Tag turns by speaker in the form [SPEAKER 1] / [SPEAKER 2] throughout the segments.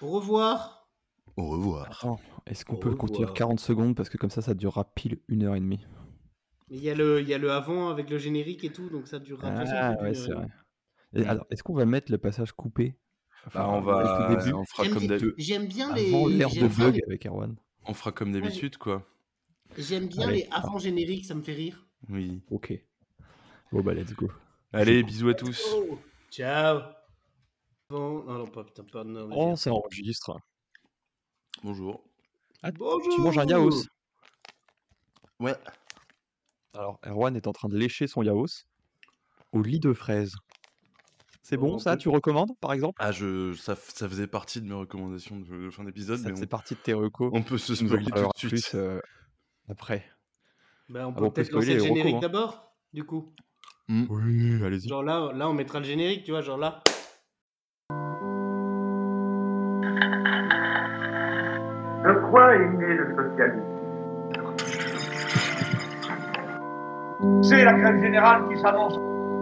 [SPEAKER 1] Au revoir.
[SPEAKER 2] Au revoir.
[SPEAKER 3] Attends, est-ce
[SPEAKER 2] Oh,
[SPEAKER 3] qu'on
[SPEAKER 1] Au
[SPEAKER 3] peut le contenir
[SPEAKER 1] revoir.
[SPEAKER 3] 40 secondes parce que comme ça, ça durera pile une heure et demie.
[SPEAKER 1] Mais il y, a le- il y a le avant avec le générique et tout, donc ça durera de toute façon,
[SPEAKER 3] Ah
[SPEAKER 1] plus
[SPEAKER 3] ouais,
[SPEAKER 1] d'une
[SPEAKER 3] c'est
[SPEAKER 1] heure et
[SPEAKER 3] vrai. Et alors, est-ce qu'on va mettre le passage coupé Enfin,
[SPEAKER 2] Bah, on
[SPEAKER 3] le tout
[SPEAKER 2] va,
[SPEAKER 3] début,
[SPEAKER 2] on fera
[SPEAKER 1] J'aime
[SPEAKER 2] comme
[SPEAKER 1] bien-
[SPEAKER 2] d'habi-
[SPEAKER 1] demie. J'aime bien
[SPEAKER 3] avant
[SPEAKER 1] les.
[SPEAKER 3] l'ère
[SPEAKER 1] J'aime
[SPEAKER 3] de
[SPEAKER 1] bien,
[SPEAKER 3] bug avec Erwan.
[SPEAKER 2] on fera comme d'habitude, quoi.
[SPEAKER 1] j'aime bien
[SPEAKER 3] Allez,
[SPEAKER 1] les avant génériques, ça me fait rire.
[SPEAKER 2] Oui.
[SPEAKER 3] Ok. Bon bah let's go.
[SPEAKER 2] Allez, bisous à tous.
[SPEAKER 1] Oh, Ciao. Bon, non, non, pas putain, pas non.
[SPEAKER 4] Oh, ça enregistre.
[SPEAKER 2] Bonjour.
[SPEAKER 3] Ah,
[SPEAKER 1] Bonjour.
[SPEAKER 4] Tu manges un yaourt.
[SPEAKER 2] Ouais.
[SPEAKER 4] Alors, Erwan est en train de lécher son yaourt au lit de fraises. C'est bon,
[SPEAKER 1] Oh,
[SPEAKER 4] ça
[SPEAKER 1] oui.
[SPEAKER 4] Tu recommandes, par exemple
[SPEAKER 2] Ah, je, ça, f- ça faisait partie de mes recommandations de, de fin d'épisode,
[SPEAKER 4] Ça
[SPEAKER 2] mais
[SPEAKER 4] faisait
[SPEAKER 2] on,
[SPEAKER 4] partie de tes recos.
[SPEAKER 2] on peut se
[SPEAKER 4] Tu nous en
[SPEAKER 2] spoiler tout
[SPEAKER 4] parleras
[SPEAKER 2] de suite.
[SPEAKER 4] plus euh, après.
[SPEAKER 1] Bah, on
[SPEAKER 4] Ah,
[SPEAKER 1] peut
[SPEAKER 4] on peut
[SPEAKER 1] peut-être lancer le
[SPEAKER 4] spoiler les recos,
[SPEAKER 1] générique
[SPEAKER 4] hein.
[SPEAKER 1] d'abord, du coup.
[SPEAKER 2] Hmm.
[SPEAKER 4] Oui,
[SPEAKER 2] Euh,
[SPEAKER 4] allez-y.
[SPEAKER 1] Genre là, là, on mettra le générique, tu vois, genre là.
[SPEAKER 5] De quoi est né le socialisme C'est la grève générale qui s'annonce.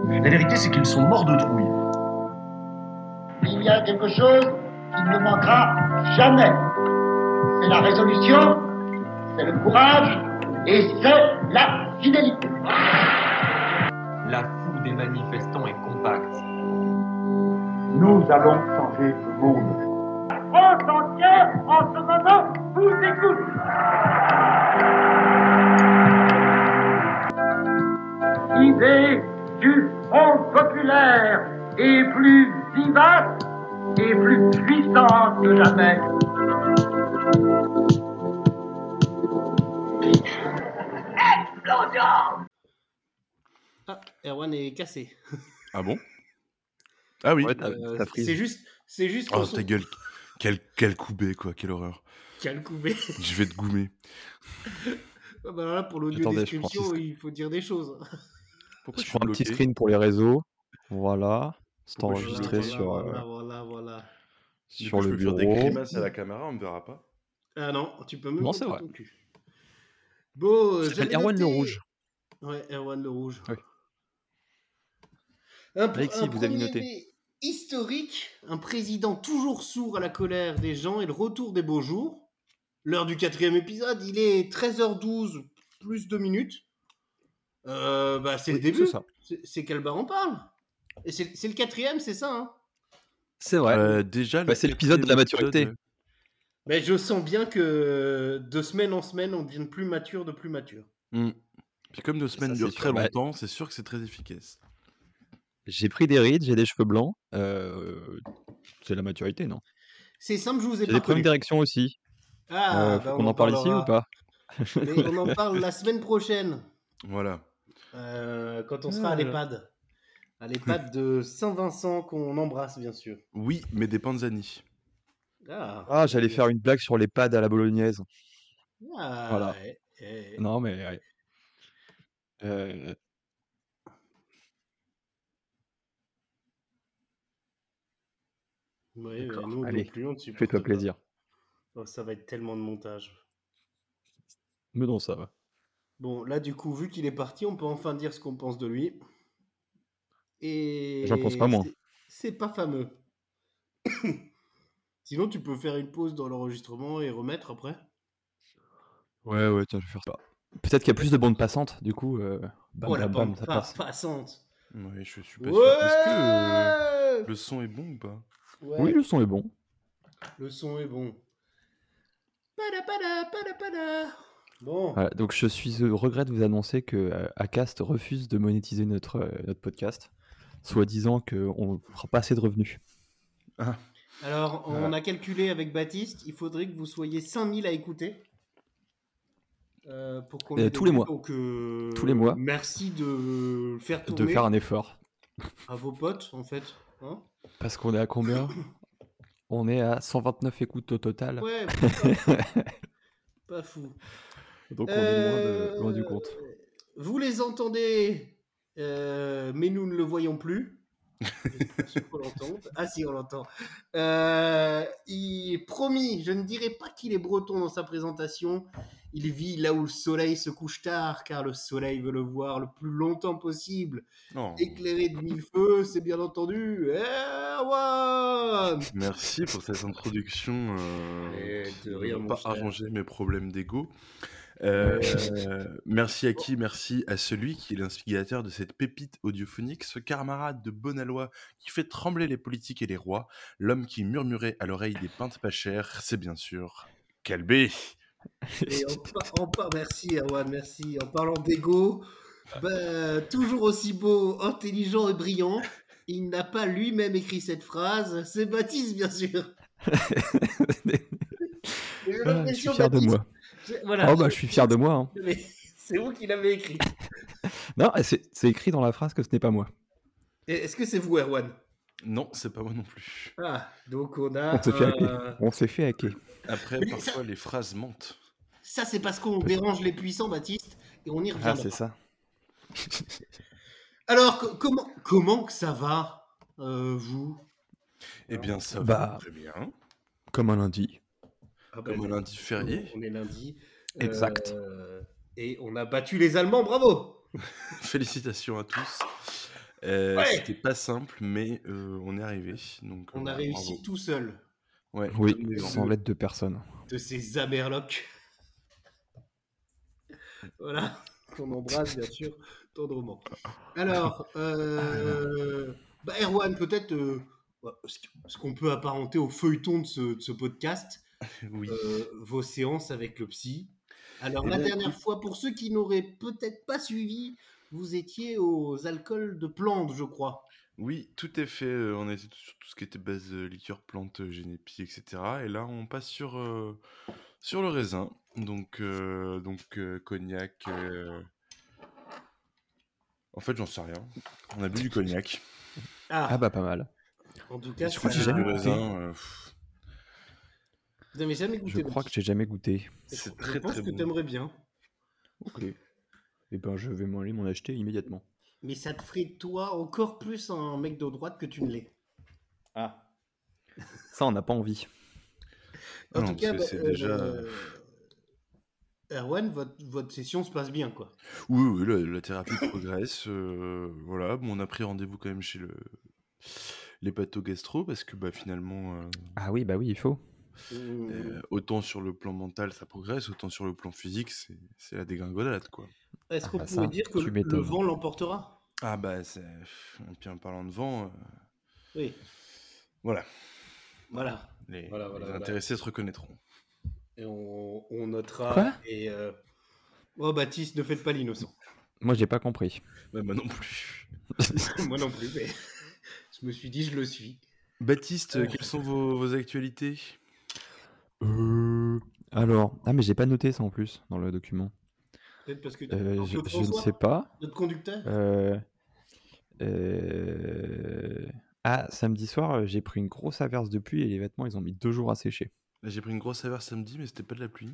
[SPEAKER 6] La vérité, c'est qu'ils sont morts de trouille.
[SPEAKER 7] Il y a quelque chose qui ne manquera jamais. C'est la résolution, c'est le courage et c'est la fidélité.
[SPEAKER 8] La foule des manifestants est compacte.
[SPEAKER 5] Nous allons changer le monde.
[SPEAKER 7] France entière, en ce moment, vous écoute. L'idée du Front populaire est plus vivace et plus puissante que jamais.
[SPEAKER 1] Ah, Erwan est cassé.
[SPEAKER 2] Ah bon Ah oui.
[SPEAKER 4] Ouais, t'as
[SPEAKER 1] Euh,
[SPEAKER 4] t'as prise.
[SPEAKER 1] c'est juste, c'est juste. qu'on
[SPEAKER 2] Oh,
[SPEAKER 1] se-
[SPEAKER 2] ta gueule. Quel, quel coubé, quoi. Quelle horreur.
[SPEAKER 1] Quel coupé.
[SPEAKER 2] Je vais te goumer.
[SPEAKER 1] Ah, bah, alors là, pour l'audio
[SPEAKER 4] Attendez, je
[SPEAKER 1] description,
[SPEAKER 4] prends
[SPEAKER 1] il faut dire des choses.
[SPEAKER 2] Pourquoi
[SPEAKER 4] Je
[SPEAKER 2] je suis
[SPEAKER 4] prends un petit
[SPEAKER 2] bloqué
[SPEAKER 4] screen pour les réseaux. Voilà. C'est
[SPEAKER 2] Pourquoi je suis
[SPEAKER 4] enregistré
[SPEAKER 2] bloqué
[SPEAKER 4] sur, euh,
[SPEAKER 1] Voilà, voilà, voilà.
[SPEAKER 2] Du
[SPEAKER 4] sur
[SPEAKER 2] coup, je
[SPEAKER 4] le
[SPEAKER 2] peux
[SPEAKER 4] bureau.
[SPEAKER 2] faire des grimaces à la caméra, on me verra pas.
[SPEAKER 1] Ah non, tu peux me
[SPEAKER 4] Non,
[SPEAKER 1] montrer
[SPEAKER 4] c'est vrai.
[SPEAKER 1] ton cul. Bon, euh,
[SPEAKER 4] Ça s'appelle
[SPEAKER 1] j'avais
[SPEAKER 4] Erwan
[SPEAKER 1] noté-
[SPEAKER 4] le Rouge.
[SPEAKER 1] Ouais, Erwan le Rouge.
[SPEAKER 4] Oui.
[SPEAKER 1] Un, pr-
[SPEAKER 4] Alexis,
[SPEAKER 1] un
[SPEAKER 4] vous avez
[SPEAKER 1] premier
[SPEAKER 4] noté.
[SPEAKER 1] fait Historique, un président toujours sourd à la colère des gens et le retour des beaux jours. L'heure du quatrième épisode, il est 13h12 plus 2 minutes. Euh, bah, c'est
[SPEAKER 4] Oui,
[SPEAKER 1] le début.
[SPEAKER 4] c'est ça.
[SPEAKER 1] C'est- C'est quel bar on parle Et c'est c'est le quatrième, c'est ça hein
[SPEAKER 4] C'est vrai.
[SPEAKER 2] Euh, déjà,
[SPEAKER 4] Bah,
[SPEAKER 2] le
[SPEAKER 4] c'est l'épisode de la
[SPEAKER 2] quatrième
[SPEAKER 4] maturité.
[SPEAKER 2] épisode,
[SPEAKER 1] Mais je sens bien que euh, de semaine en semaine, on devient de plus mature de plus mature.
[SPEAKER 2] ouais. Mm. Puis comme deux semaines
[SPEAKER 4] c'est
[SPEAKER 2] durent
[SPEAKER 4] sûr.
[SPEAKER 2] très
[SPEAKER 4] Bah-
[SPEAKER 2] longtemps, c'est sûr que c'est très efficace.
[SPEAKER 4] J'ai pris des rides, j'ai des cheveux blancs. euh, c'est la maturité, non
[SPEAKER 1] C'est simple, je vous ai
[SPEAKER 4] J'ai
[SPEAKER 1] pas
[SPEAKER 4] des problèmes
[SPEAKER 1] connu.
[SPEAKER 4] d'érection aussi.
[SPEAKER 1] Ah,
[SPEAKER 4] Euh,
[SPEAKER 1] bah,
[SPEAKER 4] faut qu'on en parle ici
[SPEAKER 1] parlera.
[SPEAKER 4] ou pas
[SPEAKER 1] Mais on en parle la semaine prochaine,
[SPEAKER 2] Voilà.
[SPEAKER 1] euh, quand on sera à
[SPEAKER 4] Ah là là.
[SPEAKER 1] l'EHPAD. À l'EHPAD de Saint-Vincent, qu'on embrasse, bien sûr.
[SPEAKER 2] Oui, mais des panzani.
[SPEAKER 1] Ah,
[SPEAKER 4] Ah, j'allais faire une blague sur les pads à la bolognaise.
[SPEAKER 1] ah,
[SPEAKER 4] voilà.
[SPEAKER 1] eh, eh.
[SPEAKER 4] Non, mais. ouais. Euh,
[SPEAKER 1] Ouais,
[SPEAKER 4] D'accord,
[SPEAKER 1] euh, nous non
[SPEAKER 4] allez,
[SPEAKER 1] plus, on ne supporte
[SPEAKER 4] Fais-toi
[SPEAKER 1] pas.
[SPEAKER 4] plaisir.
[SPEAKER 1] Oh, ça va être tellement de montage.
[SPEAKER 4] Mais non, ça va.
[SPEAKER 1] Bon, là, du coup, vu qu'il est parti, on peut enfin dire ce qu'on pense de lui. Et.
[SPEAKER 4] J'en pense pas moins.
[SPEAKER 1] c'est- C'est pas fameux. Sinon, tu peux faire une pause dans l'enregistrement et remettre après.
[SPEAKER 4] Ouais, ouais, tiens, je vais faire ça.
[SPEAKER 3] Peut-être qu'il y a plus de bandes passantes du coup. euh, bam,
[SPEAKER 1] oh la
[SPEAKER 3] bam, bam,
[SPEAKER 1] bande
[SPEAKER 3] ça
[SPEAKER 1] pa-
[SPEAKER 3] passe.
[SPEAKER 1] passante.
[SPEAKER 2] Ouais, je suis pas sûr. Est-ce que euh,
[SPEAKER 1] Ouais
[SPEAKER 2] le son est bon ou pas
[SPEAKER 1] Ouais,
[SPEAKER 3] Oui, le son est bon.
[SPEAKER 1] le son est bon. Pada, pada, pada, pada. Bon,
[SPEAKER 3] Voilà, donc je suis
[SPEAKER 4] euh,
[SPEAKER 3] au regret de vous annoncer que euh, Acast refuse de monétiser notre, euh, notre podcast, soi-disant qu'on ne fera pas assez de revenus.
[SPEAKER 1] alors on a calculé avec Baptiste, il faudrait que vous soyez 5000 à écouter. Euh, pour qu'on
[SPEAKER 3] Euh,
[SPEAKER 1] ait
[SPEAKER 3] tous les
[SPEAKER 1] des vues.
[SPEAKER 3] mois.
[SPEAKER 1] Donc, euh,
[SPEAKER 3] Tous les mois.
[SPEAKER 1] Merci de le faire
[SPEAKER 3] De
[SPEAKER 1] tourner
[SPEAKER 3] faire un effort.
[SPEAKER 1] à vos potes, en fait. hein.
[SPEAKER 3] Parce qu'on est à combien On est à 129 écoutes au total.
[SPEAKER 1] ouais, pas, pas fou.
[SPEAKER 3] Donc on est loin, de- loin du
[SPEAKER 1] Euh,
[SPEAKER 3] compte.
[SPEAKER 1] Vous les entendez, euh, mais nous ne le voyons plus. Je suis sûr qu'on l'entende. Ah si, on l'entend. Euh, il- est promis. Je ne dirai pas qu'il est breton dans sa présentation. Il vit là où le soleil se couche tard, car le soleil veut le voir le plus longtemps possible.
[SPEAKER 2] Non.
[SPEAKER 1] Éclairé de mille feux, c'est bien entendu. Eh, Erwan
[SPEAKER 2] Merci pour cette introduction. euh,
[SPEAKER 1] Eh,
[SPEAKER 2] qui
[SPEAKER 1] de rien,
[SPEAKER 2] n'a
[SPEAKER 1] mon
[SPEAKER 2] pas
[SPEAKER 1] cher.
[SPEAKER 2] arrangé mes problèmes d'ego. Euh, merci à qui Merci à celui qui est l'instigateur de cette pépite audiophonique, ce camarade de Bonalois qui fait trembler les politiques et les rois, l'homme qui murmurait à l'oreille des pintes pas chères, c'est bien sûr Calbé.
[SPEAKER 1] Et en, par- en par- merci Erwan, merci. En parlant d'ego, bah, toujours aussi beau, intelligent et brillant, il n'a pas lui-même écrit cette phrase. C'est Baptiste, bien sûr. J'ai
[SPEAKER 4] Ah, je suis
[SPEAKER 1] l'impression,
[SPEAKER 4] fier de
[SPEAKER 1] Baptiste,
[SPEAKER 4] moi.
[SPEAKER 1] j'ai- Voilà.
[SPEAKER 4] Oh bah je suis fier de moi. hein.
[SPEAKER 1] Mais C'est vous qui l'avez écrit.
[SPEAKER 4] Non, c'est c'est écrit dans la phrase que ce n'est pas moi.
[SPEAKER 1] Et Est-ce que c'est vous, Erwan
[SPEAKER 2] Non, c'est pas moi non plus.
[SPEAKER 1] Ah, donc on a. euh,
[SPEAKER 4] On s'est fait
[SPEAKER 1] un-
[SPEAKER 4] hacker. On s'est fait hacker.
[SPEAKER 2] Après,
[SPEAKER 1] Mais ça-
[SPEAKER 2] parfois les phrases mentent.
[SPEAKER 1] Ça, c'est parce qu'on dérange les puissants, Baptiste, et on y
[SPEAKER 4] Ah
[SPEAKER 1] reviendra.
[SPEAKER 4] c'est ça.
[SPEAKER 1] Alors, co- comment, comment que ça va, euh, vous
[SPEAKER 2] Eh bien, ça
[SPEAKER 4] Bah.
[SPEAKER 2] va très bien.
[SPEAKER 4] Comme un lundi.
[SPEAKER 1] Ah bah,
[SPEAKER 2] Comme un lundi férié.
[SPEAKER 1] On est lundi.
[SPEAKER 4] Exact.
[SPEAKER 1] Euh, et on a battu les Allemands, bravo
[SPEAKER 2] Félicitations à tous. Euh,
[SPEAKER 1] Ouais.
[SPEAKER 2] C'était pas simple, mais euh, on est arrivé. Donc,
[SPEAKER 1] On a
[SPEAKER 2] euh,
[SPEAKER 1] réussi
[SPEAKER 2] bravo.
[SPEAKER 1] tout seul,
[SPEAKER 2] Ouais.
[SPEAKER 4] Oui,
[SPEAKER 2] Comme des gens.
[SPEAKER 4] sans l'aide de personne.
[SPEAKER 1] de ces Amerlocs. voilà, qu'on embrasse bien sûr tendrement. Alors, euh, bah, Erwan, peut-être euh, bah, ce ce qu'on peut apparenter au feuilleton de ce, de ce podcast,
[SPEAKER 2] Oui.
[SPEAKER 1] euh, vos séances avec le psy. Alors,
[SPEAKER 2] Eh
[SPEAKER 1] la
[SPEAKER 2] bien,
[SPEAKER 1] dernière fois, pour ceux qui n'auraient peut-être pas suivi, vous étiez aux alcools de Plante, je crois.
[SPEAKER 2] Oui, tout est fait. euh, on était sur tout ce qui était base euh, liqueur, plante, euh, génépi, etc. Et là, on passe sur, euh, sur le raisin. Donc, euh, donc euh, cognac. euh, En fait, j'en sais rien. On a bu du cognac.
[SPEAKER 1] Ah,
[SPEAKER 4] Ah bah pas mal.
[SPEAKER 1] en tout cas,
[SPEAKER 4] je crois que
[SPEAKER 1] ça-
[SPEAKER 4] j'ai jamais
[SPEAKER 2] Le
[SPEAKER 4] goûté.
[SPEAKER 2] raisin, euh, pff,
[SPEAKER 1] Vous n'avez jamais
[SPEAKER 4] Je
[SPEAKER 1] goûté.
[SPEAKER 4] crois que
[SPEAKER 1] Baptiste.
[SPEAKER 4] j'ai jamais goûté.
[SPEAKER 2] c'est
[SPEAKER 1] Je
[SPEAKER 2] très,
[SPEAKER 1] pense
[SPEAKER 2] très
[SPEAKER 1] que
[SPEAKER 2] bon.
[SPEAKER 1] t'aimerais bien.
[SPEAKER 4] Ok. Eh ben je vais m'en aller m'en acheter immédiatement.
[SPEAKER 1] Mais ça te ferait de toi encore plus un mec de droite que tu ne l'es.
[SPEAKER 4] Ah. Ça on n'a pas envie. Ah
[SPEAKER 1] En
[SPEAKER 2] Non,
[SPEAKER 1] tout cas,
[SPEAKER 2] parce que c'est
[SPEAKER 1] bah, euh,
[SPEAKER 2] déjà-
[SPEAKER 1] Erwan, votre, votre session se passe bien, quoi.
[SPEAKER 2] Oui, oui, la, la thérapie progresse. euh, voilà, bon, on a pris rendez-vous quand même chez le l'hépato-gastro parce que bah, finalement, euh,
[SPEAKER 4] Ah oui bah oui il faut.
[SPEAKER 2] euh, autant sur le plan mental ça progresse, autant sur le plan physique c'est c'est la dégringolade quoi.
[SPEAKER 1] Est-ce
[SPEAKER 4] ah
[SPEAKER 1] qu'on
[SPEAKER 4] bah
[SPEAKER 1] pourrait
[SPEAKER 4] ça,
[SPEAKER 1] dire que le-
[SPEAKER 4] tu
[SPEAKER 1] le
[SPEAKER 4] m'étonnes.
[SPEAKER 1] vent l'emportera
[SPEAKER 2] Ah bah c'est... Et puis en parlant de vent, euh,
[SPEAKER 1] Oui.
[SPEAKER 2] Voilà.
[SPEAKER 1] Voilà.
[SPEAKER 2] les,
[SPEAKER 1] Voilà,
[SPEAKER 2] les
[SPEAKER 1] voilà, voilà.
[SPEAKER 2] intéressés se reconnaîtront.
[SPEAKER 1] Et on, on notera.
[SPEAKER 4] Quoi
[SPEAKER 1] et, euh, Oh, Baptiste, ne faites pas l'innocent.
[SPEAKER 4] Moi j'ai pas compris.
[SPEAKER 2] Bah, moi non plus.
[SPEAKER 1] Moi non plus, mais je me suis dit, je le suis.
[SPEAKER 2] Baptiste, euh,
[SPEAKER 1] Oh.
[SPEAKER 2] quelles sont vos, vos actualités
[SPEAKER 4] Euh... Alors ah mais j'ai pas noté ça en plus dans le document.
[SPEAKER 1] Peut-être parce que.
[SPEAKER 4] Euh,
[SPEAKER 1] parce
[SPEAKER 4] je,
[SPEAKER 1] que
[SPEAKER 4] je ne
[SPEAKER 1] François,
[SPEAKER 4] sais pas.
[SPEAKER 1] Notre conducteur
[SPEAKER 4] Euh, euh, Ah, samedi soir, euh, j'ai pris une grosse averse de pluie et les vêtements, ils ont mis deux jours à sécher.
[SPEAKER 2] Là, J'ai pris une grosse averse samedi mais c'était pas de la pluie.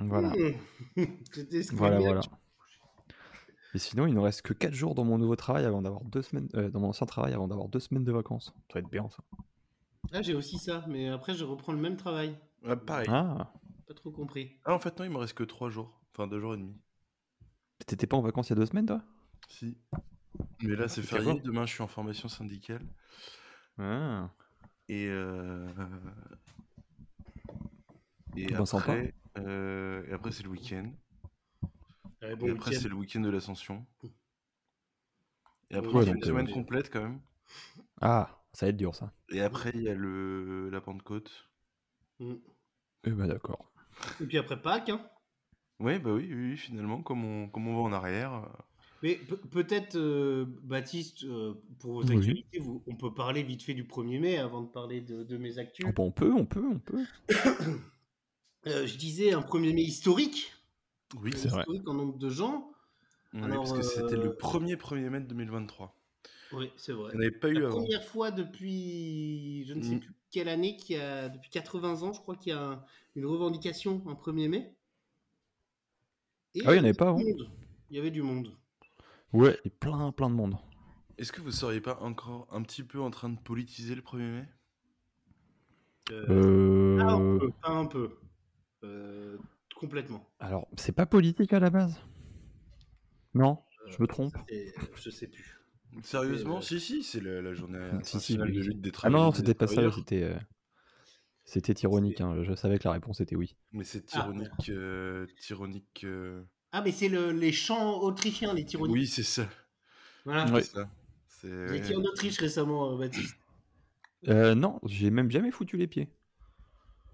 [SPEAKER 4] Voilà,
[SPEAKER 1] Mmh. C'était ce que
[SPEAKER 4] voilà,
[SPEAKER 1] j'ai dit.
[SPEAKER 4] voilà. Et sinon, il ne reste que quatre jours dans mon nouveau travail avant d'avoir deux semaines, euh, dans mon ancien travail avant d'avoir deux semaines de vacances. Ça va être bien ça.
[SPEAKER 1] Ah, j'ai aussi ça, mais après, je reprends le même travail.
[SPEAKER 2] Ah, pareil. Ah.
[SPEAKER 4] Ah,
[SPEAKER 1] Pas trop compris.
[SPEAKER 2] en fait non, il me reste que trois jours. Enfin deux jours et demi.
[SPEAKER 4] t'étais pas en vacances il y a deux semaines, toi
[SPEAKER 2] Si. Mais là c'est
[SPEAKER 4] c'est
[SPEAKER 2] férié,
[SPEAKER 4] carrément.
[SPEAKER 2] demain je suis en formation syndicale.
[SPEAKER 4] ah.
[SPEAKER 2] Et, euh, et,
[SPEAKER 4] Eh ben, sympa.
[SPEAKER 2] après, euh, et après, c'est le week-end.
[SPEAKER 1] Ouais,
[SPEAKER 2] et
[SPEAKER 1] bon
[SPEAKER 2] après,
[SPEAKER 1] week-end.
[SPEAKER 2] c'est le week-end de l'ascension. Et après,
[SPEAKER 1] Ouais,
[SPEAKER 2] on fait
[SPEAKER 4] donc,
[SPEAKER 2] une
[SPEAKER 4] euh,
[SPEAKER 2] semaine
[SPEAKER 1] j'ai-
[SPEAKER 2] complète quand même.
[SPEAKER 4] Ah, ça va être dur ça.
[SPEAKER 2] Et après, il y a le, la Pentecôte.
[SPEAKER 1] Mmh.
[SPEAKER 4] Eh ben d'accord.
[SPEAKER 1] Et puis après Pâques. hein.
[SPEAKER 2] Ouais, bah oui, oui, oui, finalement, comme on, comme on va en arrière. euh,
[SPEAKER 1] Mais pe- peut-être, euh, Baptiste, euh, pour vos
[SPEAKER 4] Oui.
[SPEAKER 1] actualités, vous- on peut parler vite fait du 1er mai avant de parler de, de mes actus.
[SPEAKER 4] Oh, bah, on peut, on peut, on peut.
[SPEAKER 1] Euh, je disais un 1er mai historique. Euh,
[SPEAKER 2] Oui,
[SPEAKER 4] c'est vrai.
[SPEAKER 1] Historique en nombre de gens.
[SPEAKER 2] Oui,
[SPEAKER 1] Alors,
[SPEAKER 2] Euh, parce que c'était
[SPEAKER 1] euh,
[SPEAKER 2] le premier 1er mai de 2023.
[SPEAKER 1] Oui, c'est vrai.
[SPEAKER 2] On n'avait pas
[SPEAKER 1] La
[SPEAKER 2] eu avant.
[SPEAKER 1] première fois depuis je ne sais
[SPEAKER 2] Mm.
[SPEAKER 1] plus quelle année, qu'il y a, depuis 80 ans, je crois qu'il y a un- une revendication un 1er mai. Et
[SPEAKER 4] Ah oui, il y en avait pas
[SPEAKER 1] du
[SPEAKER 4] avant.
[SPEAKER 1] monde. Il y avait du monde.
[SPEAKER 4] Ouais, et plein, plein de monde.
[SPEAKER 2] Est-ce que vous seriez pas encore un petit peu en train de politiser le 1er mai
[SPEAKER 1] Euh,
[SPEAKER 4] Euh...
[SPEAKER 1] ah un peu. Euh, complètement.
[SPEAKER 4] Alors, c'est pas politique à la base Non Je me trompe
[SPEAKER 1] Et, euh, je sais plus.
[SPEAKER 2] Sérieusement,
[SPEAKER 1] euh,
[SPEAKER 2] si, si, c'est la, la journée
[SPEAKER 4] Si, si,
[SPEAKER 2] internationale
[SPEAKER 4] oui.
[SPEAKER 2] de lutte des
[SPEAKER 4] Ah non,
[SPEAKER 2] travailleurs.
[SPEAKER 4] non, c'était pas ça, c'était. euh, C'était ironique, hein, je savais que la réponse était oui.
[SPEAKER 2] Mais c'est ironique. euh, ironique euh,
[SPEAKER 1] Ah, mais c'est le- les chants autrichiens, les tyroniques.
[SPEAKER 2] Oui, c'est ça.
[SPEAKER 1] Voilà.
[SPEAKER 2] C'est
[SPEAKER 4] Ah. Ouais.
[SPEAKER 2] ça. C'est-
[SPEAKER 1] Vous étiez en Autriche récemment, euh, Baptiste.
[SPEAKER 4] Euh, non, j'ai même jamais foutu les pieds.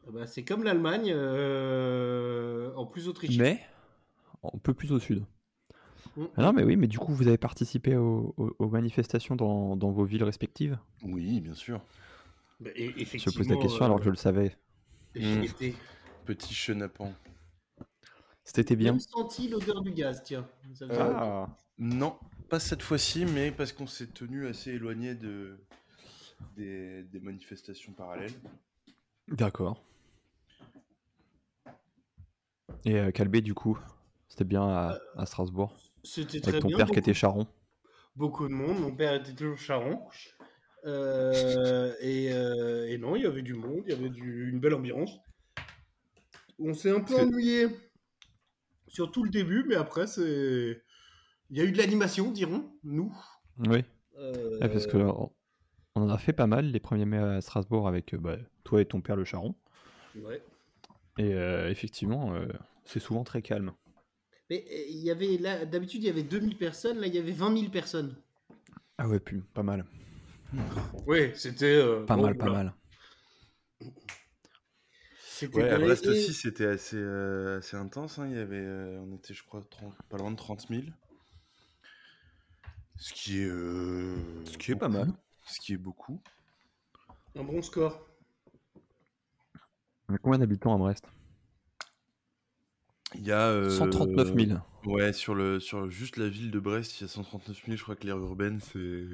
[SPEAKER 1] Ah bah, c'est comme l'Allemagne, euh, en plus autrichienne.
[SPEAKER 4] Mais un peu plus au sud.
[SPEAKER 1] Mm.
[SPEAKER 4] Ah non, mais oui, mais du coup, vous avez participé au- au- aux manifestations dans, dans vos villes respectives
[SPEAKER 2] Oui, bien sûr.
[SPEAKER 1] Bah, et-
[SPEAKER 4] Je
[SPEAKER 1] effectivement,
[SPEAKER 4] pose la question alors que je le Mm. savais.
[SPEAKER 1] euh, j'y étais.
[SPEAKER 2] Petit chenapan.
[SPEAKER 4] C'était
[SPEAKER 1] J'ai
[SPEAKER 4] bien.
[SPEAKER 1] même senti l'odeur du gaz, tiens. Ça faisait-
[SPEAKER 4] Ah,
[SPEAKER 2] Non, pas cette fois-ci, mais parce qu'on s'est tenu assez éloigné de... des... des manifestations parallèles.
[SPEAKER 4] d'accord. Et euh, Calbé, du coup, c'était bien à, à Strasbourg
[SPEAKER 1] C'était très
[SPEAKER 4] avec ton
[SPEAKER 1] bien.
[SPEAKER 4] père qui
[SPEAKER 1] beaucoup-
[SPEAKER 4] était charron.
[SPEAKER 1] beaucoup de monde. Mon père était toujours charron. Euh, et, euh, et non, il y avait du monde, il y avait du- une belle ambiance. On s'est un peu
[SPEAKER 2] Parce que-
[SPEAKER 1] ennuyé sur tout le début, mais après, c'est. Il y a eu de l'animation, dirons, nous.
[SPEAKER 4] Oui,
[SPEAKER 1] Euh,
[SPEAKER 4] ouais, Ah, parce que là, on on en a fait pas mal les premiers mai à Strasbourg avec euh, bah, toi et ton père le charron.
[SPEAKER 1] ouais.
[SPEAKER 4] Et euh, effectivement, euh, c'est souvent très calme.
[SPEAKER 1] Mais euh, il y avait là, d'habitude, il y avait 2000 personnes, là, il y avait 20 000 personnes.
[SPEAKER 4] Ah ouais, puis, pas mal.
[SPEAKER 1] Oui, c'était.
[SPEAKER 4] Pas mal, pas mal.
[SPEAKER 2] Ouais, à Brest aussi, c'était assez, euh, assez intense. hein. Il y avait, euh, on était, je crois, 30 pas loin de 30 000. Ce qui est. euh, beaucoup. Ce qui est beaucoup.
[SPEAKER 1] Un bon score.
[SPEAKER 4] On a combien d'habitants à Brest
[SPEAKER 2] Il y a. euh,
[SPEAKER 4] 139 000.
[SPEAKER 2] Ouais, sur, le, sur juste la ville de Brest, il y a 139 000. Je crois que l'aire urbaine, c'est.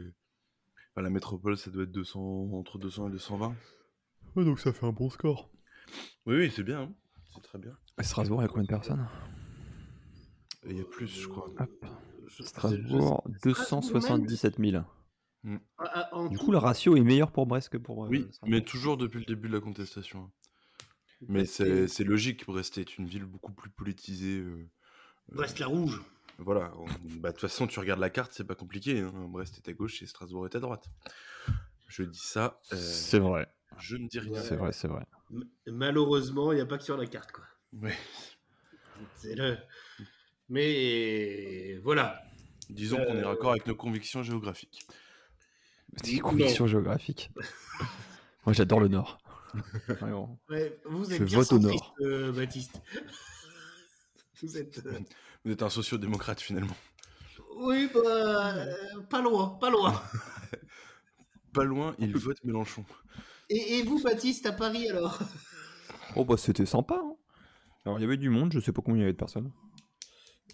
[SPEAKER 2] Enfin, la métropole, ça doit être 200, entre 200 et 220.
[SPEAKER 4] donc ça fait un bon score.
[SPEAKER 2] Oui, oui, c'est bien. hein. C'est très bien.
[SPEAKER 4] Strasbourg, il y a combien de personnes
[SPEAKER 2] Et Il y a plus, je crois.
[SPEAKER 4] Hop.
[SPEAKER 1] Je-
[SPEAKER 4] Strasbourg, 277 000.
[SPEAKER 1] Ah, ah, en
[SPEAKER 4] Du
[SPEAKER 1] tout,
[SPEAKER 4] coup, le ratio est meilleur pour Brest que pour. euh,
[SPEAKER 2] Oui,
[SPEAKER 4] Strasbourg.
[SPEAKER 2] mais toujours depuis le début de la contestation. hein.
[SPEAKER 4] Bah,
[SPEAKER 2] Mais c'est c'est logique, Brest est une ville beaucoup plus politisée. euh, euh,
[SPEAKER 1] Brest la Rouge.
[SPEAKER 2] Voilà, on- bah, de toute façon, tu regardes la carte, c'est pas compliqué. hein. Brest est à gauche et Strasbourg est à droite. Je dis ça, euh,
[SPEAKER 4] C'est vrai,
[SPEAKER 2] je ne dis rien.
[SPEAKER 4] c'est vrai, c'est vrai.
[SPEAKER 1] M- Malheureusement, il n'y a pas que sur la carte, quoi.
[SPEAKER 2] Ouais.
[SPEAKER 1] C'est le. Mais voilà.
[SPEAKER 2] Disons qu'on est
[SPEAKER 1] Euh,
[SPEAKER 2] raccord avec nos convictions géographiques.
[SPEAKER 4] C'est des convictions géographiques. Moi, j'adore le Nord. Vraiment.
[SPEAKER 1] Ouais, vous
[SPEAKER 4] Je
[SPEAKER 1] êtes bien
[SPEAKER 4] vote au
[SPEAKER 1] centriste,
[SPEAKER 4] nord.
[SPEAKER 1] euh, Baptiste. vous êtes. euh,
[SPEAKER 2] Vous êtes un sociodémocrate finalement.
[SPEAKER 1] Oui, bah, euh, pas loin, pas loin.
[SPEAKER 2] Pas loin, il vote Mélenchon.
[SPEAKER 1] Et, et vous, Baptiste, à Paris alors
[SPEAKER 4] Oh, bah, c'était sympa. hein. Alors, il y avait du monde, je sais pas combien il y avait de personnes.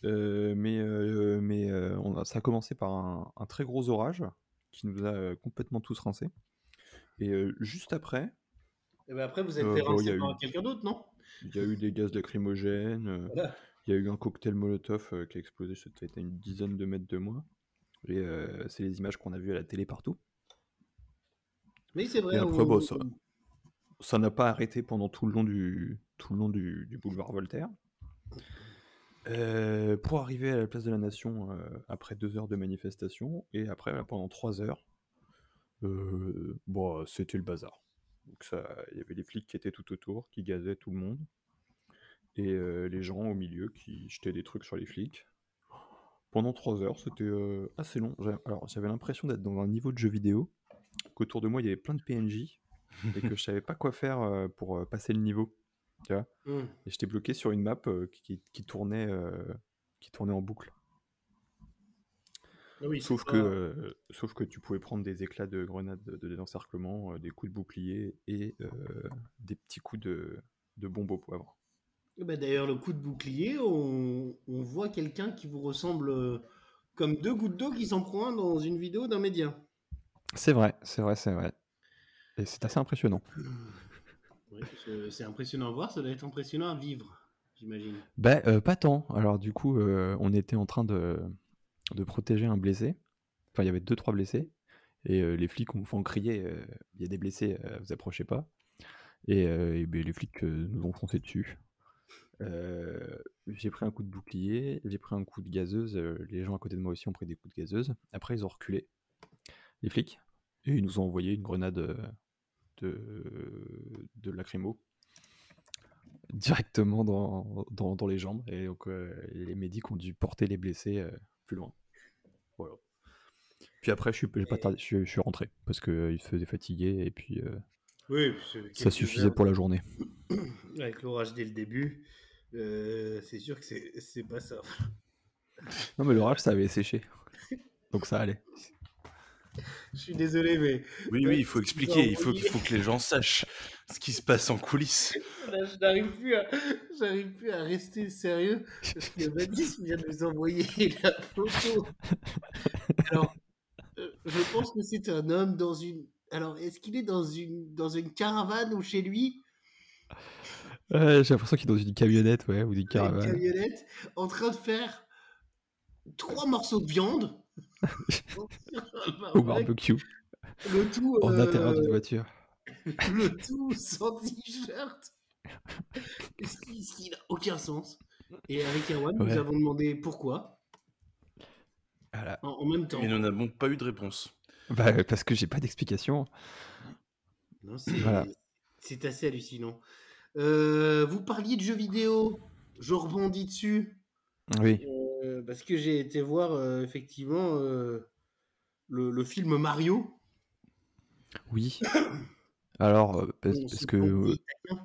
[SPEAKER 4] Euh, mais euh, mais euh, on a- ça a commencé par un, un très gros orage qui nous a euh, complètement tous rincés. Et euh, juste après,
[SPEAKER 1] Et ben après, vous êtes
[SPEAKER 4] Euh,
[SPEAKER 1] fait
[SPEAKER 4] bon, il
[SPEAKER 1] rincer
[SPEAKER 4] y a
[SPEAKER 1] par
[SPEAKER 4] eu-
[SPEAKER 1] quelqu'un d'autre, non
[SPEAKER 4] Il y a eu des gaz lacrymogènes, euh,
[SPEAKER 1] Voilà.
[SPEAKER 4] il y a eu un cocktail Molotov euh, qui a explosé peut-être à une dizaine de mètres de moi. Et euh, c'est les images qu'on a vues à la télé partout.
[SPEAKER 1] Mais c'est vrai.
[SPEAKER 4] Et après,
[SPEAKER 1] on-
[SPEAKER 4] bah, ça- Ça n'a pas arrêté pendant tout le long du, tout le long du, du boulevard Voltaire. Euh, pour arriver à la place de la Nation euh, après deux heures de manifestation et après là, pendant trois heures, euh, bon, c'était le bazar. Donc ça, il y avait les flics qui étaient tout autour, qui gazaient tout le monde et euh, les gens au milieu qui jetaient des trucs sur les flics. Pendant trois heures, c'était euh, assez long. J'a- Alors j'avais l'impression d'être dans un niveau de jeu vidéo qu'autour de moi il y avait plein de PNJ et que je savais pas quoi faire euh, pour euh, passer le niveau.
[SPEAKER 1] Hmm.
[SPEAKER 4] Et j'étais bloqué sur une map euh, qui, qui tournait, euh, qui tournait en boucle.
[SPEAKER 1] Ah oui,
[SPEAKER 4] Sauf
[SPEAKER 1] c'est
[SPEAKER 4] que,
[SPEAKER 1] pas-
[SPEAKER 4] euh, sauf que tu pouvais prendre des éclats de grenades de désencerclement, euh, des coups de bouclier et euh, des petits coups de, de bombe au poivre.
[SPEAKER 1] Eh ben, D'ailleurs, le coup de bouclier, on, on voit quelqu'un qui vous ressemble euh, comme deux gouttes d'eau qui s'en prend un dans une vidéo d'un média.
[SPEAKER 4] C'est vrai, c'est vrai, c'est vrai. Et c'est assez impressionnant.
[SPEAKER 1] Ouais, c'est- c'est impressionnant à voir, ça doit être impressionnant à vivre, j'imagine.
[SPEAKER 4] Ben, euh, pas tant. Alors, du coup, euh, on était en train de, de protéger un blessé. Enfin, il y avait deux, trois blessés. Et euh, les flics ont, ont crié euh, il y a des blessés, euh, vous approchez pas. Et, euh, et ben, les flics euh, nous ont foncé dessus. Euh, j'ai pris un coup de bouclier, j'ai pris un coup de gazeuse, euh, les gens à côté de moi aussi ont pris des coups de gazeuse. Après, ils ont reculé, les flics, et ils nous ont envoyé une grenade euh, de, de lacrymo directement dans, dans, dans les jambes. Et donc, euh, les médics ont dû porter les blessés euh, plus loin. Voilà. Puis après, je suis, j'ai pas tardé- je, suis- je suis rentré parce qu'ils se faisaient fatiguer et puis euh,
[SPEAKER 1] Oui, parce que
[SPEAKER 4] ça
[SPEAKER 1] quelques
[SPEAKER 4] suffisait pour la journée.
[SPEAKER 1] heures Avec l'orage dès le début, euh, c'est sûr que c'est c'est pas ça.
[SPEAKER 4] Non, mais l'orage, ça avait séché. Donc ça allait.
[SPEAKER 1] Je suis désolé, mais
[SPEAKER 2] Oui, oui, il faut expliquer, il faut, il
[SPEAKER 1] envoyé.
[SPEAKER 2] faut que les gens sachent ce qui se passe en coulisses.
[SPEAKER 1] Oh Là, je n'arrive plus, à- j'arrive plus à rester sérieux parce que Baptiste vient de nous envoyer la photo. Alors, euh, je pense que c'est un homme dans une. Alors, est-ce qu'il est dans une dans une caravane ou chez lui,
[SPEAKER 4] Ouais, j'ai l'impression qu'il est dans une camionnette, ouais, ou une
[SPEAKER 1] une
[SPEAKER 4] caravane.
[SPEAKER 1] camionnette, en train de faire trois morceaux de viande
[SPEAKER 4] Au barbecue,
[SPEAKER 1] Le tout
[SPEAKER 4] en
[SPEAKER 1] euh,
[SPEAKER 4] intérieur d'une voiture.
[SPEAKER 1] le tout sans t-shirt. Ce qui ce qui n'a aucun sens. Et avec Erwan,
[SPEAKER 4] Ouais.
[SPEAKER 1] nous avons demandé pourquoi.
[SPEAKER 4] Voilà.
[SPEAKER 1] En, en même temps.
[SPEAKER 2] Et nous n'avons pas eu de réponse.
[SPEAKER 4] Bah, euh, parce que j'ai pas d'explication.
[SPEAKER 1] Non, c'est
[SPEAKER 4] Voilà.
[SPEAKER 1] c'est assez hallucinant. Euh, vous parliez de jeux vidéo. Je rebondis dessus.
[SPEAKER 4] Oui.
[SPEAKER 1] euh, parce que j'ai été voir euh, effectivement euh, le, le film Mario.
[SPEAKER 4] Oui. Alors, euh, parce,
[SPEAKER 1] On
[SPEAKER 4] parce
[SPEAKER 1] se
[SPEAKER 4] que
[SPEAKER 1] plante
[SPEAKER 4] euh,
[SPEAKER 1] italien.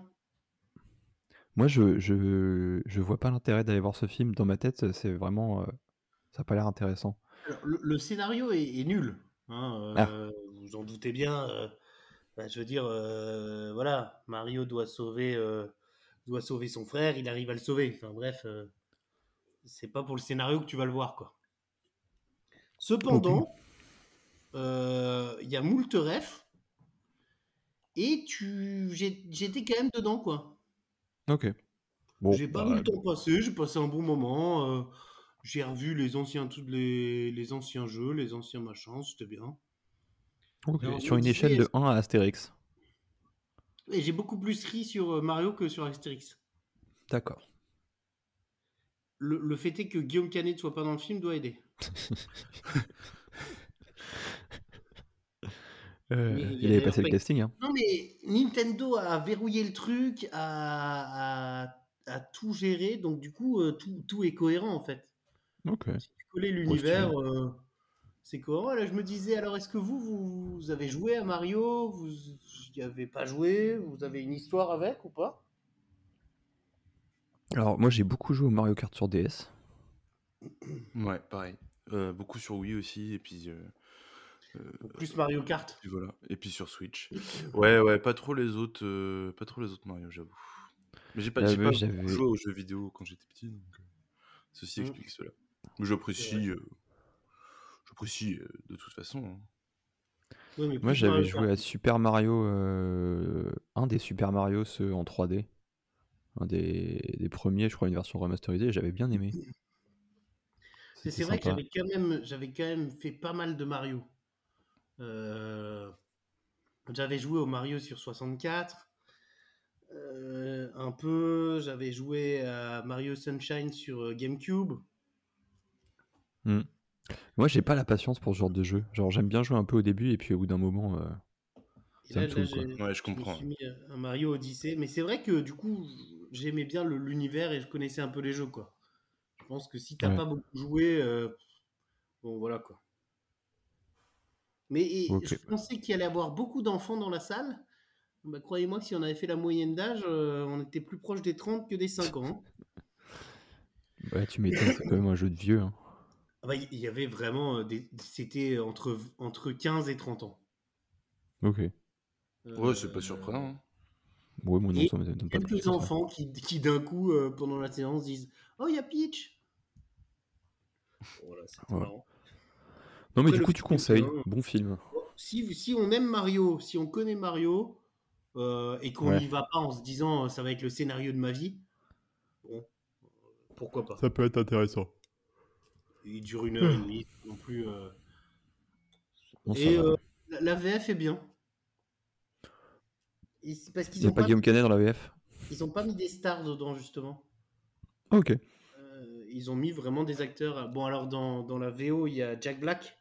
[SPEAKER 4] moi, je, je, je vois pas l'intérêt d'aller voir ce film. Dans ma tête, c'est vraiment. euh, ça a pas l'air intéressant.
[SPEAKER 1] Alors, le, le scénario est, est nul. hein, euh, Vous en doutez bien. euh, bah, je veux dire, euh, voilà, Mario doit sauver, euh, doit sauver son frère. Il arrive à le sauver. Enfin bref, euh, c'est pas pour le scénario que tu vas le voir, quoi. Cependant, euh, il y a moult refs et tu, j'ai- j'étais quand même dedans, quoi
[SPEAKER 4] Ok. Bon,
[SPEAKER 1] j'ai pas
[SPEAKER 4] bah,
[SPEAKER 1] vu le temps passer, j'ai passé un bon moment. euh, j'ai revu les anciens, tous les, les anciens jeux, les anciens machins, c'était bien.
[SPEAKER 4] ok.
[SPEAKER 1] Alors,
[SPEAKER 4] Sur
[SPEAKER 1] je
[SPEAKER 4] une
[SPEAKER 1] me
[SPEAKER 4] échelle de
[SPEAKER 1] disais-
[SPEAKER 4] 1 à Astérix.
[SPEAKER 1] Et j'ai beaucoup plus ri sur euh, Mario que sur Astérix.
[SPEAKER 4] D'accord.
[SPEAKER 1] Le, le fait est que Guillaume Canet ne soit pas dans le film doit aider.
[SPEAKER 4] Euh,
[SPEAKER 1] Mais il y
[SPEAKER 4] il
[SPEAKER 1] a
[SPEAKER 4] avait
[SPEAKER 1] d'ailleurs
[SPEAKER 4] passé
[SPEAKER 1] pas-
[SPEAKER 4] le casting, hein.
[SPEAKER 1] Non mais Nintendo a verrouillé le truc, a, a- a tout géré, donc du coup euh, tout, tout est cohérent en fait.
[SPEAKER 4] Ok.
[SPEAKER 1] Si tu connais l'univers, euh, c'est cohérent. Là je me disais, alors est-ce que vous, vous, vous avez joué à Mario Vous n'y avez pas joué Vous avez une histoire avec ou pas
[SPEAKER 4] Alors, moi, j'ai beaucoup joué au Mario Kart sur DS.
[SPEAKER 2] Ouais, pareil. Euh, beaucoup sur Wii aussi, et puis. euh, euh,
[SPEAKER 1] Plus Mario Kart.
[SPEAKER 2] puis voilà. Et puis sur Switch. Ouais, ouais, pas trop les autres, euh, pas trop les autres Mario, j'avoue. Mais j'ai pas,
[SPEAKER 4] Ah
[SPEAKER 2] j'ai
[SPEAKER 4] ouais,
[SPEAKER 2] pas
[SPEAKER 4] j'avais-
[SPEAKER 2] beaucoup joué aux jeux vidéo quand j'étais petit, donc euh, ceci
[SPEAKER 1] Mm.
[SPEAKER 2] explique cela. Mais j'apprécie, euh, j'apprécie euh, de toute façon. hein.
[SPEAKER 1] Ouais, mais
[SPEAKER 4] Moi,
[SPEAKER 1] plus Mario
[SPEAKER 4] j'avais
[SPEAKER 1] Kart.
[SPEAKER 4] joué à Super Mario, euh, un des Super Mario, ceux en 3D. Un des, des premiers, je crois, une version remasterisée, j'avais bien aimé.
[SPEAKER 1] C'est
[SPEAKER 4] C'était
[SPEAKER 1] c'est vrai que
[SPEAKER 4] sympa.
[SPEAKER 1] j'avais quand, même- j'avais quand même fait pas mal de Mario. Euh, j'avais joué au Mario sur 64. euh, un peu, j'avais joué à Mario Sunshine sur euh, GameCube.
[SPEAKER 4] Moi, j'ai pas la patience pour ce genre de jeu. Genre, j'aime bien jouer un peu au début, et puis au bout d'un moment, euh,
[SPEAKER 1] Et
[SPEAKER 4] Ça me saoule,
[SPEAKER 1] j'ai-
[SPEAKER 2] Ouais, je
[SPEAKER 1] me
[SPEAKER 2] comprends.
[SPEAKER 1] suis mis à- à Mario Odyssey. Mais c'est vrai que du coup, j'aimais bien le- l'univers et je connaissais un peu les jeux. Quoi. Je pense que si t'as
[SPEAKER 4] Ouais.
[SPEAKER 1] pas beaucoup joué, euh, bon voilà quoi. Mais et
[SPEAKER 4] Ok.
[SPEAKER 1] je pensais qu'il allait y avoir beaucoup d'enfants dans la salle. Bah, Croyez-moi que si on avait fait la moyenne d'âge, euh, on était plus proche des 30 que des 5 ans. hein.
[SPEAKER 4] ouais, bah, tu m'étonnes, c'est quand même un jeu de vieux. hein.
[SPEAKER 1] Ah bah, Il y avait vraiment. euh, des- C'était entre, entre 15 et 30 ans.
[SPEAKER 4] Ok.
[SPEAKER 2] Ouais, c'est pas
[SPEAKER 1] Euh,
[SPEAKER 2] surprenant. hein.
[SPEAKER 4] Ouais, moi non,
[SPEAKER 1] Et
[SPEAKER 4] ça m'étonne pas. plus que
[SPEAKER 1] quelques
[SPEAKER 4] ça.
[SPEAKER 1] enfants qui, qui d'un coup, euh, pendant la séance, disent Oh, il y a Peach Voilà, c'était
[SPEAKER 4] Ouais.
[SPEAKER 1] marrant.
[SPEAKER 4] Non, mais
[SPEAKER 1] Après,
[SPEAKER 4] du
[SPEAKER 1] le
[SPEAKER 4] coup, tu
[SPEAKER 1] film,
[SPEAKER 4] conseilles.
[SPEAKER 1] hein.
[SPEAKER 4] Bon film.
[SPEAKER 1] Si, si on aime Mario, si on connaît Mario, euh, et qu'on
[SPEAKER 4] Ouais.
[SPEAKER 1] n'y va pas en se disant euh, Ça va être le scénario de ma vie, bon, euh, pourquoi pas
[SPEAKER 4] Ça peut être intéressant.
[SPEAKER 1] Il dure une heure et demie, c'est non plus. euh.
[SPEAKER 4] Bon, ça
[SPEAKER 1] Et
[SPEAKER 4] va.
[SPEAKER 1] euh, la, la VF est bien. Et c'est parce
[SPEAKER 4] Il
[SPEAKER 1] qu'ils
[SPEAKER 4] n'y a
[SPEAKER 1] ont
[SPEAKER 4] pas
[SPEAKER 1] pas,
[SPEAKER 4] Guillaume Canet dans la VF
[SPEAKER 1] ils ont pas mis des stars dedans, justement.
[SPEAKER 4] Ok.
[SPEAKER 1] Euh, ils ont mis vraiment des acteurs. à- Bon, alors dans, dans la VO, il y a Jack Black,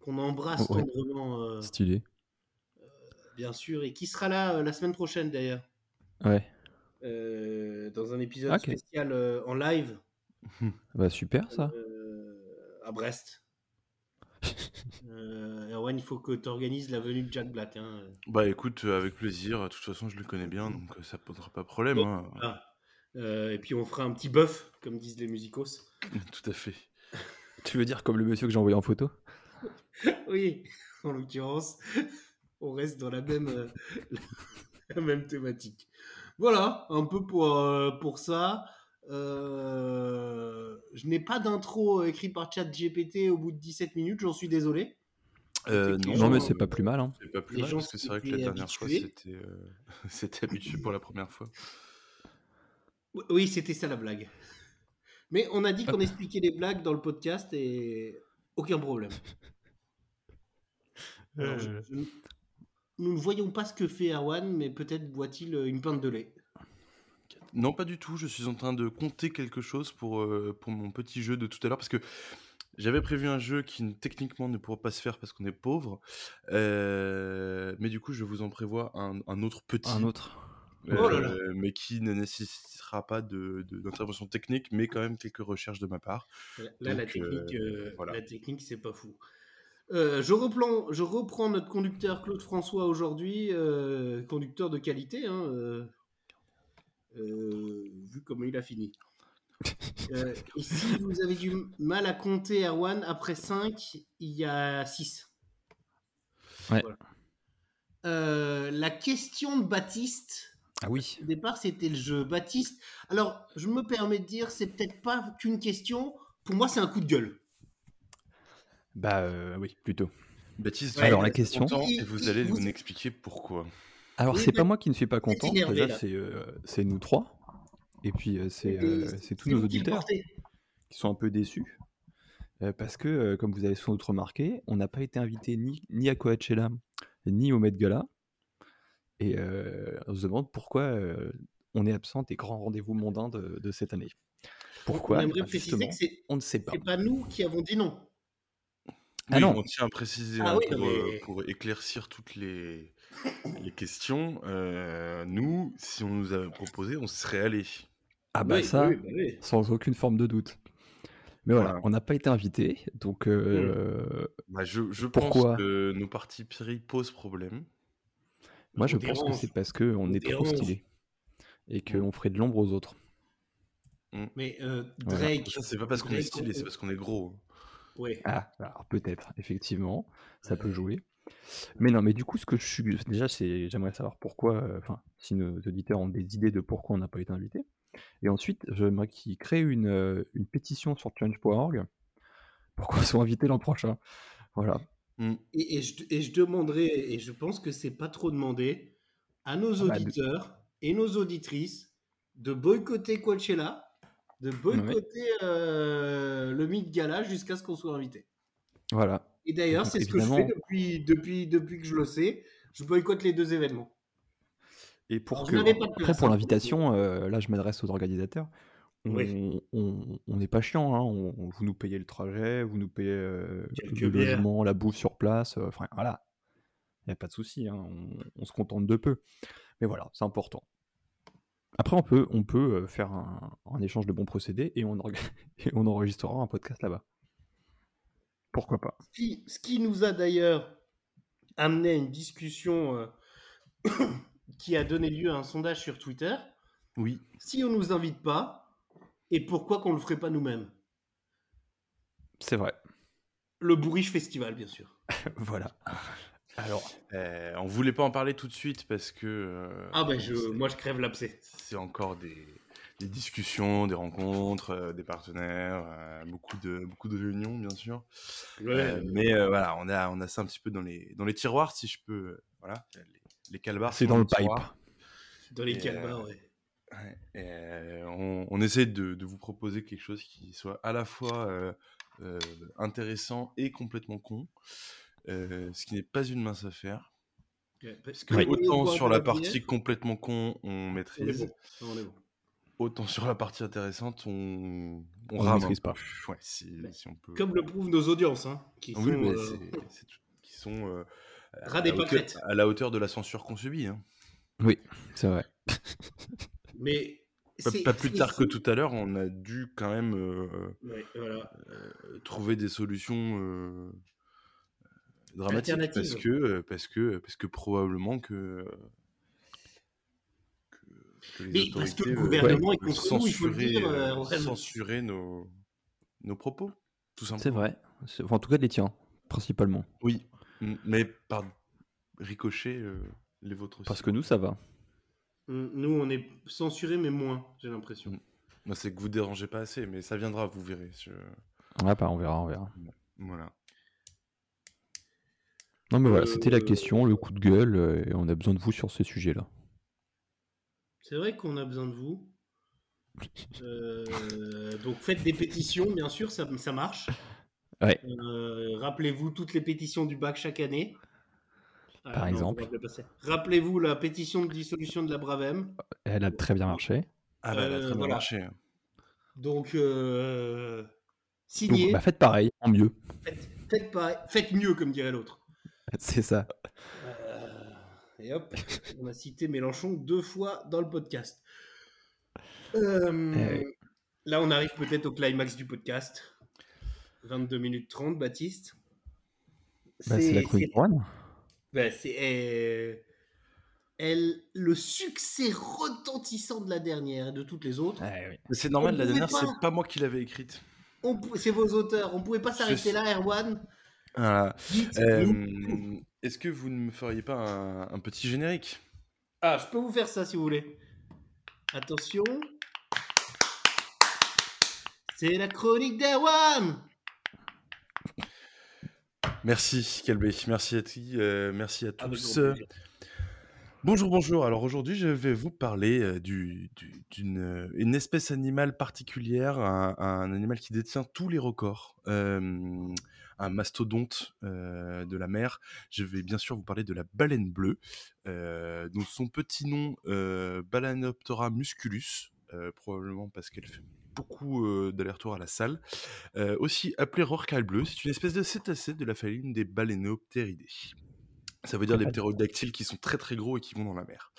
[SPEAKER 1] qu'on embrasse
[SPEAKER 4] Ouais.
[SPEAKER 1] tendrement, euh,
[SPEAKER 4] Stylé.
[SPEAKER 1] bien sûr, et qui sera là euh, la semaine prochaine d'ailleurs,
[SPEAKER 4] Ouais.
[SPEAKER 1] euh, dans un épisode
[SPEAKER 4] Ok.
[SPEAKER 1] spécial euh, en live
[SPEAKER 4] Bah super ça.
[SPEAKER 1] euh, à Brest. Euh, Erwan, il faut que tu organises la venue de Jack Black. hein.
[SPEAKER 2] Bah écoute, euh, avec plaisir. De toute façon, je le connais bien, donc euh, ça posera pas de problème. hein.
[SPEAKER 1] Euh, et puis on fera un petit bœuf, comme disent les musicos.
[SPEAKER 2] Tout à fait.
[SPEAKER 4] Tu veux dire comme le monsieur que j'ai envoyé en photo
[SPEAKER 1] Oui, en l'occurrence, on reste dans la même, euh, la même thématique. Voilà, un peu pour, euh, pour ça. Euh, je n'ai pas d'intro euh, écrit par ChatGPT au bout de 17 minutes, j'en suis désolé.
[SPEAKER 2] Euh,
[SPEAKER 1] que les
[SPEAKER 4] Non mais
[SPEAKER 1] gens,
[SPEAKER 4] c'est pas plus mal hein.
[SPEAKER 2] C'est pas plus
[SPEAKER 1] les
[SPEAKER 2] mal,
[SPEAKER 1] gens
[SPEAKER 2] parce que c'est vrai que la
[SPEAKER 1] s'étaient
[SPEAKER 2] dernière fois,
[SPEAKER 1] habitués.
[SPEAKER 2] c'était euh, c'était habitué pour la première fois.
[SPEAKER 1] Oui, Oui, c'était ça la blague. Mais on a dit qu'on expliquait les blagues dans le podcast et aucun problème. Alors, je- je- nous ne voyons pas ce que fait Erwan, mais peut-être boit-il euh, une pinte de lait.
[SPEAKER 2] Non, pas du tout. Je suis en train de compter quelque chose pour, euh, pour mon petit jeu de tout à l'heure. Parce que j'avais prévu un jeu qui ne- techniquement ne pourra pas se faire parce qu'on est pauvre. Euh, mais du coup, je vous en prévois un, un autre petit.
[SPEAKER 4] Un autre.
[SPEAKER 1] Oh là là.
[SPEAKER 2] euh, mais qui ne nécessitera pas de- de- d'intervention technique, mais quand même quelques recherches de ma part.
[SPEAKER 1] Là, là, la
[SPEAKER 2] Donc, euh,
[SPEAKER 1] technique, euh,
[SPEAKER 2] voilà.
[SPEAKER 1] la technique, c'est pas fou. Euh, je, reprends, je reprends notre conducteur Claude François aujourd'hui, euh, conducteur de qualité, hein, euh, euh, vu comment il a fini. Euh, et si vous avez du mal à compter, Erwan, après 5, il y a 6.
[SPEAKER 4] Ouais.
[SPEAKER 1] Euh, la question de Baptiste,
[SPEAKER 4] Ah oui.
[SPEAKER 1] au départ, c'était le jeu Baptiste. Alors, je me permets de dire, c'est peut-être pas qu'une question. Pour moi, c'est un coup de gueule.
[SPEAKER 4] Bah euh, oui plutôt.
[SPEAKER 2] Baptiste,
[SPEAKER 1] Ouais,
[SPEAKER 4] Alors, la
[SPEAKER 2] êtes
[SPEAKER 4] question-
[SPEAKER 2] content et
[SPEAKER 1] Il-
[SPEAKER 2] vous
[SPEAKER 1] il-
[SPEAKER 2] allez
[SPEAKER 1] vous-
[SPEAKER 2] nous expliquer pourquoi.
[SPEAKER 4] Alors
[SPEAKER 1] Oui,
[SPEAKER 4] c'est
[SPEAKER 1] mais-
[SPEAKER 4] pas moi qui ne suis pas content.
[SPEAKER 1] énervé,
[SPEAKER 4] Déjà
[SPEAKER 1] là.
[SPEAKER 4] c'est euh, c'est nous trois. Et puis euh, c'est euh,
[SPEAKER 1] Et
[SPEAKER 4] c'est tous nos
[SPEAKER 1] vous qui le
[SPEAKER 4] auditeurs.
[SPEAKER 1] portez.
[SPEAKER 4] qui sont un peu déçus. euh, parce que, euh, comme vous avez sans doute remarqué, on n'a pas été invité ni, ni à Coachella, ni au Met Gala. Et euh, on se demande pourquoi euh, on est absent des grands rendez-vous mondains de, de cette année. Pourquoi
[SPEAKER 1] On
[SPEAKER 4] Eh
[SPEAKER 1] aimerait
[SPEAKER 4] ben,
[SPEAKER 1] préciser
[SPEAKER 4] justement,
[SPEAKER 1] que c'est
[SPEAKER 4] on ne sait pas.
[SPEAKER 1] c'est pas nous qui avons dit non.
[SPEAKER 4] Ah
[SPEAKER 2] oui,
[SPEAKER 4] non.
[SPEAKER 2] on tient à préciser
[SPEAKER 1] Ah
[SPEAKER 2] hein,
[SPEAKER 1] oui, non,
[SPEAKER 2] pour, euh,
[SPEAKER 1] mais-
[SPEAKER 2] pour éclaircir toutes les, les questions. euh, nous, si on nous avait proposé, on serait allé.
[SPEAKER 4] Ah bah
[SPEAKER 1] Oui,
[SPEAKER 4] ça,
[SPEAKER 1] oui, bah oui.
[SPEAKER 4] sans aucune forme de doute. Mais voilà,
[SPEAKER 2] Voilà.
[SPEAKER 4] on n'a pas été invité, donc euh,
[SPEAKER 2] Bah, je je
[SPEAKER 4] Pourquoi
[SPEAKER 2] pense que nos parties pris posent problème.
[SPEAKER 4] moi je
[SPEAKER 1] nous
[SPEAKER 4] pense que
[SPEAKER 1] dérange.
[SPEAKER 4] c'est parce qu'on
[SPEAKER 1] nous
[SPEAKER 4] est trop
[SPEAKER 1] dérange.
[SPEAKER 4] stylé et qu'on ferait de l'ombre aux autres.
[SPEAKER 1] Mais euh,
[SPEAKER 4] Voilà.
[SPEAKER 1] Drake.
[SPEAKER 2] Ça, c'est pas parce qu'on est
[SPEAKER 1] Drake,
[SPEAKER 2] stylé,
[SPEAKER 1] on-
[SPEAKER 2] c'est parce qu'on est gros. hein.
[SPEAKER 1] ouais.
[SPEAKER 4] Ah, alors peut-être, effectivement, ça peut jouer. Mais non, mais du coup, ce que je suis. Déjà, c'est j'aimerais savoir pourquoi. euh, Enfin, si nos auditeurs ont des idées de pourquoi on n'a pas été invité. Et ensuite, j'aimerais qu'ils créent une, euh, une pétition sur change.org pour qu'on soit invité l'an prochain. Voilà.
[SPEAKER 2] Mm.
[SPEAKER 1] Et, et je, et je demanderai, et je pense que c'est pas trop demandé, à nos
[SPEAKER 4] Ah bah, de-
[SPEAKER 1] auditeurs et nos auditrices de boycotter Coachella, de boycotter euh, le Meet Gala jusqu'à ce qu'on soit invité.
[SPEAKER 4] Voilà.
[SPEAKER 1] Et d'ailleurs,
[SPEAKER 4] Donc,
[SPEAKER 1] c'est ce que je fais
[SPEAKER 4] évidemment-
[SPEAKER 1] depuis, depuis, depuis que je le sais. Je boycotte les deux événements.
[SPEAKER 4] Et pour
[SPEAKER 1] Alors, je
[SPEAKER 4] que.
[SPEAKER 1] n'avais pas de
[SPEAKER 4] Après,
[SPEAKER 1] place,
[SPEAKER 4] pour
[SPEAKER 1] hein,
[SPEAKER 4] l'invitation, euh, là, je m'adresse aux organisateurs. On
[SPEAKER 1] Oui.
[SPEAKER 4] on- on n'est pas chiant, hein, on- on- vous nous payez le trajet, vous nous payez euh,
[SPEAKER 1] Quelques
[SPEAKER 4] le
[SPEAKER 1] bières.
[SPEAKER 4] logement, la bouffe sur place, euh, enfin voilà, il n'y a pas de souci, hein, on, on se contente de peu. Mais voilà, c'est important. Après, on peut, on peut euh, faire un, un échange de bons procédés et on, orga- et on enregistrera un podcast là-bas. Pourquoi pas
[SPEAKER 1] Ce qui, ce qui nous a d'ailleurs amené à une discussion euh, qui a donné lieu à un sondage sur Twitter.
[SPEAKER 2] Oui.
[SPEAKER 1] Si on nous invite pas, et pourquoi qu'on le ferait pas nous-mêmes
[SPEAKER 4] C'est vrai,
[SPEAKER 1] Le Bourriche Festival, bien sûr.
[SPEAKER 4] voilà. Alors,
[SPEAKER 2] Euh, on voulait pas en parler tout de suite parce que. euh,
[SPEAKER 1] Ah ben, je,
[SPEAKER 2] c'est-
[SPEAKER 1] moi, je crève l'abcès.
[SPEAKER 2] C'est encore des, des discussions, des rencontres, euh, des partenaires, euh, beaucoup, de, beaucoup de réunions, bien sûr. Euh, mais euh, voilà, on a, on a ça un petit peu dans les, dans les tiroirs, si je peux. euh, voilà, les, les calbars.
[SPEAKER 4] c'est
[SPEAKER 2] sont
[SPEAKER 4] dans le pipe.
[SPEAKER 2] tiroir.
[SPEAKER 1] Dans les
[SPEAKER 2] et,
[SPEAKER 1] calmars,
[SPEAKER 2] euh,
[SPEAKER 1] ouais.
[SPEAKER 2] Ouais, et, euh, on, on essaie de, de vous proposer quelque chose qui soit à la fois euh, euh, intéressant et complètement con, euh, ce qui n'est pas une mince affaire. Parce que
[SPEAKER 1] Oui.
[SPEAKER 2] autant
[SPEAKER 1] Oui.
[SPEAKER 2] sur la
[SPEAKER 1] Oui.
[SPEAKER 2] partie complètement con, on
[SPEAKER 1] On est
[SPEAKER 2] maîtrise.
[SPEAKER 1] bon. Ça, on est bon.
[SPEAKER 2] Autant sur la partie intéressante, on, on,
[SPEAKER 3] On
[SPEAKER 2] rame.
[SPEAKER 3] maîtrise
[SPEAKER 2] un
[SPEAKER 3] pas.
[SPEAKER 2] peu. Ouais, si,
[SPEAKER 1] Mais
[SPEAKER 2] si on peut.
[SPEAKER 1] Comme le prouvent nos audiences, hein, qui
[SPEAKER 2] Ah Mm. oui,
[SPEAKER 1] sont,
[SPEAKER 2] mais
[SPEAKER 1] euh,
[SPEAKER 2] c'est- c'est tout- qui sont euh,
[SPEAKER 1] ras
[SPEAKER 2] à,
[SPEAKER 1] des
[SPEAKER 2] la hauteur,
[SPEAKER 1] pâquerettes.
[SPEAKER 2] à la hauteur de la censure qu'on subit. hein.
[SPEAKER 4] C'est vrai.
[SPEAKER 1] mais
[SPEAKER 2] Pas,
[SPEAKER 1] c'est-
[SPEAKER 2] pas plus
[SPEAKER 1] c'est-
[SPEAKER 2] tard que tout à l'heure, on a dû quand même euh,
[SPEAKER 1] Ouais, voilà.
[SPEAKER 2] euh, trouver des solutions euh, dramatiques
[SPEAKER 1] Alternatives.
[SPEAKER 2] parce que, euh, parce, que, parce que probablement que. euh, que- que les
[SPEAKER 1] Mais parce que le
[SPEAKER 2] autorités, euh,
[SPEAKER 1] gouvernement est
[SPEAKER 2] veulent
[SPEAKER 1] contre nous, il faut le
[SPEAKER 2] censurer,
[SPEAKER 1] dire,
[SPEAKER 2] euh,
[SPEAKER 1] euh, Aurel.
[SPEAKER 2] censurer nos, nos propos, tout simplement.
[SPEAKER 4] C'est vrai. C'est- enfin, en tout cas, les tiens, principalement.
[SPEAKER 2] Oui, m- Mmh, mais par ricochet, euh, les vôtres aussi.
[SPEAKER 4] Parce que nous, ça va.
[SPEAKER 1] Mm, Nous, on est censurés, mais moins, j'ai l'impression.
[SPEAKER 2] Moi, c'est que vous dérangez pas assez, mais ça viendra, vous verrez. je-
[SPEAKER 4] Ouais, bah, on verra, on verra.
[SPEAKER 2] Voilà.
[SPEAKER 4] Non, mais voilà,
[SPEAKER 1] Euh,
[SPEAKER 4] c'était la question, le coup de gueule, euh, et on a besoin de vous sur ces sujets-là.
[SPEAKER 1] C'est vrai qu'on a besoin de vous. Euh, donc faites des pétitions, bien sûr, ça, ça marche.
[SPEAKER 4] Ouais.
[SPEAKER 1] Euh, Rappelez-vous toutes les pétitions du bac chaque année. Ah,
[SPEAKER 4] Par
[SPEAKER 1] non,
[SPEAKER 4] exemple.
[SPEAKER 1] vous rappelez pas ça. Rappelez-vous la pétition de dissolution de la Bravem.
[SPEAKER 4] Elle a très bien marché.
[SPEAKER 2] Ah bah, elle a
[SPEAKER 1] Euh,
[SPEAKER 2] très bien
[SPEAKER 1] voilà.
[SPEAKER 2] marché. hein.
[SPEAKER 1] Donc euh,
[SPEAKER 4] Donc,
[SPEAKER 1] signez,
[SPEAKER 4] bah, faites pareil, en mieux.
[SPEAKER 1] faites, pas, faites mieux, comme dirait l'autre.
[SPEAKER 4] C'est ça.
[SPEAKER 1] Euh, et hop, on a cité Mélenchon deux fois dans le podcast. Euh,
[SPEAKER 4] Eh oui.
[SPEAKER 1] Là, on arrive peut-être au climax du podcast. 22 minutes 30, Baptiste.
[SPEAKER 4] Bah, c'est la chronique Rouen.
[SPEAKER 1] bah, c'est, euh, elle, le succès retentissant de la dernière et de toutes les autres.
[SPEAKER 4] Ah,
[SPEAKER 2] Mais c'est normal,
[SPEAKER 1] On
[SPEAKER 2] la
[SPEAKER 1] pouvait
[SPEAKER 2] dernière,
[SPEAKER 1] pas.
[SPEAKER 2] c'est pas moi qui l'avais écrite.
[SPEAKER 1] On pou- c'est vos auteurs. On pouvait pas s'arrêter
[SPEAKER 2] sais.
[SPEAKER 1] là, Erwan.
[SPEAKER 2] Voilà.
[SPEAKER 1] Dites-
[SPEAKER 2] Euh, Est-ce que vous ne me feriez pas un, un petit générique
[SPEAKER 1] Ah, je peux vous faire ça si vous voulez. Attention. C'est la chronique d'Erwan.
[SPEAKER 2] Merci, Calbé. Merci à ti, euh, merci à
[SPEAKER 1] Avec
[SPEAKER 2] tous.
[SPEAKER 1] grand plaisir.
[SPEAKER 2] Bonjour, bonjour. Alors aujourd'hui, je vais vous parler euh, du- du- d'une euh, une espèce animale particulière, un, un animal qui détient tous les records, euh, un mastodonte euh, de la mer. Je vais bien sûr vous parler de la baleine bleue, euh, dont son petit nom, euh, Balanoptera musculus, euh, probablement parce qu'elle fait beaucoup euh, d'aller-retour à la salle, Euh, aussi appelée rorqual bleu. C'est une espèce de cétacé de la famille des balénoptéridés. Ça veut dire les ptérodactyles qui sont très très gros et qui vont dans la mer.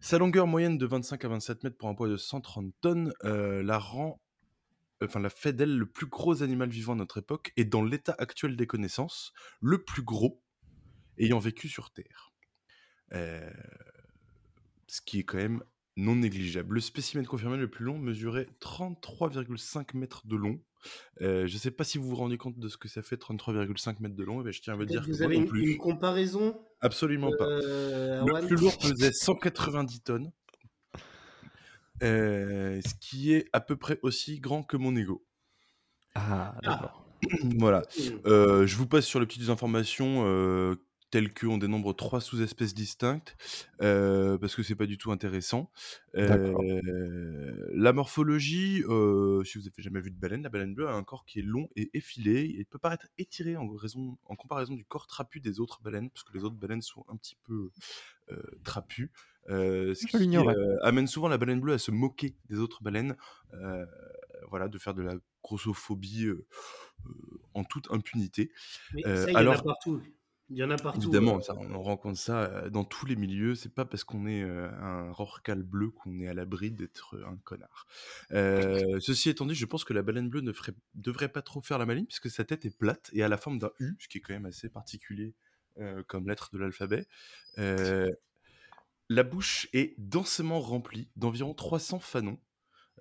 [SPEAKER 2] Sa longueur moyenne de 25 à 27 mètres pour un poids de 130 tonnes euh, la rend, enfin la fait d'elle le plus gros animal vivant à notre époque et dans l'état actuel des connaissances, le plus gros ayant vécu sur Terre. Euh, ce qui est quand même non négligeable. Le spécimen confirmé le plus long mesurait 33,5 mètres de long. Euh, je ne sais pas si vous vous rendez compte de ce que ça fait 33,5 mètres de long. Eh ben, je tiens à vous
[SPEAKER 1] Peut-être
[SPEAKER 2] dire que
[SPEAKER 1] vous
[SPEAKER 2] moi
[SPEAKER 1] avez
[SPEAKER 2] non
[SPEAKER 1] une,
[SPEAKER 2] plus.
[SPEAKER 1] une comparaison
[SPEAKER 2] Absolument pas.
[SPEAKER 1] euh,
[SPEAKER 2] Le
[SPEAKER 1] Erwan
[SPEAKER 2] plus lourd pesait 190 tonnes, euh, ce qui est à peu près aussi grand que mon ego.
[SPEAKER 4] Ah, d'accord.
[SPEAKER 2] voilà. Euh, je vous passe sur les petites informations euh, telles qu'on dénombre trois sous-espèces distinctes, euh, parce que c'est pas du tout intéressant. Euh,
[SPEAKER 4] D'accord.
[SPEAKER 2] la morphologie, euh, si vous n'avez jamais vu de baleine, la baleine bleue a un corps qui est long et effilé. et Il peut paraître étiré en, raison, en comparaison du corps trapu des autres baleines, parce que les autres baleines sont un petit peu euh, trapues. euh, ce
[SPEAKER 4] Ah, Je
[SPEAKER 2] qui
[SPEAKER 4] l'ignorais.
[SPEAKER 2] euh, amène souvent la baleine bleue à se moquer des autres baleines, euh, voilà, de faire de la grossophobie euh, euh, en toute impunité.
[SPEAKER 1] Mais
[SPEAKER 2] euh,
[SPEAKER 1] ça, il y en
[SPEAKER 2] alors-
[SPEAKER 1] a partout. Il y en a partout.
[SPEAKER 2] Évidemment,
[SPEAKER 1] euh,
[SPEAKER 2] ça, on rencontre ça euh, dans tous les milieux. C'est pas parce qu'on est euh, un rorcal bleu qu'on est à l'abri d'être un connard. Euh, ceci étant dit, je pense que la baleine bleue ne ferait- devrait pas trop faire la maligne puisque sa tête est plate et à la forme d'un U, ce qui est quand même assez particulier euh, comme lettre de l'alphabet. Euh, la bouche est densément remplie d'environ 300 fanons.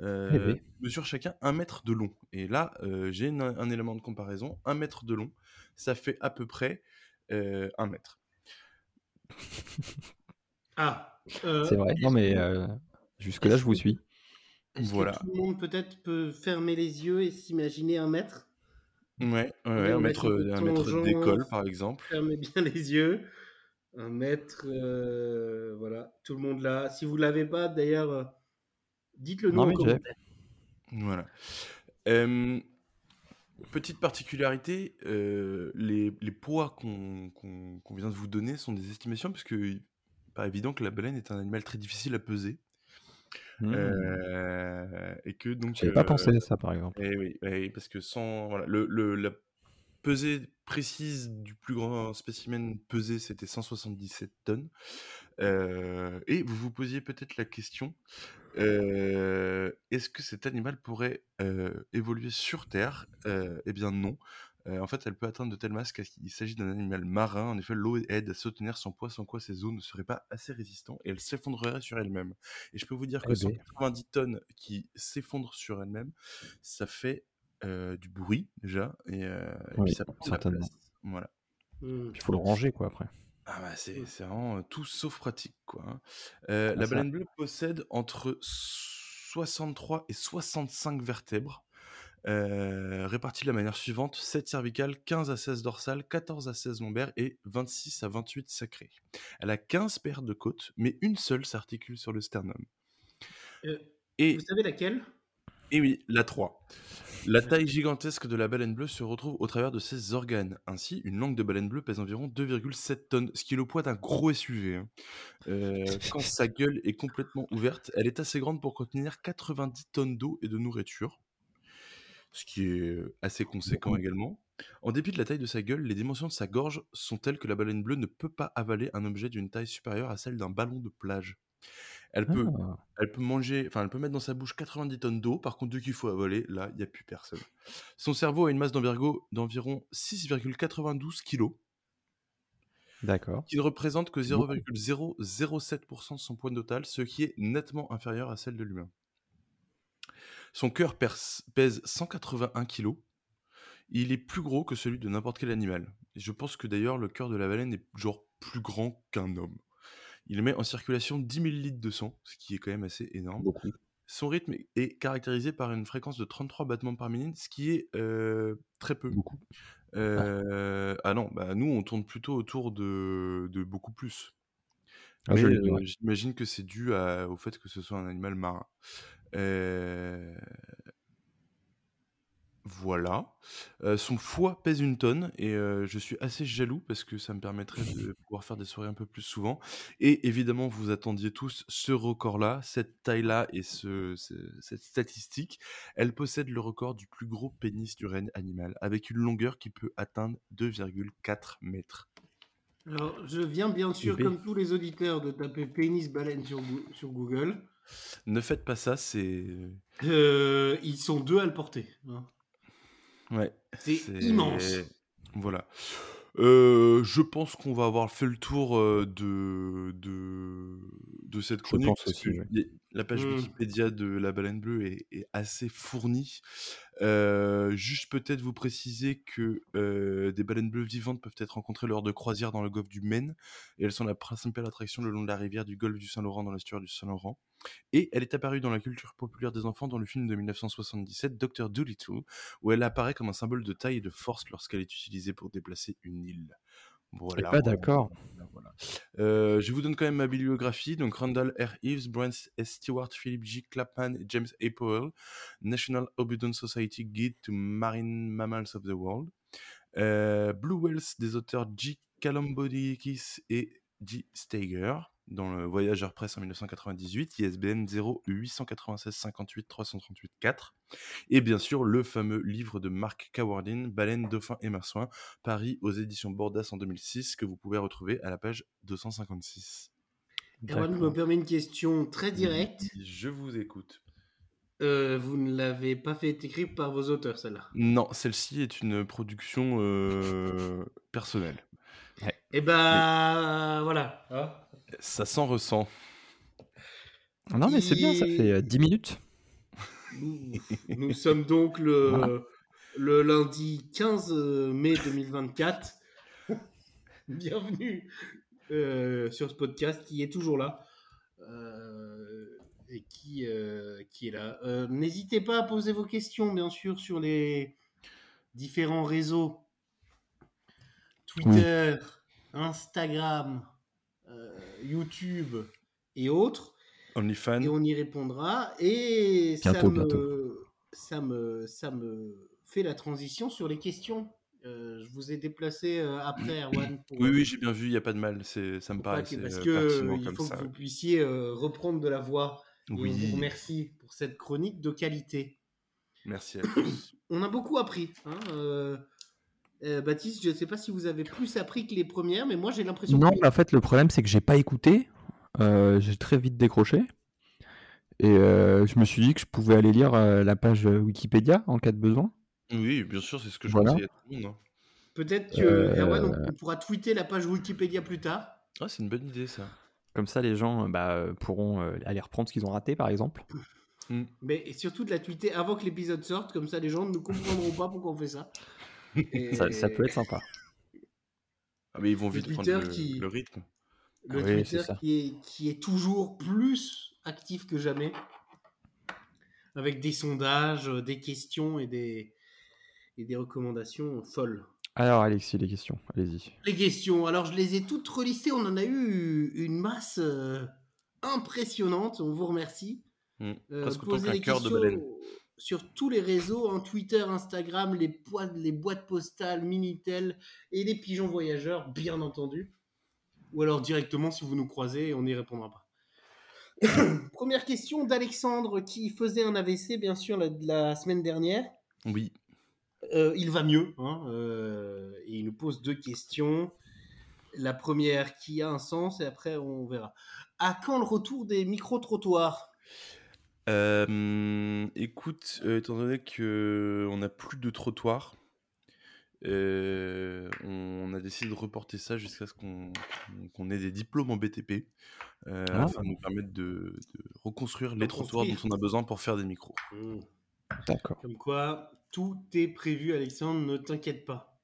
[SPEAKER 4] Eh
[SPEAKER 2] Euh,
[SPEAKER 4] oui.
[SPEAKER 2] mesure chacun un mètre de long. Et là, euh, j'ai une- un élément de comparaison. Un mètre de long, ça fait à peu près euh, un mètre.
[SPEAKER 1] Ah, euh,
[SPEAKER 4] C'est vrai. Non, mais euh, jusque-là, je vous suis.
[SPEAKER 1] est-ce que
[SPEAKER 2] Voilà.
[SPEAKER 1] tout le monde peut-être peut fermer les yeux et s'imaginer un mètre
[SPEAKER 2] Ouais, ouais,
[SPEAKER 1] Ouais,
[SPEAKER 2] un
[SPEAKER 1] un
[SPEAKER 2] mètre,
[SPEAKER 1] mètre
[SPEAKER 2] euh,
[SPEAKER 1] de
[SPEAKER 2] un mètre
[SPEAKER 1] tangente.
[SPEAKER 2] d'école, par exemple.
[SPEAKER 1] Fermez bien les yeux. Un mètre, euh, voilà, tout le monde là. Si vous ne l'avez pas, d'ailleurs, euh, dites-le nous
[SPEAKER 4] Non,
[SPEAKER 1] en
[SPEAKER 4] mais j'ai.
[SPEAKER 1] commentaire.
[SPEAKER 2] Voilà. Euh, Petite particularité, euh, les, les poids qu'on qu'on- qu'on vient de vous donner sont des estimations, puisque il paraît évident que la baleine est un animal très difficile à peser.
[SPEAKER 4] Mmh. Hmm.
[SPEAKER 2] Euh, et que donc.
[SPEAKER 4] J'avais pas
[SPEAKER 2] euh,
[SPEAKER 4] pensé à ça, par exemple.
[SPEAKER 2] Eh oui, eh oui, parce que sans. Voilà, le, le- la pesée précise du plus grand spécimen pesé, c'était 177 tonnes. Euh, et vous vous posiez peut-être la question euh, est-ce que cet animal pourrait euh, évoluer sur Terre Euh, Eh bien, non. Euh, en fait, elle peut atteindre de telles masses qu'il s'agit d'un animal marin. En effet, l'eau aide à soutenir son poids, sans quoi ses os ne seraient pas assez résistants et elle s'effondrerait sur elle-même. Et je peux vous dire que
[SPEAKER 4] Eh ben.
[SPEAKER 2] 190 tonnes qui s'effondrent sur elle-même, ça fait euh, du bruit déjà, et, euh, et
[SPEAKER 4] Oui,
[SPEAKER 2] puis ça prend de la
[SPEAKER 4] certainement.
[SPEAKER 2] place. Voilà.
[SPEAKER 1] Hmm.
[SPEAKER 4] Il faut le ranger, quoi, après.
[SPEAKER 2] Ah bah c'est c'est vraiment euh, tout sauf pratique quoi. hein. Euh,
[SPEAKER 4] Mmh. Ah,
[SPEAKER 2] la
[SPEAKER 4] ça.
[SPEAKER 2] baleine bleue possède entre 63 et 65 vertèbres euh, réparties de la manière suivante 7 cervicales, 15 à 16 dorsales, 14 à 16 lombaires et 26 à 28 sacrées. Elle a 15 paires de côtes, mais une seule s'articule sur le sternum.
[SPEAKER 1] Euh,
[SPEAKER 2] Et
[SPEAKER 1] Vous savez laquelle
[SPEAKER 2] et oui, la 3. La taille gigantesque de la baleine bleue se retrouve au travers de ses organes. Ainsi, une langue de baleine bleue pèse environ 2,7 tonnes, ce qui est le poids d'un gros SUV. hein. Euh, quand sa gueule est complètement ouverte, elle est assez grande pour contenir 90 tonnes d'eau et de nourriture, ce qui est euh, assez conséquent également. En dépit de la taille de sa gueule, les dimensions de sa gorge sont telles que la baleine bleue ne peut pas avaler un objet d'une taille supérieure à celle d'un ballon de plage. Elle peut
[SPEAKER 4] Ah,
[SPEAKER 2] elle peut manger, enfin, elle peut mettre dans sa bouche 90 tonnes d'eau. Par contre, dès qu'il faut avaler, là, il n'y a plus personne. Son cerveau a une masse d'envergo d'environ 6,92 kg,
[SPEAKER 4] D'accord.
[SPEAKER 2] qui ne représente que
[SPEAKER 4] Beaucoup.
[SPEAKER 2] 0,007% de son poids total, ce qui est nettement inférieur à celle de l'humain. Son cœur perce- pèse 181 kg. Il est plus gros que celui de n'importe quel animal. Je pense que d'ailleurs, le cœur de la baleine est genre plus grand qu'un homme. Il met en circulation 10 000 litres de sang, ce qui est quand même assez énorme.
[SPEAKER 4] Beaucoup.
[SPEAKER 2] Son rythme est- est caractérisé par une fréquence de 33 battements par minute, ce qui est euh, très peu.
[SPEAKER 4] Beaucoup.
[SPEAKER 2] Euh, ah non, bah nous on tourne plutôt autour de, de beaucoup plus.
[SPEAKER 4] Ah,
[SPEAKER 2] Mais,
[SPEAKER 4] je l'ai,
[SPEAKER 2] euh,
[SPEAKER 4] ouais.
[SPEAKER 2] J'imagine que c'est dû à- au fait que ce soit un animal marin. Euh, Voilà. Euh, son foie pèse une tonne et euh, je suis assez jaloux parce que ça me permettrait de pouvoir faire des soirées un peu plus souvent. Et évidemment, vous attendiez tous ce record-là, cette taille-là et ce- ce- cette statistique. Elle possède le record du plus gros pénis du règne animal avec une longueur qui peut atteindre 2,4 mètres.
[SPEAKER 1] Alors, je viens bien sûr,
[SPEAKER 4] B.
[SPEAKER 1] comme tous les auditeurs, de taper pénis baleine sur, Gou- sur Google.
[SPEAKER 2] Ne faites pas ça, c'est.
[SPEAKER 1] Euh, ils sont deux à le porter. hein.
[SPEAKER 2] Ouais.
[SPEAKER 1] C'est immense.
[SPEAKER 2] Voilà. Euh, je pense qu'on va avoir fait le tour euh, de, de, de cette chronique.
[SPEAKER 4] pense
[SPEAKER 2] parce
[SPEAKER 4] aussi,
[SPEAKER 2] que
[SPEAKER 4] ouais.
[SPEAKER 2] y- La page
[SPEAKER 1] Mm.
[SPEAKER 2] Wikipédia de la baleine bleue est, est assez fournie. Euh, juste peut-être vous préciser que euh, des baleines bleues vivantes peuvent être rencontrées lors de croisières dans le golfe du Maine. Et elles sont la principale attraction le long de la rivière du golfe du Saint-Laurent dans l'estuaire du Saint-Laurent. Et elle est apparue dans la culture populaire des enfants dans le film de 1977, Dr. Dolittle, où elle apparaît comme un symbole de taille et de force lorsqu'elle est utilisée pour déplacer une île.
[SPEAKER 4] Eh
[SPEAKER 2] Voilà.
[SPEAKER 4] ben, d'accord.
[SPEAKER 2] voilà, voilà. Euh, je vous donne quand même ma bibliographie. Donc Randall R. Eves, Brent S. Stewart, Philip G. Clapman et James A. Powell, National Obedient Society Guide to Marine Mammals of the World. Euh, Blue Whales des auteurs G. Kalambodikis et G. Steiger dans le Voyageur Press en 1998, ISBN 0 896 58 338 4. Et bien sûr, le fameux livre de Mark Cowardin, Baleine, Dauphin et Marsouin, Paris aux éditions Bordas en 2006, que vous pouvez retrouver à la page 256.
[SPEAKER 1] Erwan me
[SPEAKER 4] D'accord.
[SPEAKER 1] permet une question très directe.
[SPEAKER 2] Je vous écoute.
[SPEAKER 1] Euh, vous ne l'avez pas fait écrire par vos auteurs, celle-là.
[SPEAKER 2] Non, celle-ci est une production euh, personnelle.
[SPEAKER 1] Eh ben, voilà. hein.
[SPEAKER 2] Ça s'en ressent.
[SPEAKER 4] Non, mais c'est bien, ça
[SPEAKER 1] Il-
[SPEAKER 4] fait euh, 10 minutes.
[SPEAKER 1] Nous, nous sommes donc le, le lundi 15 mai 2024. Bienvenue euh, sur ce podcast qui est toujours là euh, et qui, euh, qui est là. Euh, N'hésitez pas à poser vos questions, bien sûr, sur les différents réseaux Twitter, Instagram, euh, YouTube et autres
[SPEAKER 2] OnlyFans.
[SPEAKER 1] et on y répondra. Et ça,
[SPEAKER 4] Bientôt,
[SPEAKER 1] me,
[SPEAKER 4] bientôt.
[SPEAKER 1] ça me, ça me fait la transition sur les questions. Euh, je vous ai déplacé euh, après, Erwan. pour-
[SPEAKER 2] Mmh. Oui, oui, j'ai bien vu, il n'y a pas de mal, c'est- ça me
[SPEAKER 1] pour pas
[SPEAKER 2] paraît
[SPEAKER 1] que- parce
[SPEAKER 2] euh,
[SPEAKER 1] que
[SPEAKER 2] pertinent
[SPEAKER 1] euh, il
[SPEAKER 2] comme
[SPEAKER 1] faut
[SPEAKER 2] ça.
[SPEAKER 1] que vous puissiez euh, reprendre de la voix. Et on vous
[SPEAKER 2] Oui,
[SPEAKER 1] remercie pour cette chronique de qualité.
[SPEAKER 2] merci à tous.
[SPEAKER 1] On a beaucoup appris. hein, euh, euh, Baptiste, je ne sais pas si vous avez plus appris que les premières, mais moi j'ai l'impression
[SPEAKER 4] Non,
[SPEAKER 1] que...
[SPEAKER 4] mais en fait, le problème, c'est que j'ai pas écouté. Euh, j'ai très vite décroché. Et euh, je me suis dit que je pouvais aller lire euh, la page euh, Wikipédia en cas de besoin.
[SPEAKER 2] Oui, bien sûr, c'est ce que je
[SPEAKER 4] Voilà.
[SPEAKER 2] conseille à tout le monde. hein.
[SPEAKER 1] Peut-être que
[SPEAKER 4] Euh,
[SPEAKER 1] Erwan, on, on pourra tweeter la page Wikipédia plus tard.
[SPEAKER 2] Ah, c'est une bonne idée, ça.
[SPEAKER 4] Comme ça, les gens euh, bah, euh, pourront euh, aller reprendre ce qu'ils ont raté, par exemple.
[SPEAKER 1] Mais et surtout de la tweeter avant que l'épisode sorte, comme ça les gens ne comprendront pas pourquoi on fait ça. Et
[SPEAKER 4] Ça, ça peut être sympa.
[SPEAKER 2] Ah, mais ils vont
[SPEAKER 1] Le
[SPEAKER 2] vite prendre
[SPEAKER 1] Twitter
[SPEAKER 2] le,
[SPEAKER 1] qui-
[SPEAKER 2] le rythme.
[SPEAKER 1] Le
[SPEAKER 4] Ah oui,
[SPEAKER 1] Twitter
[SPEAKER 4] c'est ça.
[SPEAKER 1] qui, est, qui est toujours plus actif que jamais, avec des sondages, euh, des questions et des, et des recommandations folles.
[SPEAKER 4] Alors, Alexis, les questions, allez-y.
[SPEAKER 1] Les questions, alors je les ai toutes relistées, on en a eu une masse euh, impressionnante, on vous remercie.
[SPEAKER 2] Mm.
[SPEAKER 1] Euh,
[SPEAKER 2] Presque autant
[SPEAKER 1] posez
[SPEAKER 2] qu'un
[SPEAKER 1] des
[SPEAKER 2] cœur de
[SPEAKER 1] questions
[SPEAKER 2] baleine.
[SPEAKER 1] Sur tous les réseaux, en Twitter, Instagram, les, poids- les boîtes postales, Minitel et les pigeons voyageurs, bien entendu. Ou alors directement si vous nous croisez, on n'y répondra pas. Première question d'Alexandre qui faisait un AVC, bien sûr, la- la semaine dernière.
[SPEAKER 2] Oui,
[SPEAKER 1] Euh, il va mieux. hein, euh, et il nous pose deux questions. La première qui a un sens et après on verra. À quand le retour des micro-trottoirs
[SPEAKER 2] Euh, écoute, euh, étant donné que on n'a plus de trottoir, euh, on a décidé de reporter ça jusqu'à ce qu'on qu'on ait des diplômes en BTP, euh,
[SPEAKER 4] Ah.
[SPEAKER 2] afin de nous permettre de, de reconstruire les trottoirs dont
[SPEAKER 1] Reconstruire.
[SPEAKER 2] on a besoin pour faire des micros.
[SPEAKER 4] D'accord.
[SPEAKER 1] Comme quoi, tout est prévu, Alexandre, ne t'inquiète pas.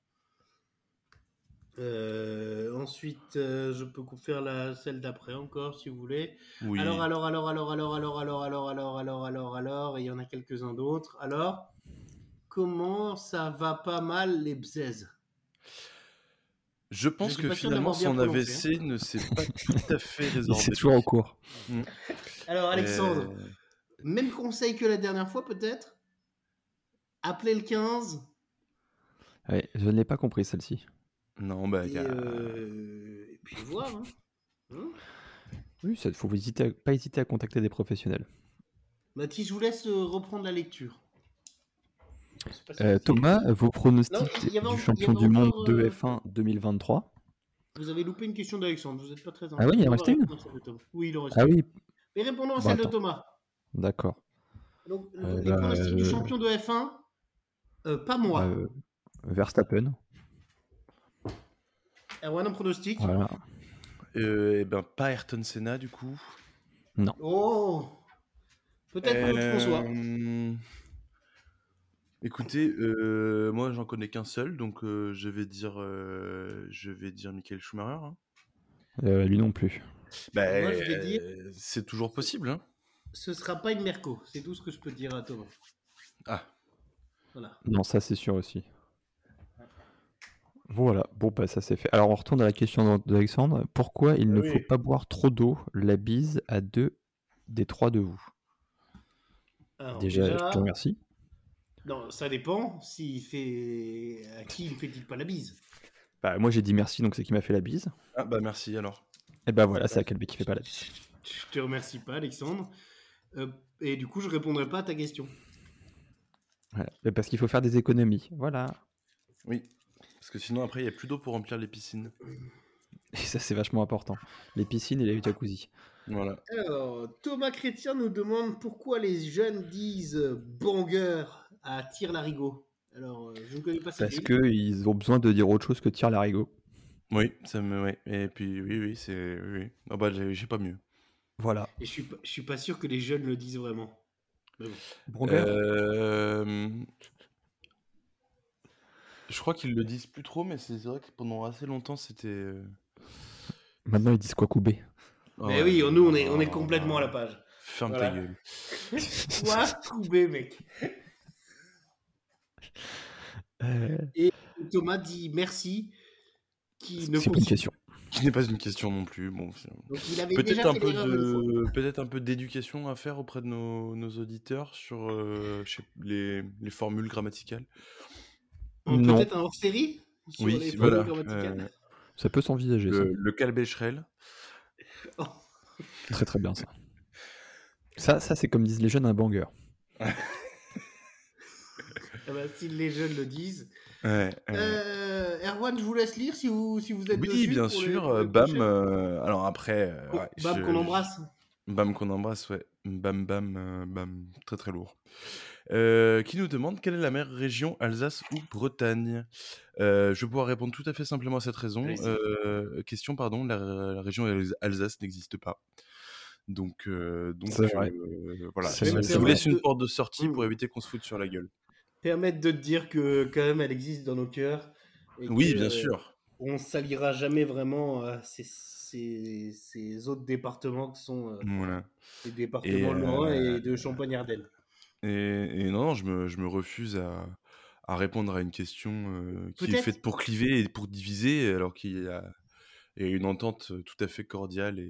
[SPEAKER 1] Euh, ensuite, euh, je peux cou- faire la celle d'après encore si vous voulez.
[SPEAKER 2] Oui.
[SPEAKER 1] Alors, alors, alors, alors, alors, alors, alors, alors, alors, alors, alors, alors, et il y en a quelques-uns d'autres. Alors, comment ça va pas mal les bzaises
[SPEAKER 2] je pense
[SPEAKER 1] suis
[SPEAKER 2] que
[SPEAKER 1] pas sûr
[SPEAKER 2] finalement
[SPEAKER 1] d'avoir bien prononcé,
[SPEAKER 2] son
[SPEAKER 1] hein.
[SPEAKER 2] AVC ne s'est pas tout à fait résorbé.
[SPEAKER 4] C'est toujours en cours.
[SPEAKER 1] Alors, Alexandre,
[SPEAKER 2] Euh,
[SPEAKER 1] Même conseil que la dernière fois, peut-être Appelez le 15.
[SPEAKER 4] Ouais, je ne l'ai pas compris, celle-ci.
[SPEAKER 2] non, bah il
[SPEAKER 1] Et,
[SPEAKER 2] y a-
[SPEAKER 1] euh, et puis voir. hein. Hein
[SPEAKER 4] Oui, il ne faut hésiter à- pas hésiter à contacter des professionnels.
[SPEAKER 1] Mathis, je vous laisse euh, reprendre la lecture. Je sais pas si
[SPEAKER 4] Euh,
[SPEAKER 1] vous-
[SPEAKER 4] Thomas, vos pronostics
[SPEAKER 1] Non, il y avait en-
[SPEAKER 4] du champion
[SPEAKER 1] il y avait
[SPEAKER 4] du monde
[SPEAKER 1] encore,
[SPEAKER 4] de
[SPEAKER 1] euh,
[SPEAKER 4] F1 2023
[SPEAKER 1] Vous avez loupé une question d'Alexandre, vous n'êtes pas très en
[SPEAKER 4] Ah oui, il en restait une
[SPEAKER 1] Oui, il en reste
[SPEAKER 4] Ah oui,
[SPEAKER 1] Mais répondons à
[SPEAKER 4] Bah,
[SPEAKER 1] celle de
[SPEAKER 4] attends.
[SPEAKER 1] Thomas.
[SPEAKER 4] d'accord.
[SPEAKER 1] Donc,
[SPEAKER 4] Euh,
[SPEAKER 1] les
[SPEAKER 4] bah,
[SPEAKER 1] pronostics du
[SPEAKER 4] euh,
[SPEAKER 1] champion de F1, euh, pas moi.
[SPEAKER 4] Euh, Verstappen,
[SPEAKER 1] Erwan, un pronostic
[SPEAKER 4] voilà.
[SPEAKER 2] euh, eh ben pas Ayrton Senna du coup.
[SPEAKER 1] Oh Peut-être Claude
[SPEAKER 2] Euh,
[SPEAKER 1] François.
[SPEAKER 2] Écoutez, euh, moi j'en connais qu'un seul, donc euh, je vais dire, euh, je vais dire Michael Schumacher. hein.
[SPEAKER 4] Euh, lui non plus.
[SPEAKER 2] Bah,
[SPEAKER 1] Moi, je vais dire-
[SPEAKER 2] euh, c'est toujours possible. hein.
[SPEAKER 1] Ce sera pas une Merco, c'est tout ce que je peux dire à Thomas.
[SPEAKER 2] Ah,
[SPEAKER 1] Voilà.
[SPEAKER 4] Non, ça c'est sûr aussi. Voilà, bon bah ça c'est fait. Alors on retourne à la question d'A- d'Alexandre. Pourquoi il ne
[SPEAKER 2] oui.
[SPEAKER 4] faut pas boire trop d'eau La bise à deux des trois de vous.
[SPEAKER 1] Alors,
[SPEAKER 4] déjà, je te remercie.
[SPEAKER 1] Non, ça dépend s'il fait à qui il me fait-il pas la bise.
[SPEAKER 4] Bah, moi j'ai dit merci donc c'est qui m'a fait la bise.
[SPEAKER 2] Ah, bah merci alors.
[SPEAKER 4] Et bah voilà, c'est à Calbé qui fait pas la bise.
[SPEAKER 1] Je te remercie pas, Alexandre. Euh, et du coup, je répondrai pas à ta question.
[SPEAKER 4] Voilà. Mais Parce qu'il faut faire des économies. Voilà.
[SPEAKER 2] Oui, parce que sinon après il n'y a plus d'eau pour remplir les piscines.
[SPEAKER 4] Et ça c'est vachement important. Les piscines et les jacuzzi.
[SPEAKER 2] Voilà.
[SPEAKER 1] Alors, Thomas Chrétien nous demande pourquoi les jeunes disent banger à tire larigot. Alors, euh, je ne connais pas cette
[SPEAKER 4] Parce
[SPEAKER 1] ville.
[SPEAKER 4] qu'ils ont besoin de dire autre chose que tire l'arigot.
[SPEAKER 2] Oui, ça me, ouais. Et puis oui, oui, c'est, oui, oui. Ah bah j'ai j'ai pas mieux.
[SPEAKER 4] Voilà.
[SPEAKER 1] Et je suis pas, je suis pas sûr que les jeunes le disent vraiment.
[SPEAKER 2] ben, Euh, Je crois qu'ils le disent plus trop, mais c'est vrai que pendant assez longtemps c'était. euh,
[SPEAKER 4] Maintenant ils disent quoi couper.
[SPEAKER 1] Mais
[SPEAKER 2] oh,
[SPEAKER 1] oui, nous, on est, on est
[SPEAKER 2] oh,
[SPEAKER 1] complètement à la page.
[SPEAKER 2] Ferme
[SPEAKER 1] Voilà.
[SPEAKER 2] ta gueule.
[SPEAKER 1] Quoi trouver, mec Thomas dit merci. Qui ne
[SPEAKER 4] c'est pas une
[SPEAKER 1] considère
[SPEAKER 4] question.
[SPEAKER 2] qui n'est pas une question non plus. Bon, c'est-
[SPEAKER 1] Donc, il avait
[SPEAKER 2] peut-être
[SPEAKER 1] déjà
[SPEAKER 2] un
[SPEAKER 1] fait
[SPEAKER 2] peu
[SPEAKER 1] l'erreur une fois.
[SPEAKER 2] de, peut-être un peu d'éducation à faire auprès de nos, nos auditeurs sur euh, je sais- les, les formules grammaticales.
[SPEAKER 1] Ou
[SPEAKER 4] Non.
[SPEAKER 1] Peut-être un hors-série sur
[SPEAKER 2] oui,
[SPEAKER 1] les
[SPEAKER 2] voilà.
[SPEAKER 1] formules grammaticales.
[SPEAKER 2] Euh,
[SPEAKER 4] Ça peut s'envisager, ça.
[SPEAKER 2] le, le calbécherel.
[SPEAKER 4] Très très bien ça. Ça, ça c'est comme disent les jeunes, un banger.
[SPEAKER 1] Ah bah, si les jeunes le disent.
[SPEAKER 2] Ouais, ouais.
[SPEAKER 1] Euh, Erwan, je vous laisse lire si vous, si vous êtes
[SPEAKER 2] oui,
[SPEAKER 1] dessus
[SPEAKER 2] bien
[SPEAKER 1] pour les-
[SPEAKER 2] sûr.
[SPEAKER 1] pour les
[SPEAKER 2] euh, bam.
[SPEAKER 1] prochaines.
[SPEAKER 2] euh, alors après. euh, ouais,
[SPEAKER 1] Oh, bam,
[SPEAKER 2] je-
[SPEAKER 1] qu'on embrasse.
[SPEAKER 2] Bam qu'on embrasse, ouais. Bam bam euh, bam, très très lourd. Euh, qui nous demande quelle est la meilleure région Alsace ou Bretagne Euh, Je vais pouvoir répondre tout à fait simplement à cette raison.
[SPEAKER 8] Allez-y.
[SPEAKER 2] Euh, question, pardon, la, la région Al- Alsace n'existe pas. Donc, euh, donc
[SPEAKER 4] C'est vrai.
[SPEAKER 2] euh, voilà.
[SPEAKER 4] C'est
[SPEAKER 2] Je
[SPEAKER 4] vrai, Mmh. c'est
[SPEAKER 2] vous laisse
[SPEAKER 1] vrai.
[SPEAKER 2] une porte de sortie
[SPEAKER 1] Mm.
[SPEAKER 2] pour éviter qu'on se foute sur la gueule.
[SPEAKER 1] Permettre de te dire que quand même elle existe dans nos cœurs. et
[SPEAKER 2] Oui,
[SPEAKER 1] que,
[SPEAKER 2] bien
[SPEAKER 1] euh,
[SPEAKER 2] sûr.
[SPEAKER 1] On salira jamais vraiment euh, ces, ces- ces autres départements qui sont euh,
[SPEAKER 2] Voilà.
[SPEAKER 1] les départements
[SPEAKER 2] Mm. Et,
[SPEAKER 1] lorrains
[SPEAKER 2] euh,
[SPEAKER 1] et de Champagne-Ardenne.
[SPEAKER 2] Et, et non, non, je me, je me refuse à, à répondre à une question euh, qui est
[SPEAKER 1] Peut-être-
[SPEAKER 2] faite pour cliver et pour diviser, alors qu'il y a, il y a une entente euh, tout à fait cordiale et,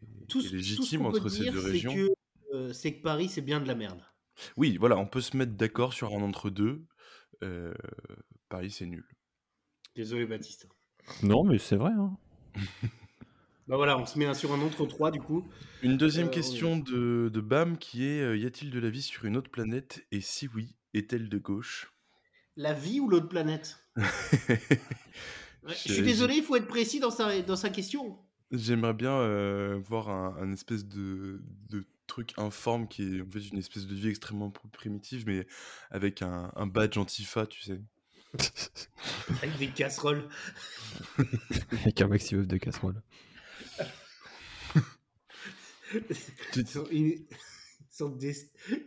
[SPEAKER 2] et-
[SPEAKER 1] Tout,
[SPEAKER 2] et
[SPEAKER 1] ce- tout ce
[SPEAKER 2] légitime
[SPEAKER 1] qu'on peut
[SPEAKER 2] entre ces
[SPEAKER 1] dire,
[SPEAKER 2] deux
[SPEAKER 1] c'est
[SPEAKER 2] régions.
[SPEAKER 1] que, euh, c'est que Paris, c'est bien de la merde.
[SPEAKER 2] Oui, voilà, on peut se mettre d'accord sur un entre-deux. Euh, Paris, c'est nul.
[SPEAKER 1] Désolé, Baptiste.
[SPEAKER 4] Non, mais c'est vrai. hein.
[SPEAKER 1] Bah voilà, on se met un sur un entre trois du coup.
[SPEAKER 2] Une deuxième
[SPEAKER 1] Euh,
[SPEAKER 2] question de, de Bam qui est euh, Y a-t-il de la vie sur une autre planète Et si oui, est-elle de gauche
[SPEAKER 1] La vie ou l'autre planète Ouais, Je suis désolé, il faut être précis dans sa, dans sa question.
[SPEAKER 2] J'aimerais bien euh, voir un, un espèce de, de truc informe qui est en fait une espèce de vie extrêmement pr- primitive, mais avec un, un badge antifa, tu sais.
[SPEAKER 1] Avec des casseroles.
[SPEAKER 4] Avec un maximum de casserole.
[SPEAKER 2] Tu-
[SPEAKER 1] Ils sont, ils sont des,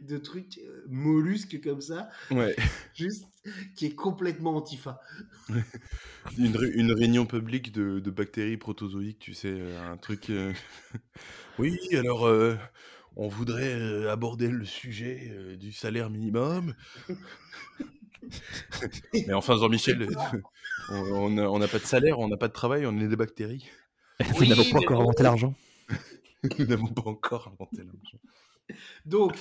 [SPEAKER 1] de trucs euh, mollusques comme ça,
[SPEAKER 2] Ouais,
[SPEAKER 1] juste qui est complètement antifa.
[SPEAKER 2] une, ré- une réunion publique de, de bactéries protozoïques, tu sais, euh, un truc. euh, Oui, alors euh, on voudrait euh, aborder le sujet euh, du salaire minimum. mais enfin, Jean-Michel, on- on n'a on n'a pas de salaire, on n'a pas de travail, on est des bactéries.
[SPEAKER 4] Vous
[SPEAKER 1] Oui,
[SPEAKER 4] n'avez pas
[SPEAKER 1] mais
[SPEAKER 4] encore
[SPEAKER 1] bon.
[SPEAKER 4] inventé l'argent.
[SPEAKER 2] Nous n'avons pas encore inventé l'argent.
[SPEAKER 1] Donc,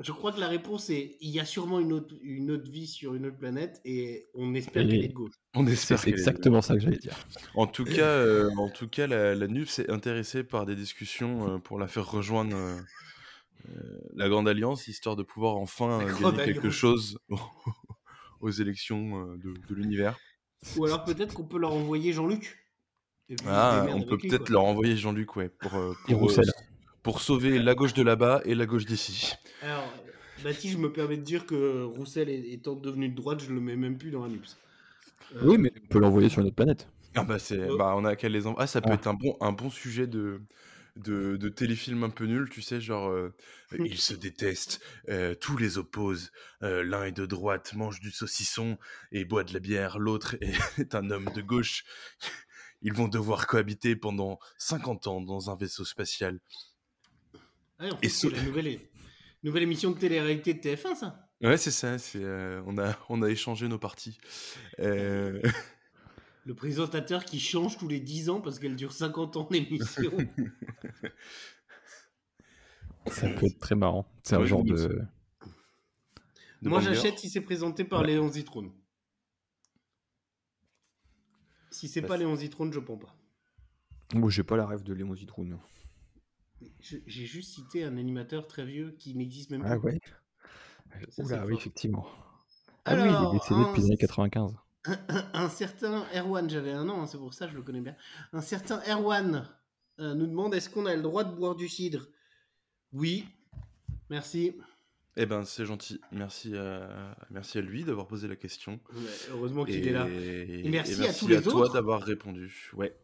[SPEAKER 1] je crois que la réponse est il y a sûrement une autre, une autre vie sur une autre planète et on espère
[SPEAKER 4] Et-
[SPEAKER 1] qu'elle est de gauche.
[SPEAKER 2] On
[SPEAKER 4] C'est
[SPEAKER 2] espère
[SPEAKER 4] c'est
[SPEAKER 2] qu'elle est
[SPEAKER 4] exactement ça que j'allais dire.
[SPEAKER 2] là. En tout cas, euh, en tout cas, la, la NUP s'est intéressée par des discussions euh, pour la faire rejoindre euh, euh, la Grande Alliance, histoire de pouvoir enfin
[SPEAKER 1] La
[SPEAKER 2] euh,
[SPEAKER 1] Grande
[SPEAKER 2] gagner quelque
[SPEAKER 1] Alliance.
[SPEAKER 2] chose aux, aux élections euh, de, de l'univers.
[SPEAKER 1] Ou alors peut-être qu'on peut leur envoyer Jean-Luc. Et puis, ils se
[SPEAKER 2] Ah,
[SPEAKER 1] démerdent
[SPEAKER 2] on peut
[SPEAKER 1] avec lui,
[SPEAKER 2] peut-être
[SPEAKER 1] quoi.
[SPEAKER 2] leur envoyer Jean-Luc, ouais, pour, euh,
[SPEAKER 4] Et
[SPEAKER 2] pour,
[SPEAKER 4] Roussel.
[SPEAKER 2] pour sauver la gauche de là-bas et la gauche d'ici.
[SPEAKER 1] Alors, Baptiste, je me permets de dire que Roussel est- étant devenu de droite, je le mets même plus dans la NUPS. Euh,
[SPEAKER 4] Oui, mais on peut l'envoyer sur notre planète.
[SPEAKER 2] Ah bah c'est,
[SPEAKER 1] Euh.
[SPEAKER 2] bah on a qu'à les en- Ah ça peut
[SPEAKER 4] Ah.
[SPEAKER 2] être un bon, un bon sujet de, de, de téléfilm un peu nul, tu sais, genre euh, ils se détestent, euh, tous les opposent, euh, l'un est de droite, mange du saucisson et boit de la bière, l'autre est, est un homme de gauche. Ils vont devoir cohabiter pendant 50 ans dans un vaisseau spatial.
[SPEAKER 1] ouais, en
[SPEAKER 2] Et
[SPEAKER 1] fait, c'est
[SPEAKER 2] ce-
[SPEAKER 1] la nouvelle, é- nouvelle émission de télé-réalité de TF1, ça
[SPEAKER 2] Ouais c'est ça, c'est euh, on a on a échangé nos parties. Euh,
[SPEAKER 1] Le présentateur qui change tous les 10 ans parce qu'elle dure 50 ans l'émission.
[SPEAKER 4] Ça peut être très marrant. C'est un
[SPEAKER 2] Ouais,
[SPEAKER 4] genre
[SPEAKER 2] mais
[SPEAKER 4] de.
[SPEAKER 2] de
[SPEAKER 1] Moi,
[SPEAKER 2] banger.
[SPEAKER 1] j'achète si c'est présenté par
[SPEAKER 4] Ouais.
[SPEAKER 1] Léon Zitrone. Si c'est
[SPEAKER 2] Bah,
[SPEAKER 1] pas
[SPEAKER 2] c'est-
[SPEAKER 1] Léon Zitrone, je prends pas.
[SPEAKER 4] Moi, j'ai pas la rêve de Léon Zitroun.
[SPEAKER 1] Je- J'ai juste cité un animateur très vieux qui n'existe même
[SPEAKER 4] Ah
[SPEAKER 1] plus.
[SPEAKER 4] ouais.
[SPEAKER 1] Ça, c'est
[SPEAKER 4] Oula, oui,
[SPEAKER 1] fort.
[SPEAKER 4] effectivement. Ah
[SPEAKER 1] Alors,
[SPEAKER 4] oui, il est décédé depuis les
[SPEAKER 1] un-
[SPEAKER 4] années 95.
[SPEAKER 1] un certain Erwan, j'avais un an, hein, c'est pour ça que je le connais bien. Un certain Erwan euh, nous demande est-ce qu'on a le droit de boire du cidre Oui. Merci.
[SPEAKER 2] Eh ben c'est gentil, merci à, merci à lui d'avoir posé la question.
[SPEAKER 1] Ouais, Heureusement Oh, qu'il est là.
[SPEAKER 2] Et
[SPEAKER 1] merci à tous les
[SPEAKER 2] toi
[SPEAKER 1] autres.
[SPEAKER 2] d'avoir répondu. Ouais.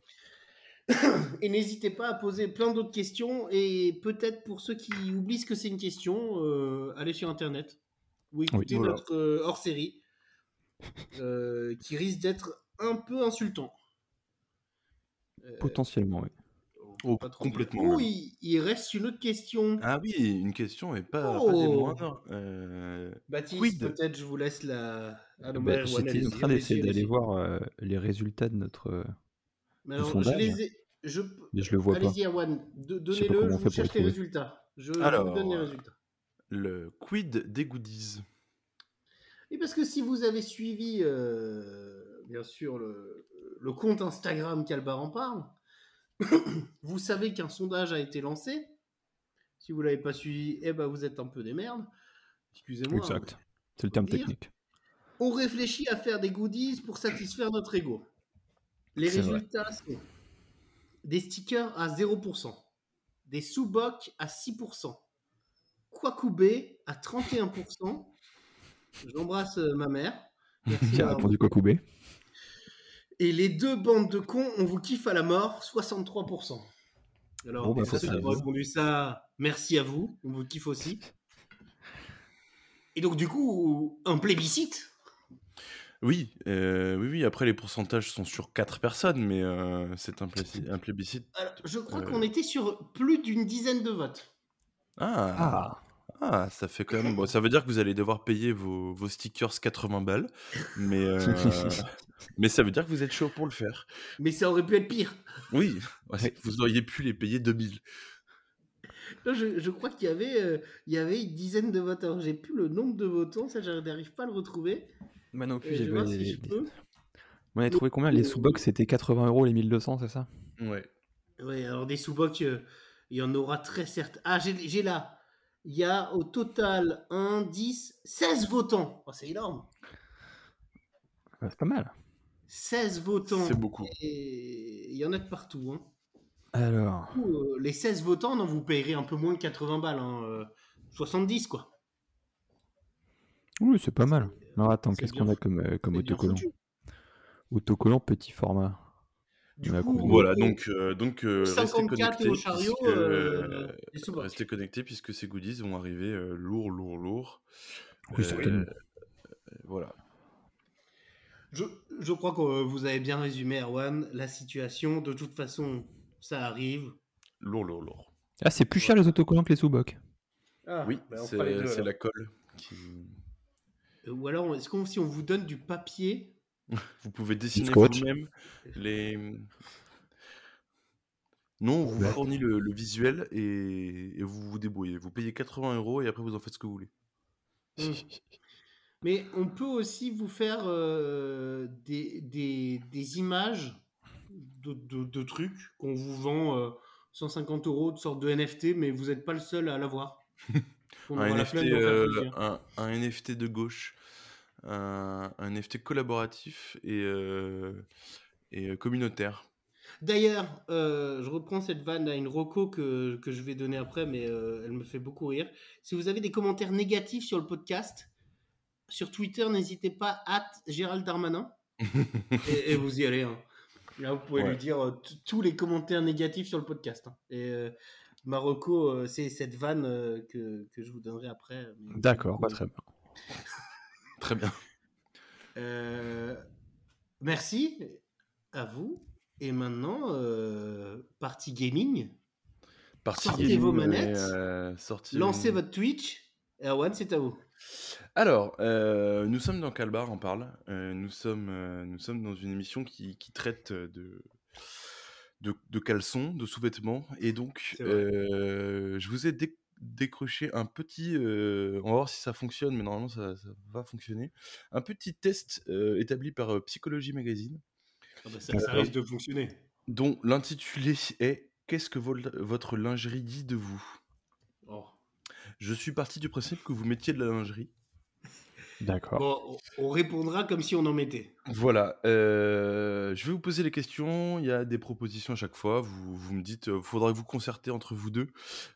[SPEAKER 1] Et n'hésitez pas à poser plein d'autres questions. Et peut-être pour ceux qui oublient ce que c'est une question, euh, allez sur Internet ou écoutez
[SPEAKER 2] voilà.
[SPEAKER 1] notre euh, hors-série euh, qui risque d'être un peu insultant. Euh,
[SPEAKER 4] Potentiellement, oui.
[SPEAKER 2] Oh,
[SPEAKER 1] pas trop
[SPEAKER 2] complètement.
[SPEAKER 1] bien. Oh,
[SPEAKER 2] même.
[SPEAKER 1] il, il reste une autre question.
[SPEAKER 2] Ah oui, une question et pas, pas des
[SPEAKER 1] Oh.
[SPEAKER 2] moindres. euh,
[SPEAKER 1] Baptiste,
[SPEAKER 2] Quid
[SPEAKER 1] peut-être je vous laisse la. Ah non,
[SPEAKER 4] Bah,
[SPEAKER 1] mais Erwan,
[SPEAKER 4] J'étais en
[SPEAKER 1] allez-y,
[SPEAKER 4] train
[SPEAKER 1] allez-y,
[SPEAKER 4] d'essayer
[SPEAKER 1] allez-y.
[SPEAKER 4] d'aller voir euh, les résultats de notre, euh,
[SPEAKER 1] Mais alors, je,
[SPEAKER 4] sondage.
[SPEAKER 1] les ai- je-
[SPEAKER 4] Mais je le vois pas.
[SPEAKER 1] Allez-y, Awan, de-
[SPEAKER 4] sais pas
[SPEAKER 1] donnez-le,
[SPEAKER 4] comment
[SPEAKER 1] je
[SPEAKER 4] on fait
[SPEAKER 1] vous
[SPEAKER 4] pour
[SPEAKER 1] cherche
[SPEAKER 4] le
[SPEAKER 1] les
[SPEAKER 4] trouver.
[SPEAKER 1] résultats. Je je
[SPEAKER 2] Alors.
[SPEAKER 1] vous donne les résultats.
[SPEAKER 2] Le quid des goodies.
[SPEAKER 1] Et parce que si vous avez suivi, euh, bien sûr, le, le compte Instagram qu'Albar en parle, vous savez qu'un sondage a été lancé. Si vous l'avez pas suivi, eh ben vous êtes un peu des merdes. Excusez-moi. hein.
[SPEAKER 4] Exact. C'est le terme
[SPEAKER 1] dire.
[SPEAKER 4] technique.
[SPEAKER 1] On réfléchit à faire des goodies pour satisfaire notre ego. Les
[SPEAKER 4] C'est vrai.
[SPEAKER 1] résultats sont des stickers à 0%, des sous-bocs à 6%, Kwakubé à 31%. J'embrasse euh, ma mère. Merci
[SPEAKER 4] Qui a
[SPEAKER 1] d'avoir-
[SPEAKER 4] répondu Kokoubé
[SPEAKER 1] Et les deux bandes de cons, on vous kiffe à la mort, 63%. Alors,
[SPEAKER 4] Bon, bah,
[SPEAKER 1] pour
[SPEAKER 4] ça,
[SPEAKER 1] ceux
[SPEAKER 4] c'est
[SPEAKER 1] qui ont
[SPEAKER 4] bien.
[SPEAKER 1] répondu ça, merci à vous, on vous kiffe aussi. Et donc, du coup, un plébiscite
[SPEAKER 2] Oui, euh, oui, oui. Après, les pourcentages sont sur quatre personnes, mais euh, c'est un, plé- un plébiscite.
[SPEAKER 1] Alors, je crois
[SPEAKER 2] Euh.
[SPEAKER 1] qu'on était sur plus d'une dizaine de votes.
[SPEAKER 2] Ah, ah, ça fait quand même. Bon, ça veut dire que vous allez devoir payer vos, vos stickers 80 balles, mais euh, mais ça veut dire que vous êtes chaud pour le faire.
[SPEAKER 1] Mais ça aurait pu être pire.
[SPEAKER 2] Oui, ouais, c'est- vous auriez pu les payer 2000.
[SPEAKER 1] Là, je, je crois qu'il y, avait, euh, il y avait une dizaine de votes. Alors, j'ai plus le nombre de votants, ça, je n'arrive pas à le retrouver.
[SPEAKER 4] Moi non
[SPEAKER 1] Euh, je vais voir si je peux.
[SPEAKER 4] On a trouvé combien Les sous-box, c'était 80 euros les 1200, c'est ça
[SPEAKER 2] Ouais.
[SPEAKER 1] Oui, alors des sous-bocs, euh, il y en aura très certes. Ah, j'ai j'ai là. Il y a au total 1, 10, 16 votants. Oh, c'est énorme.
[SPEAKER 4] Ouais, C'est pas mal.
[SPEAKER 1] 16 votants.
[SPEAKER 2] C'est beaucoup.
[SPEAKER 1] Et il y en a de partout. hein.
[SPEAKER 4] Alors,
[SPEAKER 1] Du coup, euh, les 16 votants, non, vous payerez un peu moins de 80 balles. hein, euh, 70, quoi.
[SPEAKER 4] oui, c'est pas mal. Alors attends,
[SPEAKER 1] c'est
[SPEAKER 4] qu'est-ce
[SPEAKER 1] bien
[SPEAKER 4] qu'on a
[SPEAKER 1] fou-
[SPEAKER 4] comme, euh, comme
[SPEAKER 1] C'est bien
[SPEAKER 4] autocollant
[SPEAKER 1] foutu.
[SPEAKER 4] Autocollant petit format.
[SPEAKER 1] Du
[SPEAKER 4] On a
[SPEAKER 1] coup,
[SPEAKER 4] combien
[SPEAKER 2] Voilà, donc euh, donc euh, restez
[SPEAKER 1] 54 et
[SPEAKER 2] connectés.
[SPEAKER 1] au chariot,
[SPEAKER 2] puisque,
[SPEAKER 1] euh, les sous-bocs.
[SPEAKER 2] Restez connectés puisque ces goodies vont arriver euh, lourd, lourd, lourd.
[SPEAKER 4] Oui, certainement.
[SPEAKER 2] euh, voilà.
[SPEAKER 1] Je, je crois que euh, vous avez bien résumé, Erwan, la situation. De toute façon, ça arrive.
[SPEAKER 2] Lourd, lourd, lourd.
[SPEAKER 4] Ah, c'est plus cher les autocollants que les sous-box.
[SPEAKER 1] Ah,
[SPEAKER 2] oui,
[SPEAKER 1] bah, on fera les deux,
[SPEAKER 2] c'est c'est
[SPEAKER 1] alors.
[SPEAKER 2] la colle. qui-
[SPEAKER 1] Euh, Ou alors, est-ce qu'on si on vous donne du papier
[SPEAKER 2] Vous pouvez dessiner
[SPEAKER 4] scotch.
[SPEAKER 2] vous-même les. Non, on vous fournit le, le visuel et, et vous vous débrouillez. Vous payez 80 euros et après vous en faites ce que vous voulez.
[SPEAKER 1] Hmm. Mais on peut aussi vous faire euh, des, des- des images de, de- de trucs qu'on vous vend euh, 150 euros de sorte de NFT, mais vous n'êtes pas le seul à l'avoir. On aura
[SPEAKER 2] Un
[SPEAKER 1] la
[SPEAKER 2] NFT,
[SPEAKER 1] flemme d'en faire
[SPEAKER 2] euh,
[SPEAKER 1] plusieurs.
[SPEAKER 2] un, un NFT de gauche, un, un NFT collaboratif et, euh, et euh, communautaire.
[SPEAKER 1] D'ailleurs, euh, je reprends cette vanne à une roco que, que je vais donner après, mais euh, elle me fait beaucoup rire. Si vous avez des commentaires négatifs sur le podcast, sur Twitter, n'hésitez pas à Gérald Darmanin. et, et vous y allez. hein. Là, vous pouvez
[SPEAKER 2] Ouais.
[SPEAKER 1] lui dire euh, t- tous les commentaires négatifs sur le podcast. hein. Et euh, ma roco, euh, c'est cette vanne euh, que, que je vous donnerai après. mais-
[SPEAKER 4] D'accord, bah, très bien.
[SPEAKER 2] Très bien.
[SPEAKER 1] Euh, merci à vous. Et maintenant, euh, partie gaming.
[SPEAKER 2] Parti
[SPEAKER 1] Sortez
[SPEAKER 2] gaming,
[SPEAKER 1] vos
[SPEAKER 2] ouais,
[SPEAKER 1] manettes,
[SPEAKER 2] euh, sorti
[SPEAKER 1] Lancez
[SPEAKER 2] gaming.
[SPEAKER 1] votre Twitch. Erwan, c'est à vous.
[SPEAKER 2] Alors, euh, nous sommes dans Calbar, on parle. Euh, nous, sommes, euh, nous sommes dans une émission qui, qui traite euh, de, de, de caleçons, de sous-vêtements. Et donc,
[SPEAKER 1] C'est vrai.
[SPEAKER 2] euh, je vous ai dé- décroché un petit. euh, on va voir si ça fonctionne, mais normalement, ça, ça va fonctionner. Un petit test euh, établi par euh, Psychologie Magazine,
[SPEAKER 1] Ah bah, ça,
[SPEAKER 2] ça risque
[SPEAKER 1] de fonctionner.
[SPEAKER 2] dont l'intitulé est Qu'est-ce que vol- votre lingerie dit de vous
[SPEAKER 1] Oh.
[SPEAKER 2] Je suis parti du principe que vous mettiez de la lingerie.
[SPEAKER 4] D'accord.
[SPEAKER 1] Bon, on on répondra comme si on en mettait.
[SPEAKER 2] Voilà, euh, je vais vous poser les questions, il y a des propositions à chaque fois, vous, vous me dites, il faudra que vous concertez entre vous deux,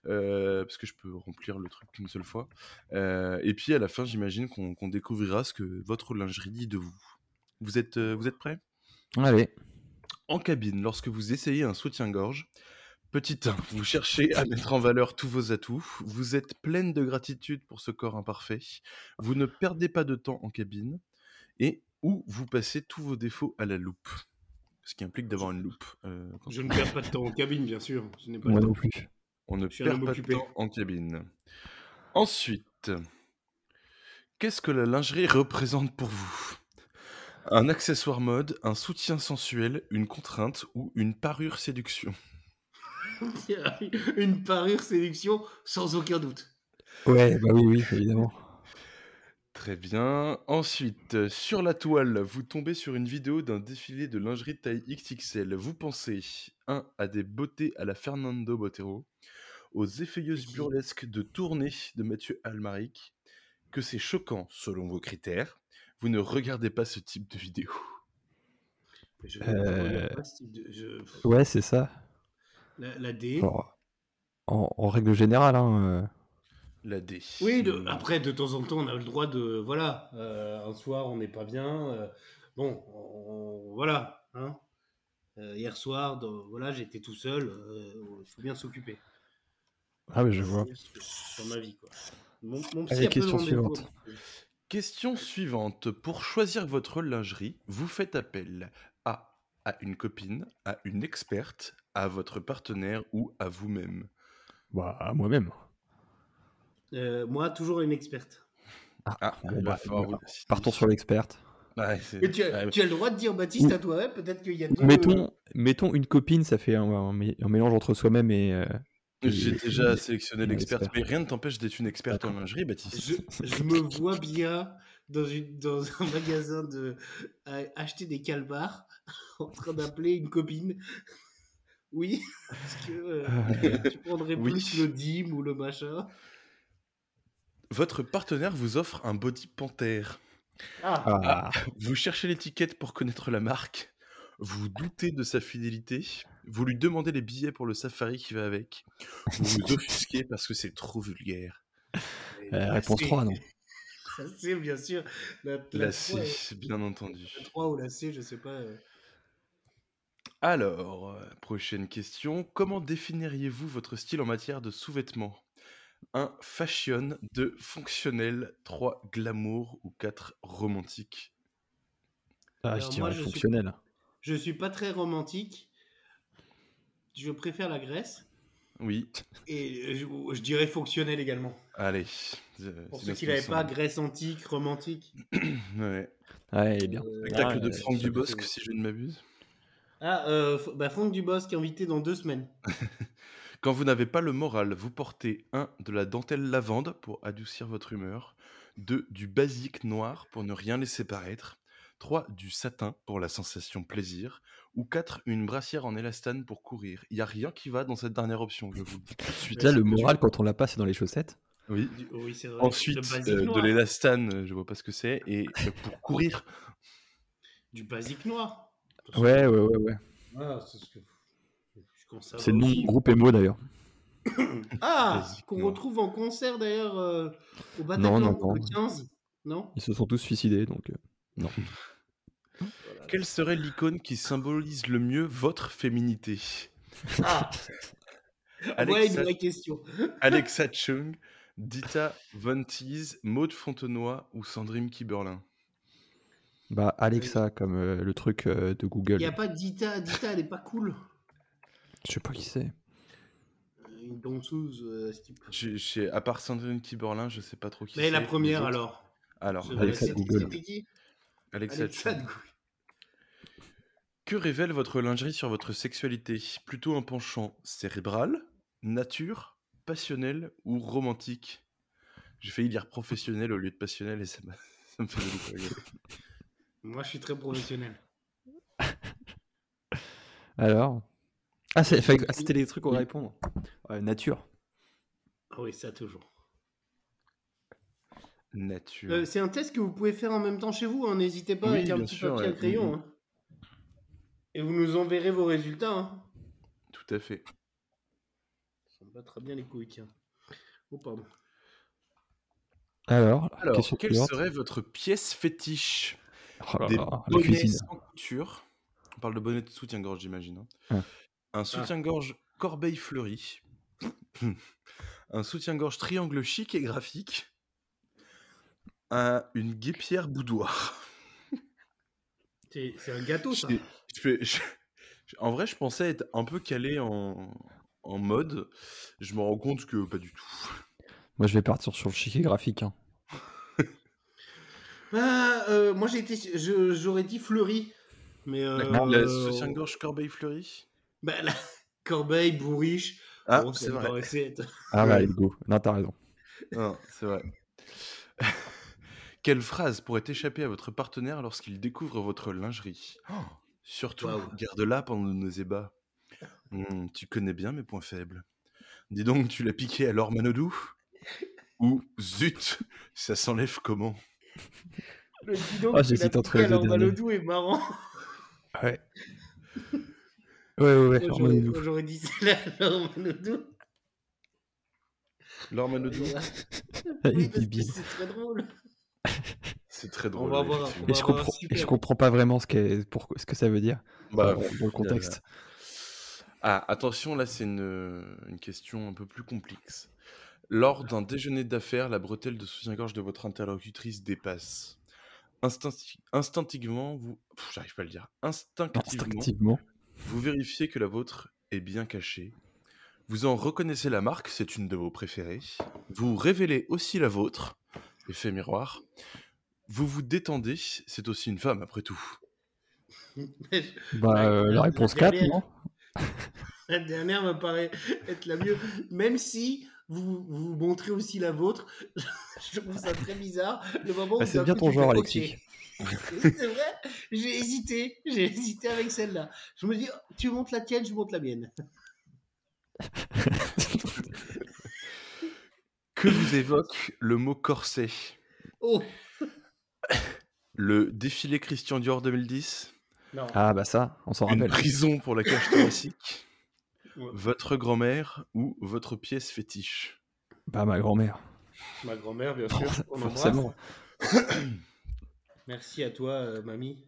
[SPEAKER 2] euh, parce que je peux remplir le truc qu'une seule fois. Euh, et puis à la fin, j'imagine qu'on qu'on découvrira ce que votre lingerie dit de vous. Vous êtes, euh, vous êtes prêts
[SPEAKER 4] Allez.
[SPEAKER 2] En cabine, lorsque vous essayez un soutien-gorge, petit 1, vous cherchez à mettre en valeur tous vos atouts, vous êtes pleine de gratitude pour ce corps imparfait, vous ne perdez pas de temps en cabine, et ou vous passez tous vos défauts à la loupe. Ce qui implique d'avoir une loupe. euh, quand
[SPEAKER 1] ne perds pas de temps en cabine, bien sûr. Je n'ai
[SPEAKER 4] Moi non plus.
[SPEAKER 2] on ne
[SPEAKER 1] Je suis un
[SPEAKER 2] perd
[SPEAKER 1] homme
[SPEAKER 2] pas
[SPEAKER 1] occupé.
[SPEAKER 2] de temps en cabine. Ensuite, qu'est-ce que la lingerie représente pour vous Un accessoire mode, un soutien sensuel, une contrainte ou une parure séduction.
[SPEAKER 1] Une parure séduction, sans aucun doute.
[SPEAKER 4] Ouais, bah oui, oui, évidemment.
[SPEAKER 2] Très bien. Ensuite, euh, sur la toile, vous tombez sur une vidéo d'un défilé de lingerie de taille XXL. Vous pensez 1 à des beautés à la Fernando Botero, aux effeuilleuses burlesques de tournée de Mathieu Almaric, que c'est choquant selon vos critères. Vous ne regardez pas ce type de vidéo.
[SPEAKER 1] Je
[SPEAKER 4] Euh.
[SPEAKER 1] regarde pas ce type de- je-
[SPEAKER 4] Ouais, c'est ça.
[SPEAKER 1] La, la D.
[SPEAKER 4] Alors, en, en règle générale, hein, euh,
[SPEAKER 2] La D.
[SPEAKER 1] Oui, de- après, de temps en temps, on a le droit de. Voilà, euh, un soir, on n'est pas bien. euh, bon, on- voilà. hein. Euh, hier soir, dans- voilà, j'étais tout seul. euh, Il faut bien s'occuper.
[SPEAKER 4] Ah, mais je vois.
[SPEAKER 1] Sur, sur ma vie, quoi. Mon, mon
[SPEAKER 4] Allez,
[SPEAKER 1] a peu
[SPEAKER 4] question
[SPEAKER 1] demandé le mot.
[SPEAKER 4] suivante.
[SPEAKER 2] Question suivante. Pour choisir votre lingerie, vous faites appel à, à une copine, à une experte, à votre partenaire ou à vous-même.
[SPEAKER 4] Bah, à moi-même.
[SPEAKER 1] Euh, moi, toujours une experte.
[SPEAKER 2] Ah,
[SPEAKER 4] bon,
[SPEAKER 2] elle
[SPEAKER 4] bah,
[SPEAKER 2] va falloir vous
[SPEAKER 4] bah,
[SPEAKER 2] décider.
[SPEAKER 4] Partons sur l'experte.
[SPEAKER 2] Ouais, c'est-
[SPEAKER 1] Mais tu, as,
[SPEAKER 2] Euh, ouais,
[SPEAKER 1] tu as le droit de dire, Baptiste,
[SPEAKER 4] Ou-
[SPEAKER 1] à toi-même, peut-être qu'il y a
[SPEAKER 4] Ou
[SPEAKER 1] deux.
[SPEAKER 4] Mettons, mettons une copine, ça fait un, un mé- un mélange entre soi-même et. euh, et-
[SPEAKER 2] J'ai déjà sélectionné
[SPEAKER 4] Ouais,
[SPEAKER 2] l'experte,
[SPEAKER 4] expert.
[SPEAKER 2] mais rien ne t'empêche d'être une experte en lingerie, Baptiste.
[SPEAKER 1] Je, je me vois bien dans, une, dans un magasin de à acheter des calmars en train d'appeler une copine. Oui, parce que euh, tu prendrais
[SPEAKER 2] oui.
[SPEAKER 1] plus le dim ou le machin.
[SPEAKER 2] Votre partenaire vous offre un body panthère.
[SPEAKER 1] Ah,
[SPEAKER 4] Ah,
[SPEAKER 2] Vous cherchez l'étiquette pour connaître la marque. Vous doutez de sa fidélité. Vous lui demandez les billets pour le safari qui va avec. Vous vous offusquez parce que c'est trop vulgaire.
[SPEAKER 1] et
[SPEAKER 4] euh,
[SPEAKER 1] la
[SPEAKER 4] réponse
[SPEAKER 1] C.
[SPEAKER 4] 3, non
[SPEAKER 1] La C, bien sûr. La, la
[SPEAKER 2] La
[SPEAKER 1] trois,
[SPEAKER 2] C, bien entendu.
[SPEAKER 1] la 3 ou la C, je sais pas. euh.
[SPEAKER 2] Alors, euh, prochaine question. Comment définiriez-vous votre style en matière de sous-vêtements 1. Fashion 2. Fonctionnel 3. Glamour ou 4. Romantique
[SPEAKER 4] Ah,
[SPEAKER 1] Alors,
[SPEAKER 4] je
[SPEAKER 1] moi,
[SPEAKER 4] dirais
[SPEAKER 1] je suis-
[SPEAKER 4] fonctionnel.
[SPEAKER 1] Je suis pas très romantique. Je préfère la Grèce.
[SPEAKER 2] Oui.
[SPEAKER 1] Et je, je dirais fonctionnel également.
[SPEAKER 2] Allez. euh,
[SPEAKER 1] Pour ceux
[SPEAKER 2] c'est bien
[SPEAKER 1] qui
[SPEAKER 2] ce
[SPEAKER 1] n'avaient
[SPEAKER 2] me
[SPEAKER 1] pas,
[SPEAKER 2] semble.
[SPEAKER 1] Grèce antique, romantique.
[SPEAKER 2] Ouais.
[SPEAKER 4] Ouais, il est bien.
[SPEAKER 1] Euh,
[SPEAKER 2] Spectacle
[SPEAKER 4] Ah,
[SPEAKER 2] de
[SPEAKER 4] euh,
[SPEAKER 2] Franck
[SPEAKER 1] je sais pas
[SPEAKER 2] Dubosc,
[SPEAKER 1] si-
[SPEAKER 2] si je ne m'abuse.
[SPEAKER 1] Ah, euh, F- bah, Franck Dubosc invité dans deux semaines.
[SPEAKER 2] Quand vous n'avez pas le moral, vous portez 1. De la dentelle lavande pour adoucir votre humeur. 2. Du basique noir pour ne rien laisser paraître. 3. Du satin pour la sensation plaisir. Ou 4. Une brassière en élastane pour courir. Il n'y a rien qui va dans cette dernière option, je vous le dis tout de suite.
[SPEAKER 4] Déjà, le moral, quand on l'a pas, c'est dans les chaussettes.
[SPEAKER 2] Oui.
[SPEAKER 1] Du- oh Oui, c'est vrai.
[SPEAKER 2] Ensuite,
[SPEAKER 1] Le basique
[SPEAKER 2] euh, de
[SPEAKER 1] noir.
[SPEAKER 2] l'élastane, euh, je vois pas ce que c'est. Et euh, pour courir,
[SPEAKER 1] Du basique noir.
[SPEAKER 4] Ouais, ouais, ouais. ouais.
[SPEAKER 1] Ah, c'est ce que- je commence à
[SPEAKER 4] C'est le
[SPEAKER 1] voir
[SPEAKER 4] nom
[SPEAKER 1] Ah, aussi.
[SPEAKER 4] du groupe Emo d'ailleurs.
[SPEAKER 1] Ah,
[SPEAKER 2] Basique
[SPEAKER 1] qu'on
[SPEAKER 2] noir.
[SPEAKER 1] retrouve en concert d'ailleurs euh, au
[SPEAKER 4] Non,
[SPEAKER 1] Bataclan
[SPEAKER 4] non,
[SPEAKER 1] en
[SPEAKER 4] non.
[SPEAKER 1] 15. Non
[SPEAKER 4] Ils se sont tous suicidés, donc. euh,
[SPEAKER 2] quelle serait l'icône qui symbolise le mieux votre féminité
[SPEAKER 1] Ah, voilà une
[SPEAKER 2] Alexa,
[SPEAKER 1] vraie question.
[SPEAKER 2] Alexa Chung, Dita Von Teese, Maude Fontenoy ou Sandrine Kiberlin
[SPEAKER 4] Bah, Alexa, comme euh, le truc euh, de
[SPEAKER 1] Il
[SPEAKER 4] Google.
[SPEAKER 1] n'y a pas Dita. Dita, elle n'est pas cool.
[SPEAKER 4] Je sais pas qui c'est.
[SPEAKER 1] Euh, Une danseuse, euh, ce type.
[SPEAKER 2] Je- je- À part Sandrine Kiberlin, je sais pas trop qui
[SPEAKER 1] Mais la
[SPEAKER 2] c'est,
[SPEAKER 1] première
[SPEAKER 2] les
[SPEAKER 1] alors.
[SPEAKER 2] autres. Alors,
[SPEAKER 1] C'est vrai,
[SPEAKER 4] Alexa
[SPEAKER 1] c'était-
[SPEAKER 4] de Google.
[SPEAKER 1] C'était qui
[SPEAKER 2] Alexa,
[SPEAKER 1] Alexa
[SPEAKER 2] Chung.
[SPEAKER 1] de Google.
[SPEAKER 2] Que révèle votre lingerie sur votre sexualité Plutôt un penchant cérébral, nature, passionnel ou romantique J'ai failli dire professionnel au lieu de passionnel et ça, m'a- ça me fait de l'eau
[SPEAKER 1] Euh,
[SPEAKER 2] pour la
[SPEAKER 1] Moi, je suis très professionnel.
[SPEAKER 4] Alors Ah, c'est- fallait- ah, c'était les trucs à répondre. Ouais, nature.
[SPEAKER 1] Ah oui, ça toujours.
[SPEAKER 2] gueule. Nature.
[SPEAKER 1] Euh, c'est un test que vous pouvez faire en même temps chez vous, hein, n'hésitez pas
[SPEAKER 2] Oui,
[SPEAKER 1] avec un
[SPEAKER 2] bien
[SPEAKER 1] petit
[SPEAKER 2] sûr,
[SPEAKER 1] papier à
[SPEAKER 2] ouais.
[SPEAKER 1] crayon.
[SPEAKER 2] Mhm.
[SPEAKER 4] Mm-hmm.
[SPEAKER 1] hein. Et vous nous enverrez vos résultats. Hein.
[SPEAKER 2] Tout à fait.
[SPEAKER 1] Ça me bat très bien les couilles, tiens. Oh, pardon.
[SPEAKER 4] Alors,
[SPEAKER 2] Alors,
[SPEAKER 4] question
[SPEAKER 2] quelle
[SPEAKER 4] suivante.
[SPEAKER 2] serait votre pièce fétiche
[SPEAKER 4] Oh là
[SPEAKER 2] Des
[SPEAKER 4] là, la
[SPEAKER 2] bonnets
[SPEAKER 4] cuisine.
[SPEAKER 2] sans couture. On parle de bonnet de soutien-gorge, j'imagine. hein.
[SPEAKER 4] Ah.
[SPEAKER 2] Un soutien-gorge corbeille fleurie. un soutien-gorge triangle chic et graphique. Un- une guépière boudoir.
[SPEAKER 1] C'est c'est un gâteau, ça.
[SPEAKER 2] J'ai- je fais- je- je- en vrai, je pensais être un peu calé en, en mode. Je me rends compte que pas du tout.
[SPEAKER 4] Moi, je vais partir sur le chic et graphique. hein.
[SPEAKER 1] Ah, euh, moi, j'ai été, je- j'aurais dit Fleury. Mais euh,
[SPEAKER 2] La soutien-gorge Corbeil-Fleury
[SPEAKER 1] bah, la- Corbeil, Bourriche.
[SPEAKER 2] Ah,
[SPEAKER 1] Bon, ça
[SPEAKER 2] c'est
[SPEAKER 1] me
[SPEAKER 2] vrai.
[SPEAKER 1] paraissait être-
[SPEAKER 4] Ah bah, let's go. Non, t'as raison.
[SPEAKER 2] Non, c'est vrai. Quelle phrase pourrait échapper à votre partenaire lorsqu'il découvre votre lingerie Surtout,
[SPEAKER 1] Waouh.
[SPEAKER 2] garde-la pendant nos ébats. Hmm, tu connais bien mes points faibles. Dis donc, tu l'as piqué à Laure Manodou Ou zut, ça s'enlève comment
[SPEAKER 1] Le bidon
[SPEAKER 4] Ah,
[SPEAKER 1] qu'il
[SPEAKER 4] j'hésite
[SPEAKER 1] a
[SPEAKER 4] entre
[SPEAKER 1] piqué
[SPEAKER 4] les
[SPEAKER 1] à
[SPEAKER 4] deux
[SPEAKER 1] Laure
[SPEAKER 4] derniers.
[SPEAKER 1] Malodou hein, est marrant.
[SPEAKER 4] Ouais. Ouais, ouais,
[SPEAKER 1] Moi,
[SPEAKER 4] ouais. Laure
[SPEAKER 1] j'aurais-
[SPEAKER 4] Manodou.
[SPEAKER 1] moi, J'aurais dit celle à Laure Manodou.
[SPEAKER 2] Laure Manodou
[SPEAKER 4] Il est
[SPEAKER 1] Oui, parce que
[SPEAKER 4] débile.
[SPEAKER 1] c'est très drôle.
[SPEAKER 2] C'est très
[SPEAKER 1] On
[SPEAKER 2] drôle.
[SPEAKER 1] va voir. on
[SPEAKER 2] effectivement.
[SPEAKER 4] Et
[SPEAKER 1] va
[SPEAKER 4] je
[SPEAKER 1] avoir un
[SPEAKER 4] comprends, et je
[SPEAKER 1] super-
[SPEAKER 4] comprends pas vraiment ce, qu'est- pour- ce que ça veut dire
[SPEAKER 2] Bah,
[SPEAKER 4] dans, dans le contexte.
[SPEAKER 2] Ah, attention, là, c'est une, euh, une question un peu plus complexe. Lors d'un déjeuner d'affaires, la bretelle de soutien-gorge de votre interlocutrice dépasse. Instincti- instinctivement, vous. Pff, J'arrive pas à le dire. Instinctivement,
[SPEAKER 4] Instinctivement.
[SPEAKER 2] vous vérifiez que la vôtre est bien cachée. Vous en reconnaissez la marque, c'est une de vos préférées. Vous révélez aussi la vôtre, effet miroir. Vous vous détendez, c'est aussi une femme après tout.
[SPEAKER 4] Bah, euh, la
[SPEAKER 1] la
[SPEAKER 4] réponse 4,
[SPEAKER 1] dernière.
[SPEAKER 4] non
[SPEAKER 1] La dernière me paraît être la mieux, même si vous vous montrez aussi la vôtre. Je trouve ça très bizarre. Le moment où
[SPEAKER 4] Ah, c'est
[SPEAKER 1] d'un
[SPEAKER 4] bien
[SPEAKER 1] coup,
[SPEAKER 4] ton
[SPEAKER 1] tu fais,
[SPEAKER 4] genre,
[SPEAKER 1] Ok.
[SPEAKER 4] Alexis.
[SPEAKER 1] c'est vrai, j'ai hésité. J'ai hésité avec celle-là. Je me dis, oh, tu montes la tienne, je monte la mienne.
[SPEAKER 2] Que vous évoque le mot corset
[SPEAKER 1] Oh
[SPEAKER 2] Le défilé Christian Dior 2010
[SPEAKER 1] non.
[SPEAKER 4] Ah bah ça, on s'en
[SPEAKER 2] Une
[SPEAKER 4] rappelle.
[SPEAKER 2] prison pour la cage thoracique
[SPEAKER 1] Ouais.
[SPEAKER 2] Votre grand-mère ou votre pièce fétiche
[SPEAKER 4] Bah ma grand-mère.
[SPEAKER 1] Ma grand-mère, bien sûr. On embrasse.
[SPEAKER 4] Forcément.
[SPEAKER 1] Merci à toi, euh, mamie.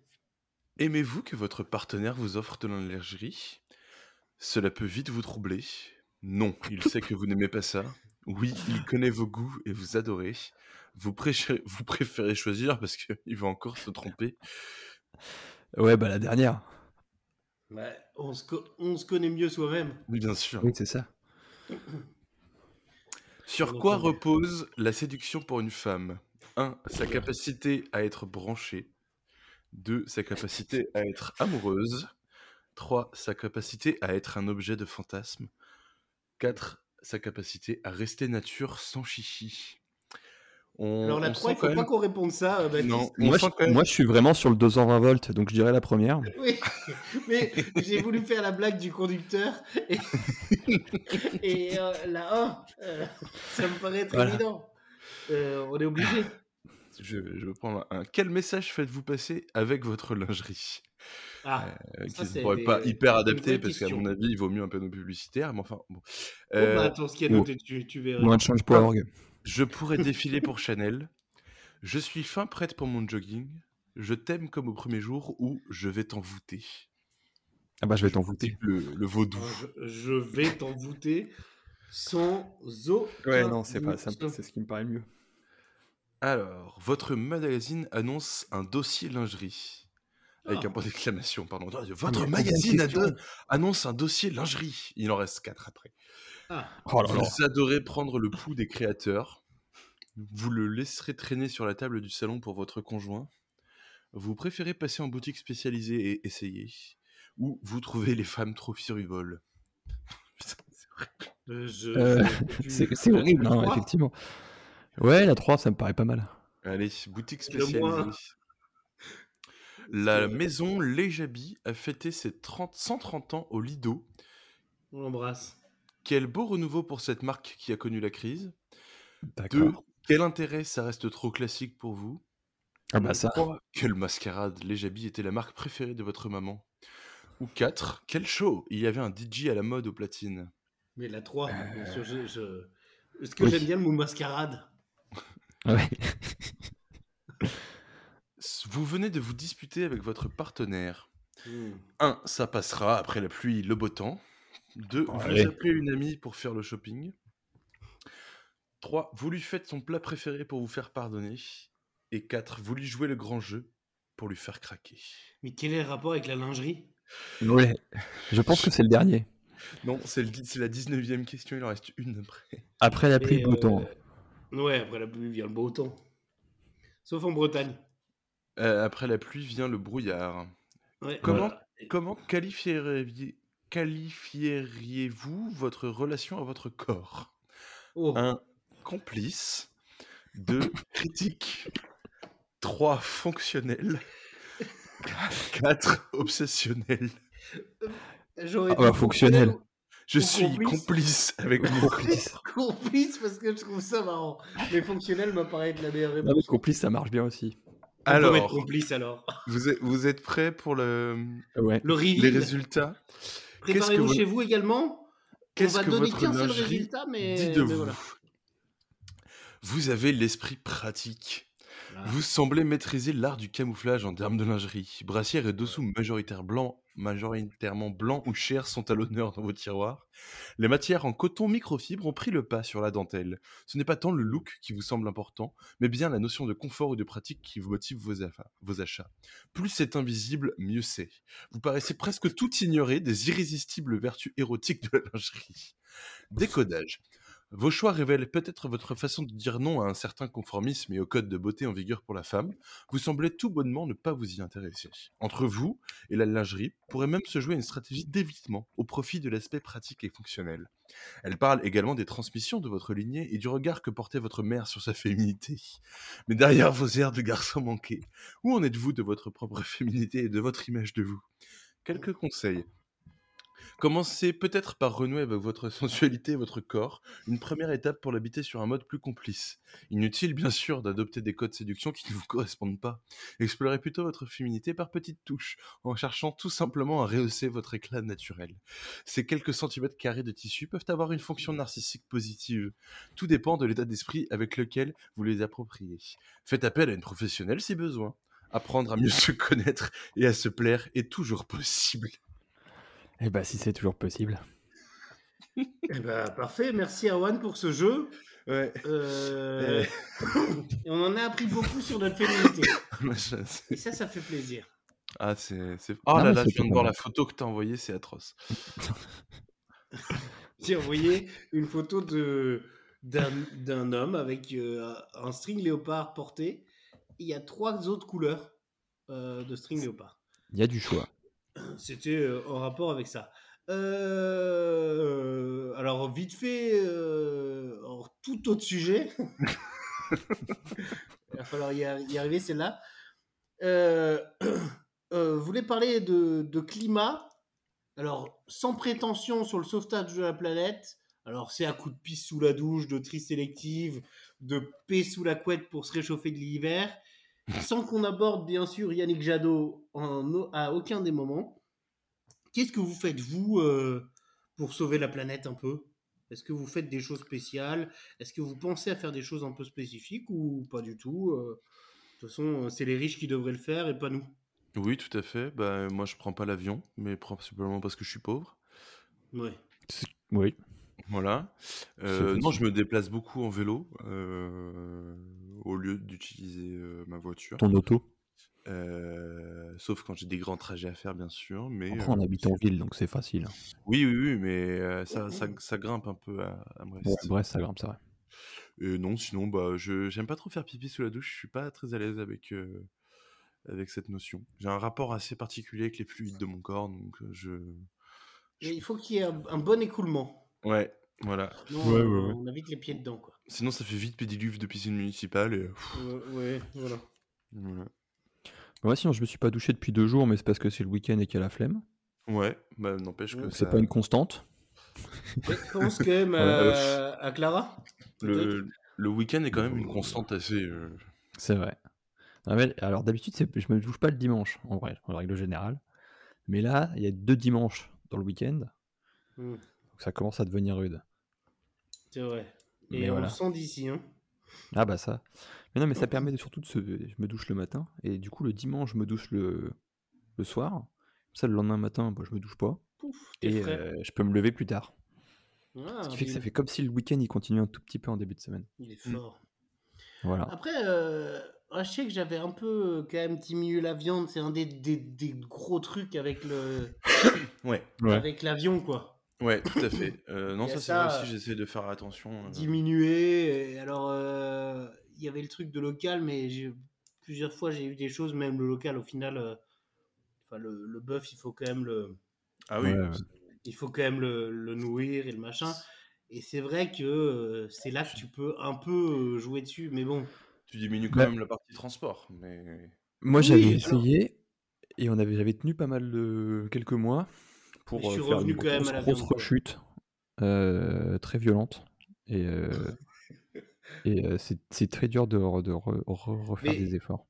[SPEAKER 2] Aimez-vous que votre partenaire vous offre de l'allergie Cela peut vite vous troubler. Non, il sait que vous n'aimez pas ça. Oui, il connaît vos goûts et vous adorez. Vous, prêchez- vous préférez choisir parce qu'il va encore se tromper.
[SPEAKER 4] Ouais, bah la dernière.
[SPEAKER 1] Bah, on, se co- on se connaît mieux soi-même.
[SPEAKER 2] Oui, bien sûr.
[SPEAKER 4] Oui, c'est ça.
[SPEAKER 2] Sur
[SPEAKER 1] On
[SPEAKER 2] quoi
[SPEAKER 1] entend bien.
[SPEAKER 2] repose la séduction pour une femme 1. Sa capacité à être branchée. 2. Sa capacité à être amoureuse. 3. Sa capacité à être un objet de fantasme. 4. Sa capacité à rester nature sans chichi.
[SPEAKER 4] Euh,
[SPEAKER 2] On,
[SPEAKER 1] Alors la
[SPEAKER 2] on
[SPEAKER 1] 3, il
[SPEAKER 2] sent
[SPEAKER 1] faut
[SPEAKER 2] quand
[SPEAKER 1] pas
[SPEAKER 2] même...
[SPEAKER 1] qu'on réponde ça, euh, Baptiste.
[SPEAKER 2] Non, on
[SPEAKER 4] Moi
[SPEAKER 2] sent
[SPEAKER 4] je,
[SPEAKER 2] quand même-
[SPEAKER 4] moi, je suis vraiment sur le 220 volts, donc je dirais la première.
[SPEAKER 1] Oui, mais j'ai voulu faire la blague du conducteur et, et euh, la 1, euh, ça me paraît très
[SPEAKER 4] Voilà.
[SPEAKER 1] évident. Euh, on est obligé.
[SPEAKER 2] je, je vais prendre un. Quel message faites-vous passer avec votre lingerie
[SPEAKER 1] Ah,
[SPEAKER 2] Euh,
[SPEAKER 1] Ça,
[SPEAKER 2] Qui ne
[SPEAKER 1] c'est
[SPEAKER 2] pourrait
[SPEAKER 1] des-
[SPEAKER 2] pas hyper
[SPEAKER 1] une
[SPEAKER 2] adapté,
[SPEAKER 1] bonne
[SPEAKER 2] parce qu'à
[SPEAKER 1] question.
[SPEAKER 2] mon avis, il vaut mieux un panneau publicitaire, mais enfin bon.
[SPEAKER 1] oh,
[SPEAKER 2] Euh,
[SPEAKER 1] bah, attends, ce qui est noté, tu, tu verras.
[SPEAKER 4] Loin de change.org.
[SPEAKER 2] Je pourrais défiler pour Chanel. Je suis fin prête pour mon jogging. Je t'aime comme au premier jour où je vais t'envoûter.
[SPEAKER 4] Ah bah je vais t'envoûter.
[SPEAKER 2] Type Le, le vaudou.
[SPEAKER 1] Alors, Je, je vais t'envoûter sans aucun doute.
[SPEAKER 4] ce qui me paraît le mieux.
[SPEAKER 2] Alors, votre magazine annonce un dossier lingerie. Avec un point d'exclamation, pardon. Non, Votre
[SPEAKER 4] mais
[SPEAKER 2] magazine
[SPEAKER 4] question.
[SPEAKER 2] adonne- annonce un dossier lingerie. Il en reste quatre après.
[SPEAKER 1] Ah,
[SPEAKER 4] Oh là là.
[SPEAKER 2] Vous adorez prendre le pouls des créateurs. Vous le laisserez traîner sur la table du salon pour votre conjoint. Vous préférez passer en boutique spécialisée et essayer. Ou vous trouvez les femmes trop firuvoles.
[SPEAKER 1] euh, je-
[SPEAKER 4] Euh,
[SPEAKER 1] je- tu-
[SPEAKER 4] C'est c'est horrible, hein, effectivement. Ouais, la 3, ça me paraît pas mal.
[SPEAKER 2] Allez, boutique
[SPEAKER 1] Le moins.
[SPEAKER 2] spécialisée. La maison Les Jabis a fêté ses 30 130 ans au Lido.
[SPEAKER 1] On l'embrasse.
[SPEAKER 2] Quel beau renouveau pour cette marque qui a connu la crise. Deux,
[SPEAKER 4] D'accord.
[SPEAKER 2] quel intérêt ça reste trop classique pour vous
[SPEAKER 4] Ah bah ça.
[SPEAKER 2] Trois, Quelle mascarade Les Jabis était la marque préférée de votre maman. Ou 4. Quel show Il y avait un DJ à la mode aux platines.
[SPEAKER 1] Mais la 3, bien sûr, je. je- Est-ce que
[SPEAKER 4] Euh, oui.
[SPEAKER 1] j'aime bien le mot mascarade
[SPEAKER 4] Ouais.
[SPEAKER 2] S- Vous venez de vous disputer avec votre partenaire.
[SPEAKER 1] Hmm.
[SPEAKER 2] 1. Ça passera après la pluie, le beau temps. 2.
[SPEAKER 4] Ouais.
[SPEAKER 2] Vous appelez une amie pour faire le shopping. 3. Vous lui faites son plat préféré pour vous faire pardonner. Et 4. Vous lui jouez le grand jeu pour lui faire craquer.
[SPEAKER 1] Mais quel est le rapport avec la lingerie
[SPEAKER 4] Ouais. Je pense que c'est le dernier.
[SPEAKER 2] Non, c'est le- c'est la 19e question, il en reste une après.
[SPEAKER 4] Après la pluie,
[SPEAKER 1] Et,
[SPEAKER 4] le beau temps.
[SPEAKER 1] euh, Ouais, après la pluie vient le beau temps. Sauf en Bretagne.
[SPEAKER 2] Euh, après la pluie vient le brouillard.
[SPEAKER 1] Ouais.
[SPEAKER 2] Comment, comment qualifieriez- qualifieriez-vous votre relation à votre corps
[SPEAKER 1] Oh.
[SPEAKER 2] Un complice, deux critique, trois fonctionnel, quatre obsessionnel.
[SPEAKER 1] J'aurais
[SPEAKER 4] Ah bah,
[SPEAKER 1] dit
[SPEAKER 4] fonctionnel.
[SPEAKER 1] fonctionnel
[SPEAKER 2] Je
[SPEAKER 1] Ou
[SPEAKER 2] suis
[SPEAKER 1] complice.
[SPEAKER 2] complice avec mon corps.
[SPEAKER 1] ou Complice parce que je trouve ça marrant. Mais fonctionnel m'apparaît être la meilleure
[SPEAKER 4] Non, mais
[SPEAKER 1] réponse.
[SPEAKER 4] complice, ça marche bien aussi.
[SPEAKER 1] On peut mettre
[SPEAKER 2] Alors,
[SPEAKER 1] complice alors.
[SPEAKER 2] vous êtes, vous êtes prêts pour le,
[SPEAKER 4] Ouais.
[SPEAKER 1] Le reveal.
[SPEAKER 2] les résultats qu'est-ce que
[SPEAKER 1] Préparez-vous
[SPEAKER 2] vous-
[SPEAKER 1] chez vous également. On
[SPEAKER 2] Qu'est-ce
[SPEAKER 1] va
[SPEAKER 2] que
[SPEAKER 1] donner
[SPEAKER 2] votre
[SPEAKER 1] qu'un seul
[SPEAKER 2] lingerie
[SPEAKER 1] résultat, mais,
[SPEAKER 2] dit de
[SPEAKER 1] mais
[SPEAKER 2] vous
[SPEAKER 1] voilà.
[SPEAKER 2] Vous avez l'esprit pratique.
[SPEAKER 1] Ah.
[SPEAKER 2] Vous semblez maîtriser l'art du camouflage en termes de lingerie. Brassière et dessous majoritaire blanc, majoritairement blanc ou chair sont à l'honneur dans vos tiroirs. Les matières en coton microfibre ont pris le pas sur la dentelle. Ce n'est pas tant le look qui vous semble important, mais bien la notion de confort ou de pratique qui vous motive vos, affa- vos achats. Plus c'est invisible, mieux c'est. Vous paraissez presque tout ignorer des irrésistibles vertus érotiques de la lingerie. Décodage. Vos choix révèlent peut-être votre façon de dire non à un certain conformisme et aux codes de beauté en vigueur pour la femme. Vous semblez tout bonnement ne pas vous y intéresser. Entre vous et la lingerie pourrait même se jouer une stratégie d'évitement au profit de l'aspect pratique et fonctionnel. Elle parle également des transmissions de votre lignée et du regard que portait votre mère sur sa féminité. Mais derrière vos airs de garçon manqué, où en êtes-vous de votre propre féminité et de votre image de vous Quelques conseils. Commencez peut-être par renouer avec votre sensualité et votre corps une première étape pour l'habiter sur un mode plus complice. Inutile, bien sûr, d'adopter des codes séduction qui ne vous correspondent pas. Explorez plutôt votre féminité par petites touches, en cherchant tout simplement à rehausser votre éclat naturel. Ces quelques centimètres carrés de tissu peuvent avoir une fonction narcissique positive. Tout dépend de l'état d'esprit avec lequel vous les appropriez. Faites appel à une professionnelle si besoin. Apprendre à mieux se connaître et à se plaire est toujours possible.
[SPEAKER 4] Et bah, si c'est toujours possible.
[SPEAKER 1] Eh ben, parfait, merci Awan pour ce jeu.
[SPEAKER 2] Ouais,
[SPEAKER 1] Euh,
[SPEAKER 2] Eh.
[SPEAKER 1] et on en a appris beaucoup sur notre féminité. Et
[SPEAKER 2] c'est-
[SPEAKER 1] ça, ça fait plaisir.
[SPEAKER 2] ah, c'est. c'est- Oh là
[SPEAKER 4] mais
[SPEAKER 2] là,
[SPEAKER 4] c'est
[SPEAKER 2] je viens de voir
[SPEAKER 4] étonnant.
[SPEAKER 2] la photo que t'as envoyée, c'est atroce.
[SPEAKER 1] J'ai envoyé une photo de d'un d'un homme avec euh, un string léopard porté. Il y a trois autres couleurs euh, de string léopard.
[SPEAKER 4] Il y a du choix.
[SPEAKER 1] C'était euh, en rapport avec ça. Euh, alors, vite fait, euh, en tout autre sujet. Il va falloir y, arri- y arriver, celle-là. Euh, euh, vous voulez parler de, de climat Alors, sans prétention sur le sauvetage de la planète. Alors, c'est à coup de pisse sous la douche, de tri sélective, de paix sous la couette pour se réchauffer de l'hiver. Sans qu'on aborde, bien sûr, Yannick Jadot en au- à aucun des moments. Qu'est-ce que vous faites, vous, euh, pour sauver la planète un peu Est-ce que vous faites des choses spéciales Est-ce que vous pensez à faire des choses un peu spécifiques ou pas du tout euh, De toute façon, euh, c'est les riches qui devraient le faire et pas nous.
[SPEAKER 2] Oui, tout à fait. Bah, moi, je prends pas l'avion, mais principalement parce que je suis pauvre.
[SPEAKER 1] Ouais.
[SPEAKER 4] Oui.
[SPEAKER 2] Voilà. Euh,
[SPEAKER 4] C'est possible.
[SPEAKER 2] non, je me déplace beaucoup en vélo euh, au lieu d'utiliser euh, ma voiture.
[SPEAKER 4] Ton auto.
[SPEAKER 2] Euh, sauf quand j'ai des grands trajets à faire, bien sûr. Mais
[SPEAKER 4] Après,
[SPEAKER 2] euh,
[SPEAKER 4] on habite en ville, donc c'est facile.
[SPEAKER 2] oui, oui, oui, mais euh, ça, ça, ça grimpe un peu à, à Brest.
[SPEAKER 4] Bon, bref, ça grimpe, c'est vrai.
[SPEAKER 2] Et non, sinon, bah, je j'aime pas trop faire pipi sous la douche. Je suis pas très à l'aise avec euh, avec cette notion. J'ai un rapport assez particulier avec les fluides de mon corps, donc euh, je.
[SPEAKER 1] Mais il faut qu'il y ait un, un bon écoulement.
[SPEAKER 2] Ouais, voilà.
[SPEAKER 1] Non,
[SPEAKER 2] Ouais, ouais, ouais.
[SPEAKER 1] On a vite les pieds dedans, quoi.
[SPEAKER 2] Sinon, ça fait vite pédiluve de piscine municipale. Et... pff,
[SPEAKER 1] Ouais, ouais, voilà.
[SPEAKER 2] voilà.
[SPEAKER 4] Moi, sinon, je me suis pas douché depuis deux jours, mais c'est parce que c'est le week-end et qu'il y a la flemme.
[SPEAKER 2] Ouais, bah, n'empêche que
[SPEAKER 1] Ouais,
[SPEAKER 4] C'est
[SPEAKER 2] ça-
[SPEAKER 4] pas une constante.
[SPEAKER 1] Mais pense quand même euh, à Clara.
[SPEAKER 2] le, le week-end est quand même une constante assez. euh,
[SPEAKER 4] C'est vrai. Non, mais alors d'habitude, c'est- je me douche pas le dimanche, en vrai, en règle générale. Mais là, il y a deux dimanches dans le week-end,
[SPEAKER 1] Hmm,
[SPEAKER 4] donc ça commence à devenir rude.
[SPEAKER 1] C'est vrai. Et
[SPEAKER 4] Mais
[SPEAKER 1] on
[SPEAKER 4] voilà.
[SPEAKER 1] le sent d'ici. Hein.
[SPEAKER 4] Ah bah ça. Mais non, mais ça permet de- surtout de se... Je me douche le matin, et du coup, le dimanche, je me douche le, le soir. Comme ça, le lendemain matin, bah, je me douche pas.
[SPEAKER 1] Pouf, t'es
[SPEAKER 4] Et
[SPEAKER 1] frais.
[SPEAKER 4] euh, je peux me lever plus tard.
[SPEAKER 1] Ah,
[SPEAKER 4] Ce qui fait que ça
[SPEAKER 1] bim,
[SPEAKER 4] fait comme si le week-end, il continue un tout petit peu en début de semaine.
[SPEAKER 1] Il est fort.
[SPEAKER 4] Voilà.
[SPEAKER 1] Après, euh, ouais, je sais que j'avais un peu euh, quand même diminué la viande. C'est un des, des- des gros trucs avec le
[SPEAKER 2] Ouais,
[SPEAKER 4] Ouais.
[SPEAKER 1] avec l'avion, quoi.
[SPEAKER 2] ouais, tout à fait. Euh, non,
[SPEAKER 1] Il y a
[SPEAKER 2] ça, c'est
[SPEAKER 1] ça,
[SPEAKER 2] vrai aussi,
[SPEAKER 1] euh,
[SPEAKER 2] j'essaie de faire attention. euh.
[SPEAKER 1] Diminué. et alors, euh, il y avait le truc de local, mais j'ai- plusieurs fois, j'ai eu des choses, même le local, au final, euh, enfin, le, le bœuf, il faut quand même le,
[SPEAKER 2] Ah oui.
[SPEAKER 4] Ouais, ouais.
[SPEAKER 1] il faut quand même le, le nourrir et le machin. Et c'est vrai que euh, c'est là que tu peux un peu euh, jouer dessus, mais bon.
[SPEAKER 2] Tu diminues quand
[SPEAKER 4] Bah-
[SPEAKER 2] même la partie transport. Mais...
[SPEAKER 4] Moi,
[SPEAKER 1] Oui,
[SPEAKER 4] j'avais
[SPEAKER 1] alors-
[SPEAKER 4] essayé et on avait, j'avais tenu pas mal de quelques mois pour
[SPEAKER 1] Mais je
[SPEAKER 4] euh,
[SPEAKER 1] suis
[SPEAKER 4] faire
[SPEAKER 1] revenu
[SPEAKER 4] une
[SPEAKER 1] quand même à
[SPEAKER 4] grosse,
[SPEAKER 1] la
[SPEAKER 4] grosse
[SPEAKER 1] viande, quoi.
[SPEAKER 4] rechute euh, très violente et, euh, et euh, c'est, c'est très dur de, re- de re- re- refaire
[SPEAKER 1] Mais-
[SPEAKER 4] des efforts.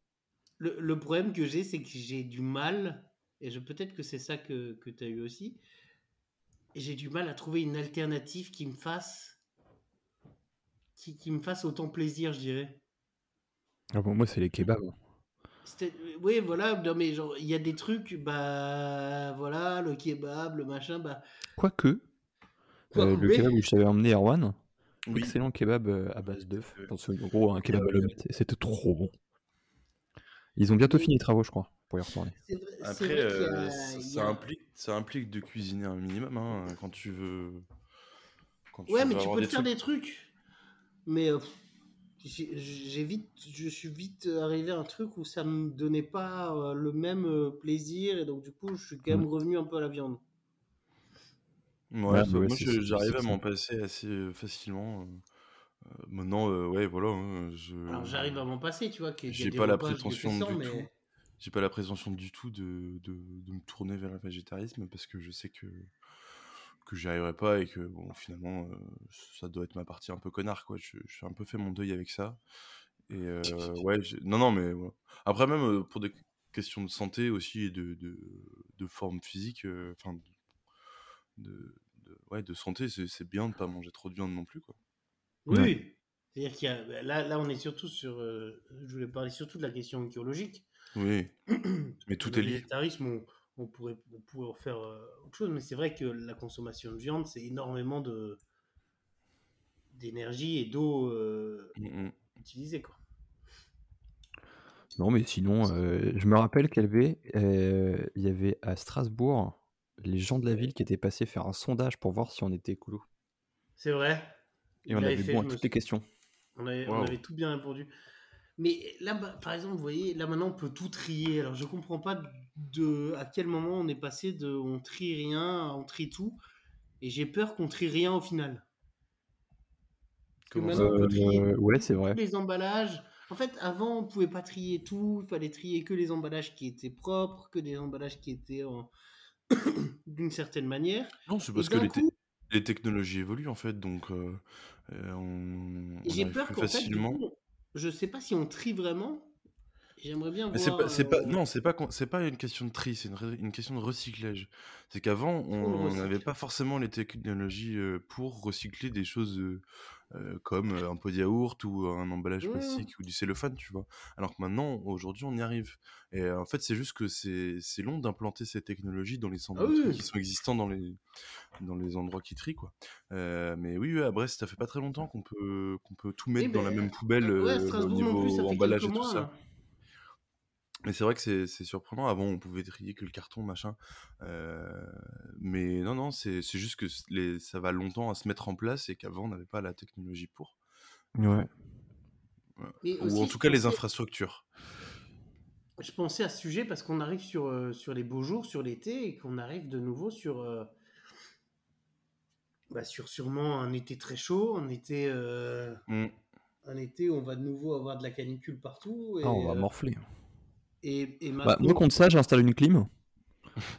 [SPEAKER 1] Le, le problème que j'ai, c'est que j'ai du mal, et je peut-être que c'est ça que, que tu as eu aussi, j'ai du mal à trouver une alternative qui me fasse qui, qui me fasse autant plaisir, je dirais.
[SPEAKER 4] Ah bon, moi, c'est les kebabs.
[SPEAKER 1] C'était- Oui, voilà, non, mais genre, il y a des trucs, bah voilà, le kebab, le machin, bah.
[SPEAKER 4] Quoique,
[SPEAKER 1] quoi
[SPEAKER 4] euh, le
[SPEAKER 1] couper.
[SPEAKER 4] kebab où je t'avais emmené Erwan,
[SPEAKER 2] Oui.
[SPEAKER 4] excellent kebab euh, à base d'œufs.
[SPEAKER 2] Euh,
[SPEAKER 4] Dans ce- en gros, un
[SPEAKER 1] euh,
[SPEAKER 4] kebab à l'omelette, et c'était trop bon. Ils ont bientôt fini les travaux, je crois, pour y retourner.
[SPEAKER 1] C'est vrai- c'est
[SPEAKER 2] Après,
[SPEAKER 1] vrai qu'il y a-
[SPEAKER 2] euh, ça,
[SPEAKER 1] il y
[SPEAKER 2] ça
[SPEAKER 1] a-
[SPEAKER 2] implique, ça implique de cuisiner un minimum hein, quand tu veux. quand
[SPEAKER 1] Ouais, mais
[SPEAKER 2] veux
[SPEAKER 1] tu
[SPEAKER 2] avoir
[SPEAKER 1] peux te faire
[SPEAKER 2] trucs.
[SPEAKER 1] des trucs. Mais euh, pff, j'ai j'ai vite, je suis vite arrivé à un truc où ça me donnait pas euh, le même euh, plaisir et donc du coup, je suis quand
[SPEAKER 2] Mm.
[SPEAKER 1] même revenu un peu à la viande.
[SPEAKER 2] Ouais,
[SPEAKER 4] Ouais,
[SPEAKER 2] ça-
[SPEAKER 4] bah ouais,
[SPEAKER 2] moi
[SPEAKER 4] c'est-
[SPEAKER 2] je-
[SPEAKER 4] c'est-
[SPEAKER 2] j'arrive
[SPEAKER 4] c'est
[SPEAKER 2] à
[SPEAKER 4] ça.
[SPEAKER 2] m'en passer assez euh, facilement. euh, euh, maintenant, euh, ouais, voilà. hein, je...
[SPEAKER 1] Alors j'arrive à m'en passer, tu vois. qu'il y a
[SPEAKER 2] j'ai
[SPEAKER 1] des
[SPEAKER 2] pas la
[SPEAKER 1] repas, je les
[SPEAKER 2] prétention
[SPEAKER 1] descends,
[SPEAKER 2] du
[SPEAKER 1] mais
[SPEAKER 2] tout. J'ai pas la prétention du tout de, de, de me tourner vers le végétarisme parce que je sais que que j'y arriverai pas et que bon finalement euh, ça doit être ma partie un peu connard quoi. Je, je suis un peu fait mon deuil avec ça. Et euh, ouais, j'ai- non non mais voilà. après même euh, pour des questions de santé aussi et de de, de forme physique, euh, enfin de, de- ouais de santé c'est c'est bien de pas manger trop de viande non plus quoi.
[SPEAKER 1] Oui.
[SPEAKER 4] Ouais.
[SPEAKER 1] oui. C'est-à-dire qu'il y a bah, là, là, on est surtout sur. euh, je voulais parler surtout de la question écologique.
[SPEAKER 2] Oui, mais tout est
[SPEAKER 1] Le
[SPEAKER 2] lié.
[SPEAKER 1] végétarisme, on, on pourrait, on pourrait en faire euh, autre chose, mais c'est vrai que la consommation de viande, c'est énormément de d'énergie et d'eau euh,
[SPEAKER 2] Mm, mm.
[SPEAKER 1] utilisée. Quoi.
[SPEAKER 4] Non, mais sinon, euh, je me rappelle qu'elle avait, euh, il y avait à Strasbourg les gens de la ville qui étaient passés faire un sondage pour voir si on était écolo.
[SPEAKER 1] C'est vrai.
[SPEAKER 4] Et
[SPEAKER 1] Il
[SPEAKER 4] on
[SPEAKER 1] l'avait
[SPEAKER 4] avait
[SPEAKER 1] fait,
[SPEAKER 4] bon à
[SPEAKER 1] je me
[SPEAKER 4] toutes les questions.
[SPEAKER 1] On avait, on
[SPEAKER 2] Wow.
[SPEAKER 1] avait tout bien répondu. Mais là, bah, par exemple, vous voyez, là maintenant, on peut tout trier. Alors, je comprends pas de à quel moment on est passé de on trie rien, à on trie tout. Et j'ai peur qu'on trie rien au final. Parce que
[SPEAKER 2] Comment
[SPEAKER 1] maintenant, on peut trier
[SPEAKER 4] Euh, ouais, c'est vrai.
[SPEAKER 1] tous les emballages. En fait, avant, on pouvait pas trier tout. Il fallait trier que les emballages qui étaient propres, que des emballages qui étaient en- d'une certaine manière.
[SPEAKER 2] Non, c'est
[SPEAKER 1] Et
[SPEAKER 2] parce que
[SPEAKER 1] d'un
[SPEAKER 2] les,
[SPEAKER 1] coup,
[SPEAKER 2] les technologies évoluent en fait, donc euh, euh, on, on
[SPEAKER 1] j'ai
[SPEAKER 2] arrive
[SPEAKER 1] peur
[SPEAKER 2] plus
[SPEAKER 1] qu'en fait, du
[SPEAKER 2] facilement.
[SPEAKER 1] coup, je sais pas si on trie vraiment. J'aimerais bien
[SPEAKER 2] Mais c'est
[SPEAKER 1] voir.
[SPEAKER 2] pas, c'est pas,
[SPEAKER 1] euh,
[SPEAKER 2] non, c'est pas, con- c'est pas une question de tri, c'est une, ré- une question de recyclage. C'est qu'avant,
[SPEAKER 1] on
[SPEAKER 2] on
[SPEAKER 1] recycle
[SPEAKER 2] n'avait pas forcément les technologies euh, pour recycler des choses euh, euh, comme euh, un pot de yaourt ou un emballage
[SPEAKER 1] Ouais.
[SPEAKER 2] plastique ou du cellophane, tu vois. Alors que maintenant, aujourd'hui, on y arrive. Et euh, en fait, c'est juste que c'est, c'est long d'implanter ces technologies dans les centres
[SPEAKER 1] Ah
[SPEAKER 2] de tri
[SPEAKER 1] oui.
[SPEAKER 2] qui sont existants dans les, dans les endroits qui trient, quoi. Euh, mais oui, ouais, à Brest, ça fait pas très longtemps qu'on peut, qu'on peut tout mettre dans la
[SPEAKER 1] ben,
[SPEAKER 2] même poubelle
[SPEAKER 1] Ouais, à
[SPEAKER 2] euh, au
[SPEAKER 1] Strasbourg
[SPEAKER 2] niveau
[SPEAKER 1] non plus, ça fait
[SPEAKER 2] emballage
[SPEAKER 1] quelques
[SPEAKER 2] et tout
[SPEAKER 1] mois. hein.
[SPEAKER 2] ça.
[SPEAKER 1] là.
[SPEAKER 2] Mais c'est vrai que c'est c'est surprenant. Avant, on pouvait trier que le carton, machin. Euh, mais non, non, c'est c'est juste que c- les, ça va longtemps à se mettre en place et qu'avant, on n'avait pas la technologie pour.
[SPEAKER 4] Ouais.
[SPEAKER 1] Mais
[SPEAKER 2] Ou
[SPEAKER 1] aussi,
[SPEAKER 2] en tout cas,
[SPEAKER 1] je
[SPEAKER 2] les
[SPEAKER 1] pensais-
[SPEAKER 2] infrastructures.
[SPEAKER 1] Je pensais à ce sujet parce qu'on arrive sur, euh, sur les beaux jours, sur l'été, et qu'on arrive de nouveau sur, euh, bah, sur sûrement un été très chaud, un été, euh,
[SPEAKER 2] Mm.
[SPEAKER 1] un été où on va de nouveau avoir de la canicule partout. Et,
[SPEAKER 4] Ah, on va
[SPEAKER 1] euh,
[SPEAKER 4] morfler.
[SPEAKER 1] et, et
[SPEAKER 4] Bah,
[SPEAKER 1] Macron,
[SPEAKER 4] moi, contre ça, j'installe une clim.
[SPEAKER 1] ouais,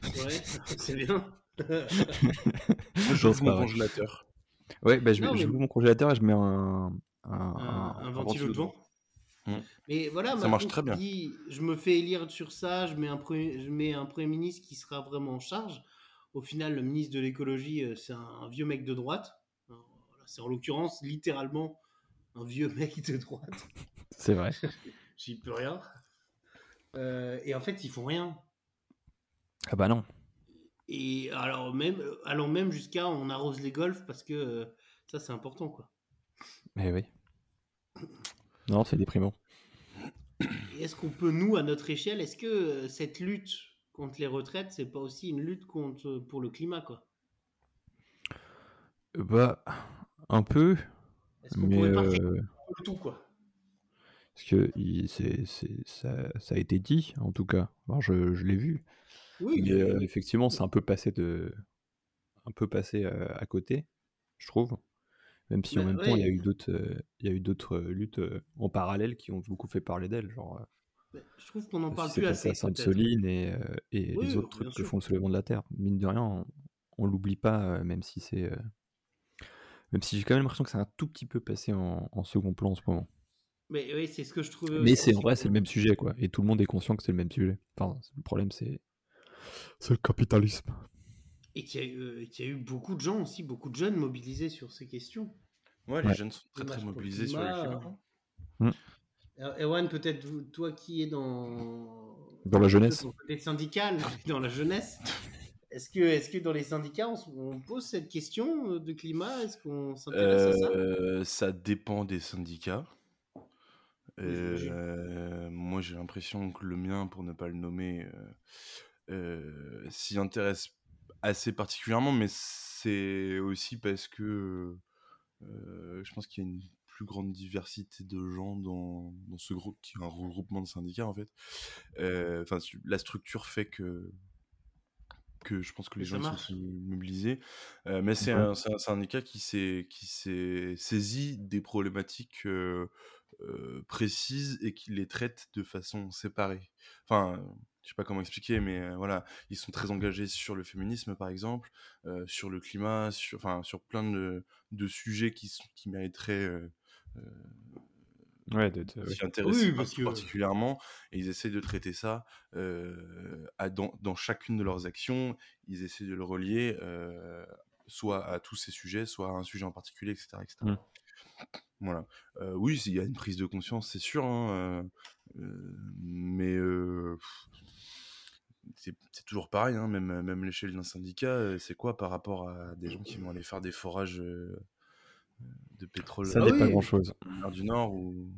[SPEAKER 1] c'est bien.
[SPEAKER 2] Moi, je
[SPEAKER 4] Non,
[SPEAKER 2] trouve
[SPEAKER 4] c'est
[SPEAKER 2] mon
[SPEAKER 4] pas vrai.
[SPEAKER 2] congélateur.
[SPEAKER 4] Ouais, bah, je,
[SPEAKER 1] Non,
[SPEAKER 4] je
[SPEAKER 1] mais-
[SPEAKER 4] loue mon congélateur et je mets un. Un,
[SPEAKER 1] un, un ventilo
[SPEAKER 4] ventilo
[SPEAKER 1] de vent.
[SPEAKER 2] Mm.
[SPEAKER 1] Mais voilà,
[SPEAKER 2] Ça marche
[SPEAKER 1] Macron
[SPEAKER 2] très
[SPEAKER 1] qui
[SPEAKER 2] bien.
[SPEAKER 1] dit, je me fais élire sur ça, je mets, un premier, je mets un Premier ministre qui sera vraiment en charge. Au final, le ministre de l'écologie, euh, c'est un, un vieux mec de droite. Euh, voilà, C'est en l'occurrence littéralement un vieux mec de droite.
[SPEAKER 4] C'est vrai.
[SPEAKER 1] J'y peux rien. Euh, et en fait, ils font rien.
[SPEAKER 4] Ah bah non.
[SPEAKER 1] Et alors même, allons même jusqu'à on arrose les golfs parce que euh, ça, c'est important. quoi.
[SPEAKER 4] Mais Eh oui. Non, c'est déprimant.
[SPEAKER 1] Et Est-ce qu'on peut, nous, à notre échelle, est-ce que euh, cette lutte contre les retraites, c'est pas aussi une lutte contre, pour le climat, quoi
[SPEAKER 4] Bah, un peu. Bah,
[SPEAKER 1] Est-ce qu'on
[SPEAKER 4] Mais
[SPEAKER 1] pourrait pas faire
[SPEAKER 4] euh,
[SPEAKER 1] le tout, quoi
[SPEAKER 4] Parce que il- c'est- c'est- ça, ça a été dit, en tout cas. Alors, je, je l'ai vu.
[SPEAKER 1] Oui,
[SPEAKER 4] Mais euh, effectivement, c'est un peu passé de, un peu passé euh, à côté, je trouve. Même si en
[SPEAKER 1] Bah
[SPEAKER 4] même temps, il y a
[SPEAKER 1] ouais.
[SPEAKER 4] eu d'autres, euh, il y a eu d'autres euh, luttes euh, en parallèle qui ont beaucoup fait parler d'elle, genre euh,
[SPEAKER 1] mais je trouve qu'on n'en
[SPEAKER 4] si
[SPEAKER 1] parle
[SPEAKER 4] c'est
[SPEAKER 1] plus assez.
[SPEAKER 4] passé à Sainte
[SPEAKER 1] peut-être.
[SPEAKER 4] Soline et, euh, et
[SPEAKER 1] Oui,
[SPEAKER 4] les autres
[SPEAKER 1] bien
[SPEAKER 4] trucs que
[SPEAKER 1] sûr.
[SPEAKER 4] font le soulèvement de la terre. Mine de rien, on, on l'oublie pas, euh, même si c'est, euh, même si j'ai quand même l'impression que c'est un tout petit peu passé en, en second plan en ce moment.
[SPEAKER 1] Mais oui, c'est ce que je trouve. euh,
[SPEAKER 4] Mais c'est en vrai, c'est le même sujet, quoi. Et tout le monde est conscient que c'est le même sujet. Enfin, c'est- le problème, c'est, c'est le capitalisme.
[SPEAKER 1] Et qu'il y, a eu, euh, qu'il y a eu beaucoup de gens aussi, beaucoup de jeunes mobilisés sur ces questions.
[SPEAKER 2] Ouais, les
[SPEAKER 4] Ouais.
[SPEAKER 2] jeunes sont très
[SPEAKER 1] Dommage
[SPEAKER 2] très
[SPEAKER 1] pour le
[SPEAKER 2] mobilisés sur les
[SPEAKER 1] climat.
[SPEAKER 2] climats. hein.
[SPEAKER 1] Euh, Erwan, peut-être vous- toi qui es dans.
[SPEAKER 4] Dans la jeunesse.
[SPEAKER 1] Dans Les syndicats, dans la jeunesse. Est-ce que, est que dans les syndicats, on, se- on pose cette question euh, de climat Est-ce qu'on s'intéresse à ça
[SPEAKER 2] Euh, ça dépend des syndicats.
[SPEAKER 1] Oui, j'imagine.
[SPEAKER 2] Euh, moi, j'ai l'impression que le mien, pour ne pas le nommer, euh, euh, s'y intéresse assez particulièrement, mais c'est aussi parce que euh, je pense qu'il y a une plus grande diversité de gens dans, dans ce groupe, qui est un regroupement de syndicats en fait. Euh, Enfin, su- la structure fait que que je pense que les
[SPEAKER 1] Ça
[SPEAKER 2] gens ils
[SPEAKER 1] marche.
[SPEAKER 2] sont plus mobilisés. Euh, mais c'est
[SPEAKER 4] Ouais.
[SPEAKER 2] un, c'est un syndicat qui s'est qui s'est saisi des problématiques euh, euh, précises et qui les traite de façon séparée. Enfin, euh, je sais pas comment expliquer, mais euh, voilà, ils sont très engagés sur le féminisme par exemple, euh, sur le climat, sur enfin sur plein de, de sujets qui sont- qui mériteraient euh,
[SPEAKER 4] Ouais, d'être, euh,
[SPEAKER 2] s'y intéresser
[SPEAKER 1] Oui, parce que-
[SPEAKER 2] particulièrement et ils essaient de traiter ça euh, à- dans, dans chacune de leurs actions ils essaient de le relier euh, soit à tous ces sujets soit à un sujet en particulier etc, etc.
[SPEAKER 4] Mm.
[SPEAKER 2] voilà Euh, oui il y a une prise de conscience c'est sûr hein, euh, euh, mais euh, pff, c'est c'est toujours pareil hein, même même l'échelle d'un syndicat euh, c'est quoi par rapport à des gens qui vont aller faire des forages euh, de pétrole
[SPEAKER 4] ça
[SPEAKER 1] Ah
[SPEAKER 4] n'est
[SPEAKER 1] oui.
[SPEAKER 4] pas grand chose.
[SPEAKER 2] en mer du Nord ou.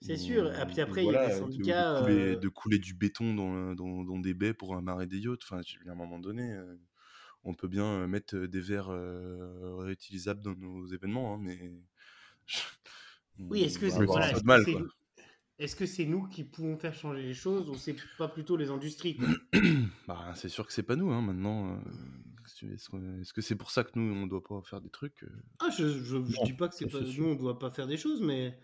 [SPEAKER 1] C'est
[SPEAKER 2] ou-
[SPEAKER 1] sûr. Et puis après,
[SPEAKER 2] ou
[SPEAKER 1] il y a
[SPEAKER 2] voilà,
[SPEAKER 1] des
[SPEAKER 2] de- de
[SPEAKER 1] syndicats,
[SPEAKER 2] couler-
[SPEAKER 1] euh,
[SPEAKER 2] De, couler, du béton dans, le- dans, dans des baies pour amarrer des yachts. Enfin, j'ai- à un moment donné, euh, on peut bien euh, mettre des verres euh, réutilisables dans nos événements, hein, mais.
[SPEAKER 1] Oui, est-ce que
[SPEAKER 2] On va avoir
[SPEAKER 1] voilà,
[SPEAKER 2] un peu
[SPEAKER 1] est-ce
[SPEAKER 2] de
[SPEAKER 1] que
[SPEAKER 2] mal,
[SPEAKER 1] c'est
[SPEAKER 2] quoi.
[SPEAKER 1] est-ce que c'est nous qui pouvons faire changer les choses ou c'est pas plutôt les industries quoi
[SPEAKER 2] Bah, c'est sûr que c'est pas nous, hein, maintenant. euh, qu'est-ce que- Est-ce que est-ce que c'est pour ça que nous, on doit pas faire des trucs euh,
[SPEAKER 1] Ah, je, je, je dis pas que c'est
[SPEAKER 4] ça,
[SPEAKER 1] pas
[SPEAKER 4] c'est sûr.
[SPEAKER 1] nous, on doit pas faire des choses, mais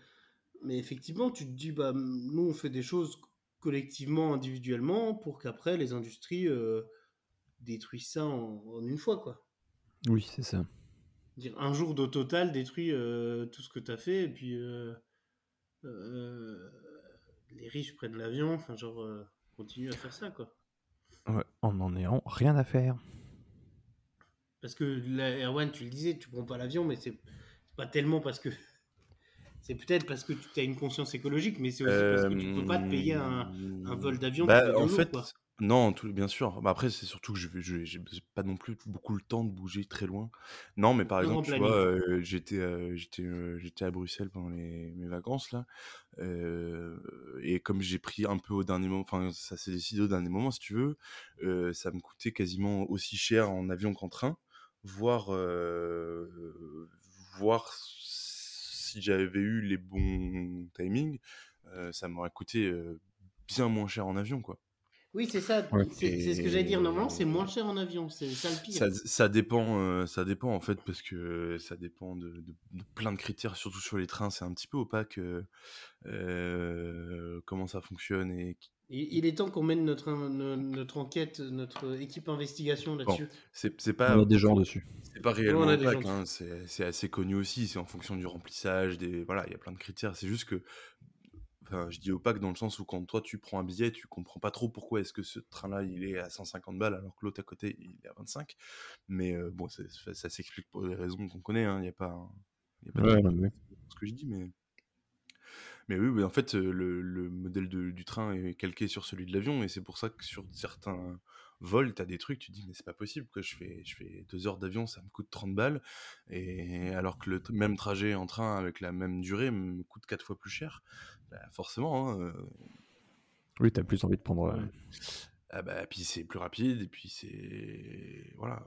[SPEAKER 1] mais effectivement, tu te dis bah nous on fait des choses collectivement, individuellement, pour qu'après les industries euh, détruisent ça en, en une fois quoi.
[SPEAKER 4] Oui, c'est ça.
[SPEAKER 1] Dire un jour de total détruit euh, tout ce que t'as fait et puis euh, euh, les riches prennent l'avion, enfin genre euh, continue à faire ça quoi.
[SPEAKER 4] Ouais, en en ayant rien à faire.
[SPEAKER 1] Parce que la Erwan, tu le disais, tu prends pas l'avion, mais c'est c'est pas tellement parce que. C'est peut-être parce que tu as une conscience écologique, mais c'est aussi parce que tu peux pas te payer
[SPEAKER 2] Euh,
[SPEAKER 1] un. un vol d'avion
[SPEAKER 2] Bah,
[SPEAKER 1] tous les deux
[SPEAKER 2] en
[SPEAKER 1] jours,
[SPEAKER 2] fait,
[SPEAKER 1] quoi.
[SPEAKER 2] non, tout- bien sûr. Bah, après, c'est surtout que je je- j'ai pas non plus beaucoup le temps de bouger très loin. Non, mais par
[SPEAKER 1] Le
[SPEAKER 2] exemple,
[SPEAKER 1] grand
[SPEAKER 2] tu vois, euh, j'étais euh, j'étais euh, j'étais à Bruxelles pendant les- mes vacances là, Euh, et comme j'ai pris un peu au dernier moment, enfin ça s'est décidé au dernier moment, si tu veux, euh, ça me coûtait quasiment aussi cher en avion qu'en train, voire euh, euh, voir si j'avais eu les bons timings, euh, ça m'aurait coûté euh, bien moins cher en avion quoi.
[SPEAKER 1] Oui, c'est ça.
[SPEAKER 4] Ouais.
[SPEAKER 1] C'est c'est ce que j'allais dire.
[SPEAKER 2] Et-
[SPEAKER 1] Normalement, c'est moins cher en avion. C'est ça le pire.
[SPEAKER 2] Ça, ça dépend, euh, ça dépend en fait parce que ça dépend de, de- de plein de critères, surtout sur les trains, c'est un petit peu opaque euh, euh, comment ça fonctionne et qui-
[SPEAKER 1] Il, il est temps qu'on mène notre, no- notre enquête, notre équipe investigation là-dessus.
[SPEAKER 2] c'est c'est
[SPEAKER 4] On
[SPEAKER 2] pas
[SPEAKER 4] a des gens dessus.
[SPEAKER 2] c'est pas réellement
[SPEAKER 1] on a des
[SPEAKER 2] opaque,
[SPEAKER 1] gens-
[SPEAKER 2] hein, c'est c'est assez connu aussi, c'est en fonction du remplissage, des voilà, il y a plein de critères, c'est juste que Enfin, je dis opaque dans le sens où quand toi tu prends un billet, tu comprends pas trop pourquoi est-ce que ce train-là il est à 150 balles alors que l'autre à côté il est à 25. Mais euh, bon, ça, ça- ça s'explique pour des raisons qu'on connaît. hein, Il n'y a pas, un- il y a pas de-
[SPEAKER 4] Ouais, non, mais-
[SPEAKER 2] ce que je dis, mais. Mais oui, mais en fait, euh, le, le modèle de- du train est calqué sur celui de l'avion, et c'est pour ça que sur certains vols, t'as des trucs, tu te dis, mais c'est pas possible, quoi. Je fais, je fais deux heures d'avion, ça me coûte 30 balles, et alors que le t- même trajet en train avec la même durée me coûte quatre fois plus cher. Bah, forcément, hein, euh,
[SPEAKER 4] Oui, t'as plus envie de prendre. euh,
[SPEAKER 2] ah bah, puis c'est plus rapide, et puis c'est. Voilà,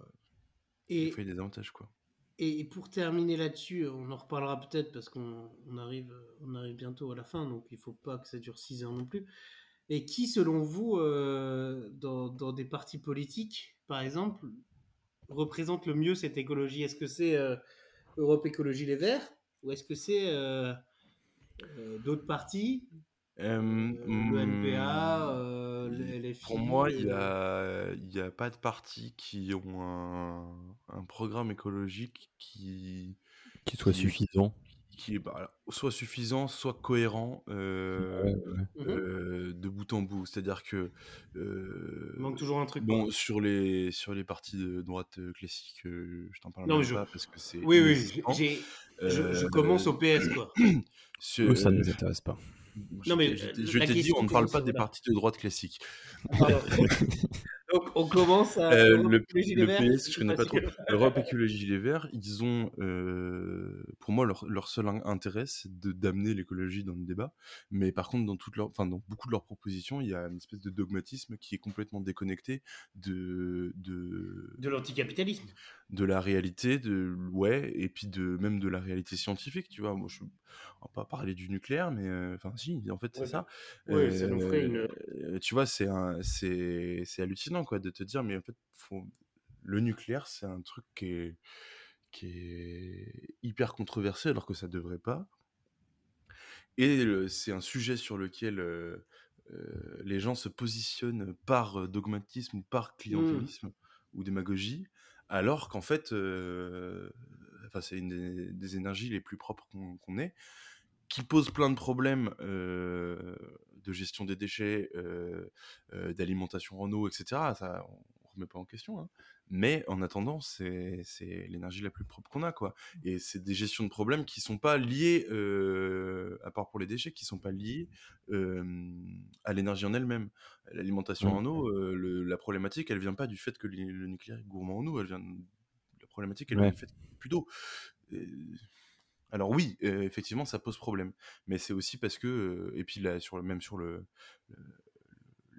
[SPEAKER 1] Et,
[SPEAKER 2] des fois, il y a des avantages, quoi.
[SPEAKER 1] Et pour terminer là-dessus, euh, on en reparlera peut-être parce qu'on on arrive, on arrive bientôt à la fin, donc il faut pas que ça dure 6 heures non plus. Et qui, selon vous, euh, dans, dans des partis politiques, par exemple, représente le mieux cette écologie Est-ce que c'est euh, Europe Écologie Les Verts ou est-ce que c'est euh, euh, d'autres partis Euh, Le
[SPEAKER 2] Hum.
[SPEAKER 1] NPA, euh, les, les
[SPEAKER 2] Hmm. Pour
[SPEAKER 1] filles,
[SPEAKER 2] moi,
[SPEAKER 1] les-
[SPEAKER 2] il n'y
[SPEAKER 1] euh,
[SPEAKER 2] a, il y a pas de partis qui ont un, un programme écologique qui,
[SPEAKER 4] Qu'il soit
[SPEAKER 2] Qui-
[SPEAKER 4] suffisant.
[SPEAKER 2] qui est bah, soit suffisant, soit cohérent euh,
[SPEAKER 4] Ouais, ouais.
[SPEAKER 1] Mhm.
[SPEAKER 2] euh, de bout en bout. C'est-à-dire que euh,
[SPEAKER 1] Il manque toujours un truc.
[SPEAKER 2] Bon, sur les, sur les parties de droite euh, classique, euh, je t'en parle
[SPEAKER 1] Non,
[SPEAKER 2] même
[SPEAKER 1] mais je-
[SPEAKER 2] pas parce que c'est.
[SPEAKER 1] oui, oui,
[SPEAKER 2] inexistant.
[SPEAKER 1] j'ai- je, je
[SPEAKER 2] Euh,
[SPEAKER 1] commence au PS, quoi.
[SPEAKER 2] sur-
[SPEAKER 4] Nous, ça ne nous intéresse pas.
[SPEAKER 2] je
[SPEAKER 1] Non, mais,
[SPEAKER 2] t'ai- je t'ai-
[SPEAKER 1] euh,
[SPEAKER 2] je
[SPEAKER 1] la
[SPEAKER 2] t'ai dit,
[SPEAKER 1] question
[SPEAKER 2] on ne parle
[SPEAKER 1] commence,
[SPEAKER 2] pas des
[SPEAKER 1] voilà.
[SPEAKER 2] partis de droite classiques.
[SPEAKER 1] Pardon. Donc, on commence à.
[SPEAKER 2] Euh,
[SPEAKER 1] Europe
[SPEAKER 2] le,
[SPEAKER 1] Écologie Les
[SPEAKER 2] le
[SPEAKER 1] Verts,
[SPEAKER 2] PS, je connais pas
[SPEAKER 1] parce
[SPEAKER 2] trop.
[SPEAKER 1] que-
[SPEAKER 2] Europe Écologie Les Verts, ils ont, euh, pour moi, leur, leur seul in- intérêt, c'est de d'amener l'écologie dans le débat. Mais par contre, dans toute leur, enfin, dans beaucoup de leurs propositions, il y a une espèce de dogmatisme qui est complètement déconnecté de, de,
[SPEAKER 1] De l'anticapitalisme.
[SPEAKER 2] de la réalité de ouais et puis de même de la réalité scientifique tu vois moi je on va pas parler du nucléaire mais euh, enfin si en fait c'est
[SPEAKER 1] Ouais.
[SPEAKER 2] ça
[SPEAKER 1] Ouais, ça nous ferait une-
[SPEAKER 2] euh, tu vois c'est un c'est c'est hallucinant quoi de te dire mais en fait faut- le nucléaire c'est un truc qui est qui est hyper controversé alors que ça devrait pas et le- c'est un sujet sur lequel euh, euh, les gens se positionnent par euh, dogmatisme ou par clientélisme ou démagogie, alors qu'en fait, euh, enfin, c'est une des, des énergies les plus propres qu'on qu'on ait, qui pose plein de problèmes euh, de gestion des déchets, euh, euh, d'alimentation en eau, etc. Ça, on on remet pas en question. hein. Mais en attendant, c'est c'est l'énergie la plus propre qu'on a, quoi. Et c'est des gestions de problèmes qui sont pas liées, euh, à part pour les déchets, qui sont pas liées euh, à l'énergie en elle-même. L'alimentation en eau, euh, le- la problématique, elle vient pas du fait que le, le nucléaire est gourmand en eau, elle vient la problématique, elle
[SPEAKER 4] Ouais.
[SPEAKER 2] vient du fait qu'il n'y a plus d'eau. Euh, alors oui, euh, effectivement, ça pose problème, mais c'est aussi parce que euh, et puis là, sur le même sur le, le-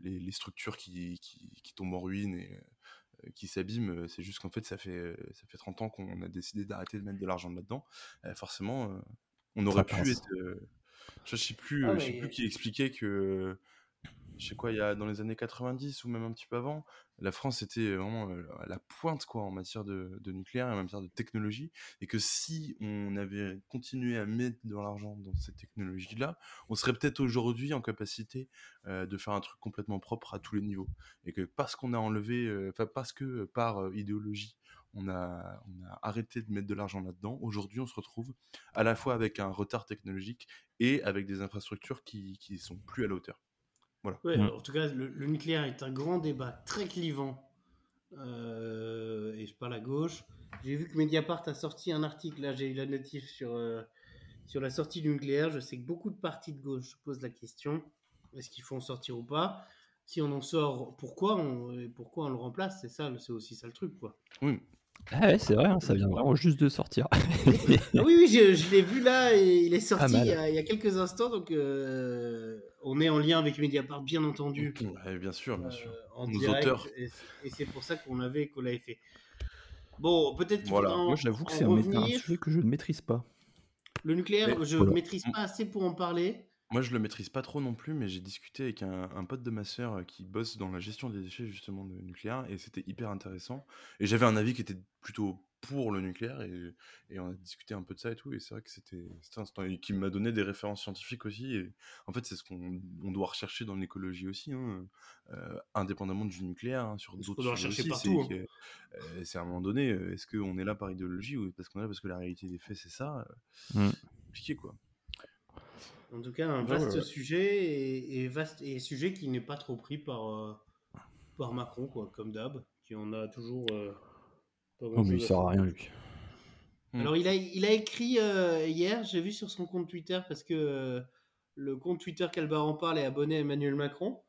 [SPEAKER 2] les, les structures qui, qui, qui tombent en ruine et euh, qui s'abîment, euh, c'est juste qu'en fait ça fait euh, ça fait 30 ans qu'on a décidé d'arrêter de mettre de l'argent là-dedans. Euh, forcément, euh, on aurait pu
[SPEAKER 4] pince.
[SPEAKER 2] être. euh, je sais plus,
[SPEAKER 1] Ah,
[SPEAKER 2] euh, je sais
[SPEAKER 1] mais-
[SPEAKER 2] plus qui expliquait que je sais quoi, il y a dans les années 90 ou même un petit peu avant, la France était vraiment euh, à la pointe quoi en matière de, de nucléaire et en matière de technologie, et que si on avait continué à mettre de l'argent dans cette technologie-là, on serait peut-être aujourd'hui en capacité euh, de faire un truc complètement propre à tous les niveaux, et que parce qu'on a enlevé, euh, enfin parce que euh, par euh, idéologie, on a, on a arrêté de mettre de l'argent là-dedans, aujourd'hui on se retrouve à la fois avec un retard technologique et avec des infrastructures qui qui sont plus à la hauteur.
[SPEAKER 1] Ouais,
[SPEAKER 4] Mm.
[SPEAKER 1] En tout cas, le, le nucléaire est un grand débat très clivant. Euh, et je parle à gauche. J'ai vu que Mediapart a sorti un article. Là, j'ai eu la notif sur, euh, sur la sortie du nucléaire. Je sais que beaucoup de partis de gauche se posent la question est-ce qu'il faut en sortir ou pas Si on en sort, pourquoi on, et pourquoi on le remplace C'est ça, c'est aussi ça le truc, quoi.
[SPEAKER 2] Oui,
[SPEAKER 4] Ah ouais, c'est vrai, hein, ça vient vraiment juste de sortir.
[SPEAKER 1] Ah oui, oui, je, je l'ai vu là et il est sorti
[SPEAKER 4] Ah, mal.
[SPEAKER 1] il y, a, il y a quelques instants. Donc, euh, on est en lien avec Mediapart, bien entendu.
[SPEAKER 2] Ouais, bien sûr, bien sûr.
[SPEAKER 1] euh, en
[SPEAKER 2] Nos
[SPEAKER 1] direct,
[SPEAKER 2] auteurs.
[SPEAKER 1] Et c'est- et c'est pour ça qu'on l'avait qu'on l'avait fait. Bon, peut-être qu'il
[SPEAKER 2] Voilà.
[SPEAKER 1] faudra en-
[SPEAKER 4] Moi, j'avoue que
[SPEAKER 1] en
[SPEAKER 4] c'est un, mé- un
[SPEAKER 1] revenir.
[SPEAKER 4] sujet que je ne maîtrise pas.
[SPEAKER 1] Le nucléaire,
[SPEAKER 2] Mais-
[SPEAKER 1] je
[SPEAKER 4] Voilà.
[SPEAKER 1] maîtrise pas assez pour en parler.
[SPEAKER 2] Moi, je le maîtrise pas trop non plus, mais j'ai discuté avec un, un pote de ma sœur euh, qui bosse dans la gestion des déchets justement de nucléaire, et c'était hyper intéressant. Et j'avais un avis qui était plutôt pour le nucléaire, et, et on a discuté un peu de ça et tout, et c'est vrai que c'était c'était instant, et qui m'a donné des références scientifiques aussi. Et en fait, c'est ce qu'on on doit rechercher dans l'écologie aussi, hein, euh, indépendamment du nucléaire, hein, sur
[SPEAKER 1] Ce
[SPEAKER 2] d'autres
[SPEAKER 1] qu'on doit
[SPEAKER 2] sujets
[SPEAKER 1] rechercher
[SPEAKER 2] aussi, c'est
[SPEAKER 1] partout, hein.
[SPEAKER 2] que, euh, c'est à un moment donné, euh, est-ce qu'on est là par idéologie ou parce qu'on est là parce que la réalité des faits c'est ça euh,
[SPEAKER 4] Mm.
[SPEAKER 2] Compliqué quoi.
[SPEAKER 1] En tout cas, un
[SPEAKER 4] Ouais,
[SPEAKER 1] vaste
[SPEAKER 4] ouais, ouais.
[SPEAKER 1] sujet et, et vaste et sujet qui n'est pas trop pris par euh, par Macron, quoi, comme d'hab, qui en a toujours. euh, pas
[SPEAKER 4] Non, Oh, mais il
[SPEAKER 1] grand-chose à
[SPEAKER 4] sert
[SPEAKER 1] foutre.
[SPEAKER 4] à rien, lui.
[SPEAKER 2] Mm.
[SPEAKER 1] Alors, il a, il a écrit euh, hier, j'ai vu sur son compte Twitter, parce que euh, le compte Twitter qu'Albar en parle est abonné à Emmanuel Macron.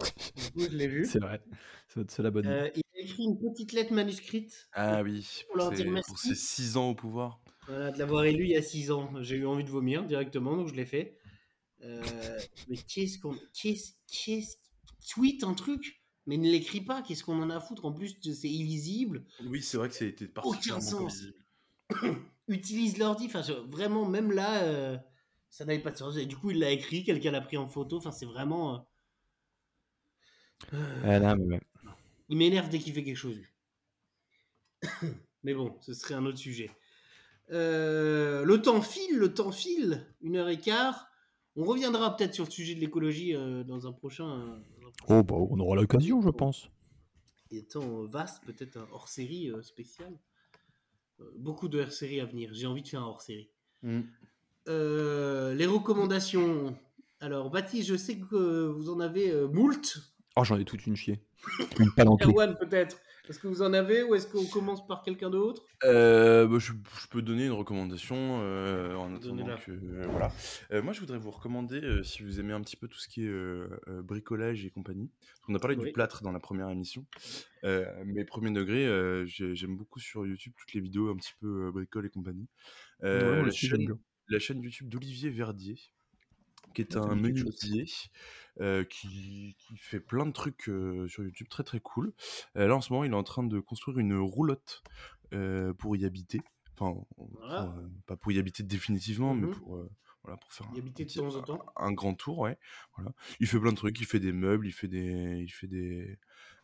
[SPEAKER 1] Du coup, je l'ai vu.
[SPEAKER 4] C'est vrai. C'est notre seul abonnement.
[SPEAKER 1] Euh, il a écrit une petite lettre manuscrite
[SPEAKER 2] Ah oui,
[SPEAKER 1] Pour leur
[SPEAKER 2] c'est-
[SPEAKER 1] dire merci.
[SPEAKER 2] pour ses 6 ans au pouvoir.
[SPEAKER 1] voilà, de l'avoir élu il y a six ans. J'ai eu envie de vomir directement, donc je l'ai fait. Euh, mais qu'est-ce qu'on. Qu'est-ce. Qu'est-ce. Tweet un truc, mais ne l'écris pas. Qu'est-ce qu'on en a à foutre En plus, c'est illisible.
[SPEAKER 2] Oui, c'est vrai que ça a été
[SPEAKER 1] particulièrement sens. utilise l'ordi. Enfin, je- vraiment, même là, euh, ça n'avait pas de sens. Et du coup, il l'a écrit, quelqu'un l'a pris en photo. Enfin, c'est vraiment. euh,
[SPEAKER 4] Ah, là, mais ouais.
[SPEAKER 1] Il m'énerve dès qu'il fait quelque chose. lui. Mais bon, ce serait un autre sujet. Euh, le temps file, le temps file. Une heure et quart. On reviendra peut-être sur le sujet de l'écologie euh, dans un prochain. dans un prochain-
[SPEAKER 4] Oh, bah, on aura l'occasion, je pense.
[SPEAKER 1] étant euh, vaste, peut-être un hors-série euh, spécial. Euh, Beaucoup de hors-série à venir. J'ai envie de faire un hors-série.
[SPEAKER 2] Mm.
[SPEAKER 1] Euh, les recommandations. Alors, Baptiste, je sais que euh, vous en avez euh, moult.
[SPEAKER 4] Oh, j'en ai toute une chier. Une palanquée.
[SPEAKER 1] Erwan, peut-être. Est-ce que vous en avez ou est-ce qu'on commence par quelqu'un d'autre
[SPEAKER 2] Euh, bah, je, je peux donner une recommandation euh, en attendant
[SPEAKER 1] Donnez-la.
[SPEAKER 2] que euh, voilà. Euh, moi, je voudrais vous recommander euh, si vous aimez un petit peu tout ce qui est euh, euh, bricolage et compagnie. On a parlé
[SPEAKER 1] Oui.
[SPEAKER 2] du plâtre dans la première émission, euh, mais premier degré, euh, j'ai- j'aime beaucoup sur YouTube toutes les vidéos un petit peu euh, bricole et compagnie. Euh,
[SPEAKER 4] Ouais, moi
[SPEAKER 2] la,
[SPEAKER 4] aussi, j'aime
[SPEAKER 2] chaîne,
[SPEAKER 4] bien.
[SPEAKER 2] la chaîne YouTube d'Olivier Verdier, qui est
[SPEAKER 4] Ah, ça
[SPEAKER 2] un
[SPEAKER 4] me dit quelque
[SPEAKER 2] menuisier euh, qui, qui fait plein de trucs euh, sur YouTube très très cool. Euh, là, en ce moment, il est en train de construire une roulotte euh, pour y habiter. Enfin, on-
[SPEAKER 1] Voilà.
[SPEAKER 2] pour, euh, pas pour y habiter définitivement,
[SPEAKER 1] Mhm.
[SPEAKER 2] mais pour, euh, voilà, pour faire un,
[SPEAKER 1] Y habiter
[SPEAKER 2] un
[SPEAKER 1] de
[SPEAKER 2] petit-
[SPEAKER 1] temps en temps.
[SPEAKER 2] un grand tour. Ouais. Voilà. Il fait plein de trucs, il fait des meubles, il fait des. Il fait des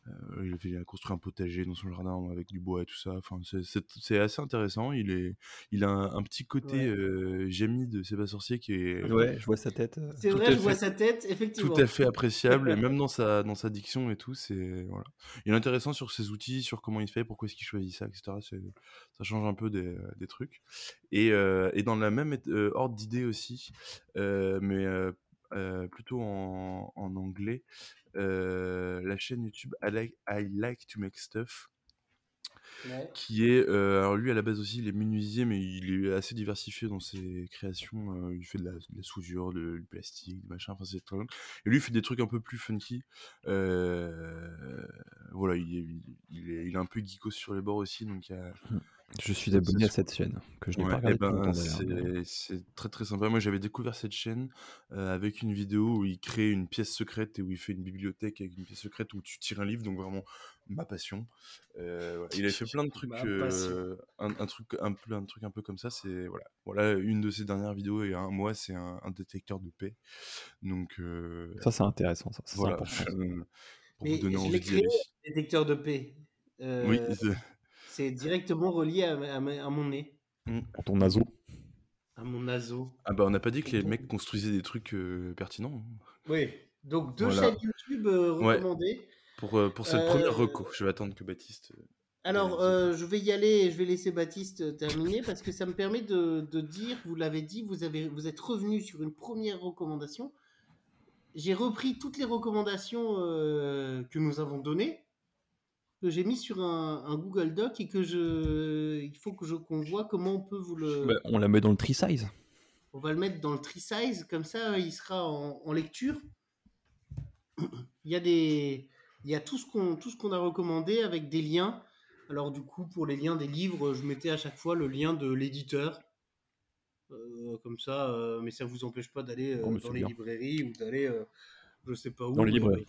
[SPEAKER 2] euh, il a fait- il a construit un potager dans son jardin avec du bois et tout ça. Enfin, c'est- c'est c'est assez intéressant. Il, est, il a un, un petit côté
[SPEAKER 1] Ouais.
[SPEAKER 2] euh, Jamie de Sébastien Sorcier qui
[SPEAKER 1] Ah
[SPEAKER 2] est
[SPEAKER 4] Ouais, je vois sa tête. euh.
[SPEAKER 1] C'est
[SPEAKER 2] Tout
[SPEAKER 1] vrai,
[SPEAKER 2] à
[SPEAKER 1] je vois
[SPEAKER 2] fait.
[SPEAKER 1] sa tête, effectivement.
[SPEAKER 2] tout à fait appréciable et même dans sa dans sa diction et tout c'est voilà il est intéressant sur ses outils sur comment il fait pourquoi est-ce qu'il choisit ça etc C'est- ça change un peu des, des trucs et, euh, et dans la même ét- euh, ordre d'idées aussi euh, mais euh, euh, plutôt en, en anglais euh, la chaîne YouTube I like, I like to make stuff
[SPEAKER 1] Ouais.
[SPEAKER 2] qui est euh, alors lui à la base aussi il est menuisier mais il est assez diversifié dans ses créations euh, il fait de la, de la soudure de- du plastique du machin enfin c'est très long. et lui il fait des trucs un peu plus funky Euh, voilà il est, il, est, il est un peu geekos sur les bords aussi donc il y a-
[SPEAKER 4] Je suis abonné à cette chaîne que je n'ai
[SPEAKER 2] Ouais,
[SPEAKER 4] pas
[SPEAKER 2] eh
[SPEAKER 4] regardée
[SPEAKER 2] ben,
[SPEAKER 4] depuis longtemps, d'ailleurs.
[SPEAKER 2] c'est- c'est très très sympa. Moi j'avais découvert cette chaîne euh, avec une vidéo où il crée une pièce secrète et où il fait une bibliothèque avec une pièce secrète où tu tires un livre, donc vraiment ma passion. Euh, voilà. Il a fait plein de trucs,
[SPEAKER 1] Ma passion.
[SPEAKER 2] euh, un, un truc un, peu- un truc un peu comme ça. C'est voilà, voilà une de ses dernières vidéos et un mois c'est un, un détecteur de paix. Donc euh,
[SPEAKER 4] Ça, c'est intéressant. Ça, ça, c'est
[SPEAKER 2] voilà,
[SPEAKER 4] important.
[SPEAKER 2] euh, pour
[SPEAKER 1] Mais
[SPEAKER 2] vous donner
[SPEAKER 1] je l'ai
[SPEAKER 2] envie d'y
[SPEAKER 1] créé,
[SPEAKER 2] aller.
[SPEAKER 1] Détecteur de paix. Euh,
[SPEAKER 2] Oui, c'est-
[SPEAKER 1] C'est directement relié à, ma- à ma- à mon nez,
[SPEAKER 4] Pour ton naso.
[SPEAKER 1] à mon naso.
[SPEAKER 2] ah bah on n'a pas dit que les mecs construisaient des trucs euh, pertinents. hein.
[SPEAKER 1] Oui. Donc deux
[SPEAKER 2] Voilà.
[SPEAKER 1] chaînes YouTube euh,
[SPEAKER 2] Ouais.
[SPEAKER 1] recommandées.
[SPEAKER 2] Pour, euh, pour cette
[SPEAKER 1] Euh,
[SPEAKER 2] première reco, je vais attendre que Baptiste.
[SPEAKER 1] Alors,
[SPEAKER 2] Vas-y.
[SPEAKER 1] euh, je vais y aller et je vais laisser Baptiste euh, terminer parce que ça me permet de, de dire, vous l'avez dit, vous, avez, vous êtes revenu sur une première recommandation. J'ai repris toutes les recommandations euh, que nous avons données, que j'ai mis sur un, un Google Doc et que je, il faut que je qu'on voit comment on peut vous le.
[SPEAKER 4] Bah, on la met dans le tree size.
[SPEAKER 1] On va le mettre dans le tree size, comme ça il sera en, en lecture. Il y a des, il y a tout ce qu'on tout ce qu'on a recommandé avec des liens. Alors du coup pour les liens des livres, je mettais à chaque fois le lien de l'éditeur, Euh, comme ça, euh, mais ça vous empêche pas d'aller euh,
[SPEAKER 4] Oh, mais
[SPEAKER 1] dans
[SPEAKER 4] c'est
[SPEAKER 1] les
[SPEAKER 4] bien.
[SPEAKER 1] librairies ou d'aller, euh, je sais pas où.
[SPEAKER 4] Dans les
[SPEAKER 1] mais-
[SPEAKER 4] librairies.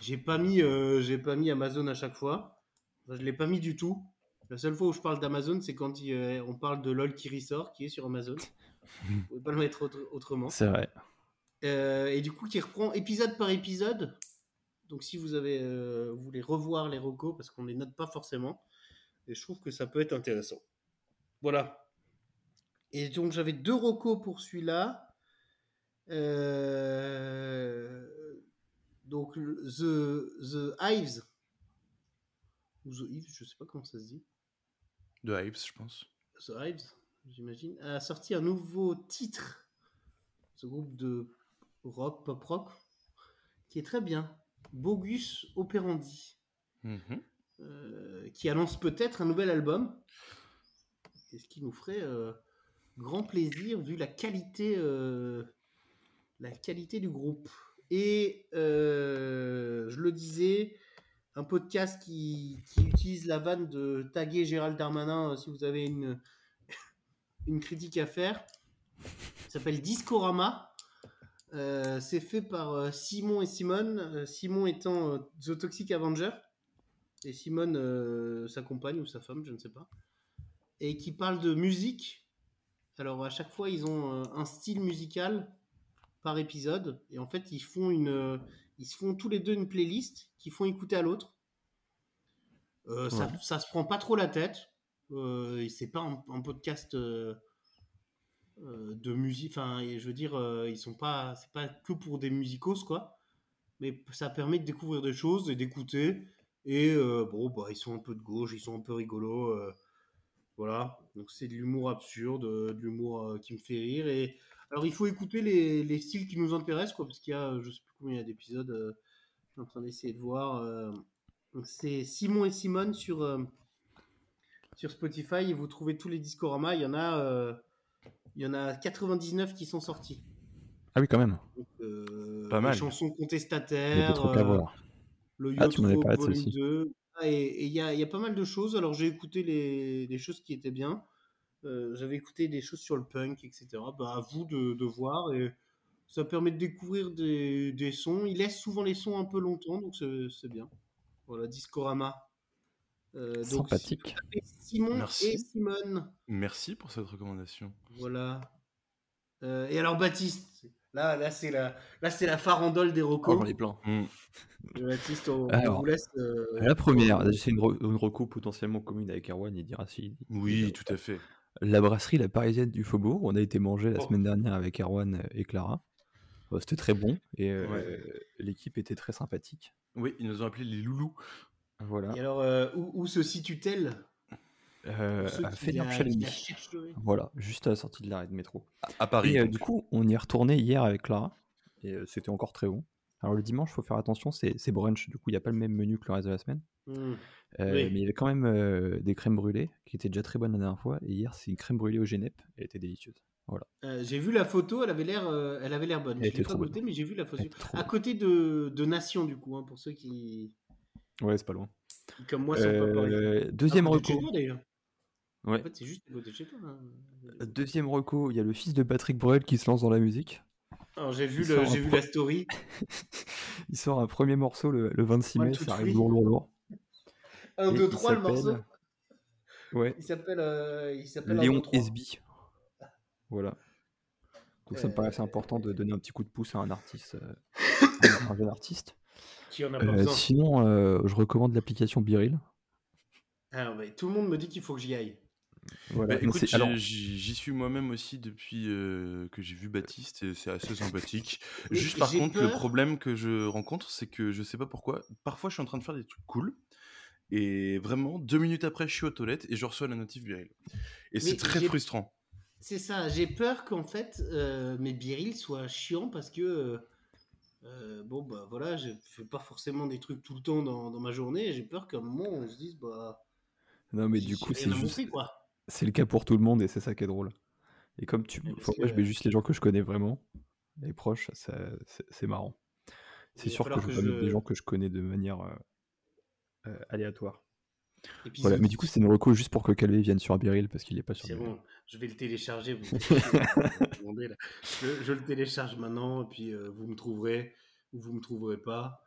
[SPEAKER 1] J'ai pas mis, euh, j'ai pas mis Amazon à chaque fois. Enfin, je l'ai pas mis du tout. La seule fois où je parle d'Amazon, c'est quand il, euh, on parle de LOL qui ressort, qui est sur Amazon. Vous pouvez pas le mettre autre- autrement.
[SPEAKER 4] C'est vrai.
[SPEAKER 1] Euh, et du coup, qui reprend épisode par épisode. Donc, si vous avez, euh, vous voulez revoir les recos, parce qu'on les note pas forcément, et je trouve que ça peut être intéressant. Voilà. Et donc, j'avais deux recos pour celui-là. Euh, donc, le- the, the Hives. Ou The Hives, je sais pas comment ça se dit.
[SPEAKER 2] De Hypes, je pense.
[SPEAKER 1] The Hives, j'imagine, a sorti un nouveau titre. Ce groupe de rock, pop rock, qui est très bien. Bogus Operandi,
[SPEAKER 2] Mm-hmm.
[SPEAKER 1] euh, qui annonce peut-être un nouvel album. Et ce qui nous ferait euh, grand plaisir vu la qualité, euh, la qualité du groupe. Et euh, je le disais, un podcast qui, qui utilise la vanne de taguer Gérald Darmanin euh, si vous avez une, une critique à faire. Ça s'appelle Discorama. Euh, c'est fait par euh, Simon et Simone. Euh, Simon étant euh, The Toxic Avenger. Et Simone, euh, sa compagne ou sa femme, je ne sais pas. et qui parle de musique. Alors à chaque fois, ils ont euh, un style musical par épisode et en fait, ils font une, euh, ils se font tous les deux une playlist qu'ils font écouter à l'autre. Euh, ça, ça se prend pas trop la tête. Euh, c'est pas un, un podcast euh, euh, de musique. Enfin, et je veux dire, euh, ils sont pas, c'est pas que pour des musicos quoi. Mais p- ça permet de découvrir des choses et d'écouter. Et euh, bon, bah, ils sont un peu de gauche, ils sont un peu rigolos. euh, voilà. Donc c'est de l'humour absurde, euh, de l'humour euh, qui me fait rire. Et alors il faut écouter les, les styles qui nous intéressent quoi, parce qu'il y a, euh, je sais plus combien il y a d'épisodes. euh, je suis en train d'essayer de voir. euh, donc c'est Simon et Simone sur. euh, sur Spotify et vous trouvez tous les Discorama. Il y en a, euh, il y en a 99 qui sont sortis.
[SPEAKER 4] Ah oui, quand même.
[SPEAKER 1] Donc, euh,
[SPEAKER 2] Pas
[SPEAKER 1] les
[SPEAKER 2] mal.
[SPEAKER 1] chansons
[SPEAKER 4] Il y a
[SPEAKER 1] contestataires,
[SPEAKER 4] des trucs à
[SPEAKER 1] euh,
[SPEAKER 4] voir.
[SPEAKER 1] le
[SPEAKER 4] Ah,
[SPEAKER 1] Yacht
[SPEAKER 4] tu m'en avais
[SPEAKER 1] Club
[SPEAKER 4] parlé de
[SPEAKER 1] Volume
[SPEAKER 4] celle-ci.
[SPEAKER 1] 2. Ah, Et et il y a, il y a pas mal de choses. Alors j'ai écouté les, les choses qui étaient bien. Euh, J'avais écouté des choses sur le punk, etc. Bah, à vous de, de voir. Et ça permet de découvrir des, des sons. Il laisse souvent les sons un peu longtemps, donc c'est c'est bien. Voilà, Discorama. Euh, donc, si vous
[SPEAKER 4] Sympathique.
[SPEAKER 1] tapez Simon
[SPEAKER 2] Merci.
[SPEAKER 1] et Simone.
[SPEAKER 2] Merci pour cette recommandation.
[SPEAKER 1] Voilà. Euh, et alors Baptiste, là, là c'est la, là c'est la farandole des recos.
[SPEAKER 4] Ah, Oh, plein.
[SPEAKER 1] Euh, Baptiste, on, on
[SPEAKER 4] Alors,
[SPEAKER 1] vous laisse. euh,
[SPEAKER 4] La première, c'est une, re- une recoupe potentiellement commune avec Erwan, il dira si.
[SPEAKER 2] Oui, tout à fait.
[SPEAKER 4] La brasserie La Parisienne du Faubourg, on a été manger la
[SPEAKER 2] Oh.
[SPEAKER 4] semaine dernière avec Erwan et Clara. Euh, C'était très bon et euh,
[SPEAKER 2] Ouais.
[SPEAKER 4] l'équipe était très sympathique.
[SPEAKER 2] Oui, ils nous ont appelés les loulous.
[SPEAKER 4] Voilà.
[SPEAKER 1] Et alors, euh, où, où se situe-t-elle Pour
[SPEAKER 4] Euh,
[SPEAKER 1] ceux
[SPEAKER 4] à
[SPEAKER 1] qui
[SPEAKER 4] Fédère
[SPEAKER 1] la- qui la
[SPEAKER 4] Chalemy.
[SPEAKER 1] chercheraient.
[SPEAKER 4] Voilà, juste à la sortie de l'arrêt de métro.
[SPEAKER 2] À Paris.
[SPEAKER 4] Et euh,
[SPEAKER 2] donc.
[SPEAKER 4] du coup, on y est retourné hier avec Clara et euh, c'était encore très bon. Alors le dimanche, faut faire attention, c'est c'est brunch, du coup, il n'y a pas le même menu que le reste de la semaine.
[SPEAKER 1] Hmm.
[SPEAKER 4] Euh,
[SPEAKER 1] Oui.
[SPEAKER 4] Mais il y avait quand même euh, des crèmes brûlées qui étaient déjà très bonnes la dernière fois. Et hier, c'est une crème brûlée au Genep et elle était délicieuse.
[SPEAKER 1] Euh, j'ai vu la photo, elle avait l'air, euh, elle avait l'air bonne.
[SPEAKER 4] Elle
[SPEAKER 1] Je
[SPEAKER 4] était
[SPEAKER 1] l'ai pas
[SPEAKER 4] trop
[SPEAKER 1] goûtée, mais j'ai vu la photo.
[SPEAKER 4] Elle était trop
[SPEAKER 1] À côté de, de Nation, du coup, hein, pour ceux qui,
[SPEAKER 4] bonne. Ouais, c'est pas loin.
[SPEAKER 1] qui, comme moi, sont pas parisiens.
[SPEAKER 4] Euh, deuxième
[SPEAKER 1] À côté de chez
[SPEAKER 4] reco.
[SPEAKER 1] toi, d'ailleurs.
[SPEAKER 4] Ouais.
[SPEAKER 1] En fait, c'est juste à côté de chez toi. hein.
[SPEAKER 4] Euh, Deuxième reco, il y a le fils de Patrick Bruel qui se lance dans la musique.
[SPEAKER 1] Alors, j'ai vu,
[SPEAKER 4] Ils
[SPEAKER 1] le,
[SPEAKER 4] sont
[SPEAKER 1] j'ai
[SPEAKER 4] en
[SPEAKER 1] vu
[SPEAKER 4] pro-
[SPEAKER 1] la story.
[SPEAKER 4] Il sort un premier morceau le, le 26
[SPEAKER 1] Ouais,
[SPEAKER 4] mai,
[SPEAKER 1] tout de
[SPEAKER 4] ça arrive
[SPEAKER 1] suite.
[SPEAKER 4] lourd, lourd, lourd.
[SPEAKER 1] 1,
[SPEAKER 4] Et
[SPEAKER 1] 2,
[SPEAKER 4] il
[SPEAKER 1] 3, le
[SPEAKER 4] s'appelle-
[SPEAKER 1] morceau.
[SPEAKER 4] Ouais,
[SPEAKER 1] Il s'appelle. euh, il s'appelle un, deux,
[SPEAKER 4] Léon
[SPEAKER 1] trois.
[SPEAKER 4] Esby. Voilà. Donc ça me
[SPEAKER 1] Euh,
[SPEAKER 4] paraissait important de donner un petit coup de pouce à un artiste, euh, un jeune artiste.
[SPEAKER 1] Qui en a pas
[SPEAKER 4] Euh,
[SPEAKER 1] besoin.
[SPEAKER 4] sinon, euh, je recommande l'application Biril.
[SPEAKER 1] Ah ouais, tout le monde me dit qu'il faut que j'y aille.
[SPEAKER 4] Voilà.
[SPEAKER 2] Bah,
[SPEAKER 4] Non,
[SPEAKER 2] écoute,
[SPEAKER 4] c'est-
[SPEAKER 2] j'y-
[SPEAKER 4] alors,
[SPEAKER 2] j'y j'y suis moi-même aussi depuis euh, que j'ai vu Baptiste et c'est assez sympathique.
[SPEAKER 1] Mais
[SPEAKER 2] Juste par
[SPEAKER 1] j'ai
[SPEAKER 2] contre, le
[SPEAKER 1] peur-
[SPEAKER 2] problème que je rencontre, c'est que je sais pas pourquoi. Parfois, je suis en train de faire des trucs cool et vraiment deux minutes après, je suis aux toilettes et je reçois la notif virile. Et c'est très
[SPEAKER 1] j'ai-
[SPEAKER 2] frustrant.
[SPEAKER 1] C'est ça, j'ai peur qu'en fait euh, mes birils soient chiants parce que euh, euh, bon bah voilà, je fais pas forcément des trucs tout le temps dans, dans ma journée. et J'ai peur qu'à un moment on se dise bah.
[SPEAKER 4] non mais
[SPEAKER 1] j'ai-
[SPEAKER 4] du
[SPEAKER 1] j'ai
[SPEAKER 4] coup,
[SPEAKER 1] rien
[SPEAKER 4] c'est
[SPEAKER 1] à
[SPEAKER 4] juste-
[SPEAKER 1] montrer, quoi.
[SPEAKER 4] c'est le cas pour tout le monde et c'est ça qui est drôle. Et comme tu,
[SPEAKER 1] Mais parce
[SPEAKER 4] enfin, moi, je
[SPEAKER 1] que-
[SPEAKER 4] mets juste les gens que je connais vraiment, les proches, ça- c'est c'est marrant. C'est
[SPEAKER 1] Il va
[SPEAKER 4] sûr que
[SPEAKER 1] falloir
[SPEAKER 4] je vais
[SPEAKER 1] que
[SPEAKER 4] pas mettre des
[SPEAKER 1] je-
[SPEAKER 4] gens que je connais de manière euh, euh, aléatoire.
[SPEAKER 1] Et puis,
[SPEAKER 4] Voilà,
[SPEAKER 1] c'est-
[SPEAKER 4] mais du coup, c'est une reco juste pour que Calvé vienne sur Biril parce qu'il est pas sur
[SPEAKER 1] c'est
[SPEAKER 4] Biril.
[SPEAKER 1] bon, je vais le télécharger. vous me faites chier, vous me demandez, là. je, je le télécharge maintenant et puis euh, vous me trouverez ou vous me trouverez pas.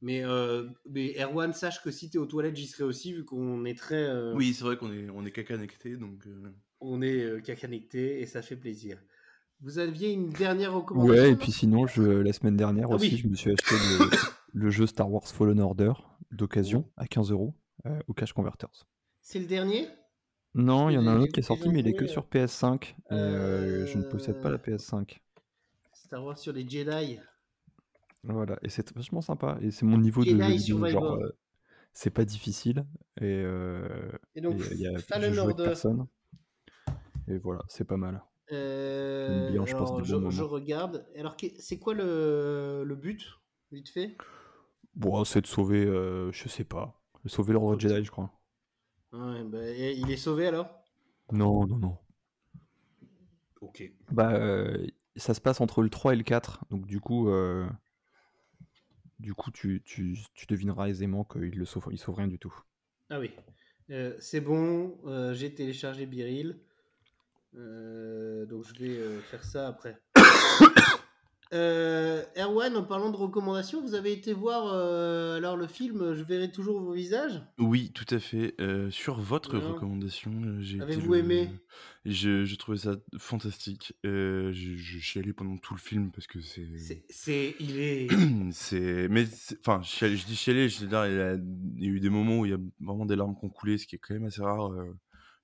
[SPEAKER 1] Mais, euh, mais Erwan, sache que si t'es aux toilettes, j'y serai aussi vu qu'on est très. euh,
[SPEAKER 2] Oui, c'est vrai qu'on est on est qu'à connecté, donc. euh,
[SPEAKER 1] on est euh, qu'à connecter et ça fait plaisir. Vous aviez une dernière recommandation
[SPEAKER 4] Ouais, et
[SPEAKER 1] non
[SPEAKER 4] puis sinon, je, la semaine dernière
[SPEAKER 1] Ah
[SPEAKER 4] aussi,
[SPEAKER 1] oui.
[SPEAKER 4] je me suis acheté le, le jeu Star Wars Fallen Order
[SPEAKER 1] Oh.
[SPEAKER 4] d'occasion à 15 euros euh, au Cash Converters.
[SPEAKER 1] C'est le dernier
[SPEAKER 4] Non, il y en a un
[SPEAKER 1] J'ai-
[SPEAKER 4] autre qui est
[SPEAKER 1] j'ai
[SPEAKER 4] sorti, mais il est que
[SPEAKER 1] joué,
[SPEAKER 4] sur PS5 et euh, je ne possède pas
[SPEAKER 1] Euh,
[SPEAKER 4] la PS5.
[SPEAKER 1] Star Wars sur les Jedi.
[SPEAKER 4] Voilà, et c'est vachement sympa. Et c'est mon niveau de
[SPEAKER 1] Jedi
[SPEAKER 4] jeu vidéo, genre,
[SPEAKER 1] Survivor.
[SPEAKER 4] euh, c'est pas difficile et, euh,
[SPEAKER 1] Et
[SPEAKER 4] et
[SPEAKER 1] donc,
[SPEAKER 4] il y a, je
[SPEAKER 1] Fallen
[SPEAKER 4] joue avec
[SPEAKER 1] Order.
[SPEAKER 4] personne. Et voilà, c'est pas mal.
[SPEAKER 1] Euh,
[SPEAKER 4] J'aime bien, je passe
[SPEAKER 1] alors,
[SPEAKER 4] des bons
[SPEAKER 1] je,
[SPEAKER 4] moments.
[SPEAKER 1] je regarde. Alors, qu'est- c'est quoi le, le but Vite fait
[SPEAKER 4] Bon, c'est de sauver, euh, je sais pas, sauver l'ordre Jedi, je crois.
[SPEAKER 1] Ouais, bah, et Il est sauvé alors
[SPEAKER 4] Non, non, non.
[SPEAKER 1] Ok.
[SPEAKER 4] Bah, euh, ça se passe entre le 3 et le 4, donc du coup, euh, du coup, tu, tu, tu devineras aisément qu'il le sauve, il sauve rien du tout.
[SPEAKER 1] Ah oui. Euh, c'est bon, euh, j'ai téléchargé Biril. Euh, donc, je vais euh, faire ça après. Euh, Erwan, en parlant de recommandations, vous avez été voir euh, alors le film Je verrai toujours vos visages
[SPEAKER 2] Oui, tout à fait. Euh, sur votre
[SPEAKER 1] Non.
[SPEAKER 2] recommandation, euh, j'ai été
[SPEAKER 1] Hein? Avez-vous
[SPEAKER 2] le-
[SPEAKER 1] aimé
[SPEAKER 2] je, je trouvais ça fantastique. Euh, je, je chialais pendant tout le film parce que c'est.
[SPEAKER 1] C'est- C'est. Il est.
[SPEAKER 2] c'est mais c'est- enfin chialer- je dis chialer je veux dire, il, y a, il y a eu des moments où il y a vraiment des larmes qui ont coulé ce qui est quand même assez rare euh,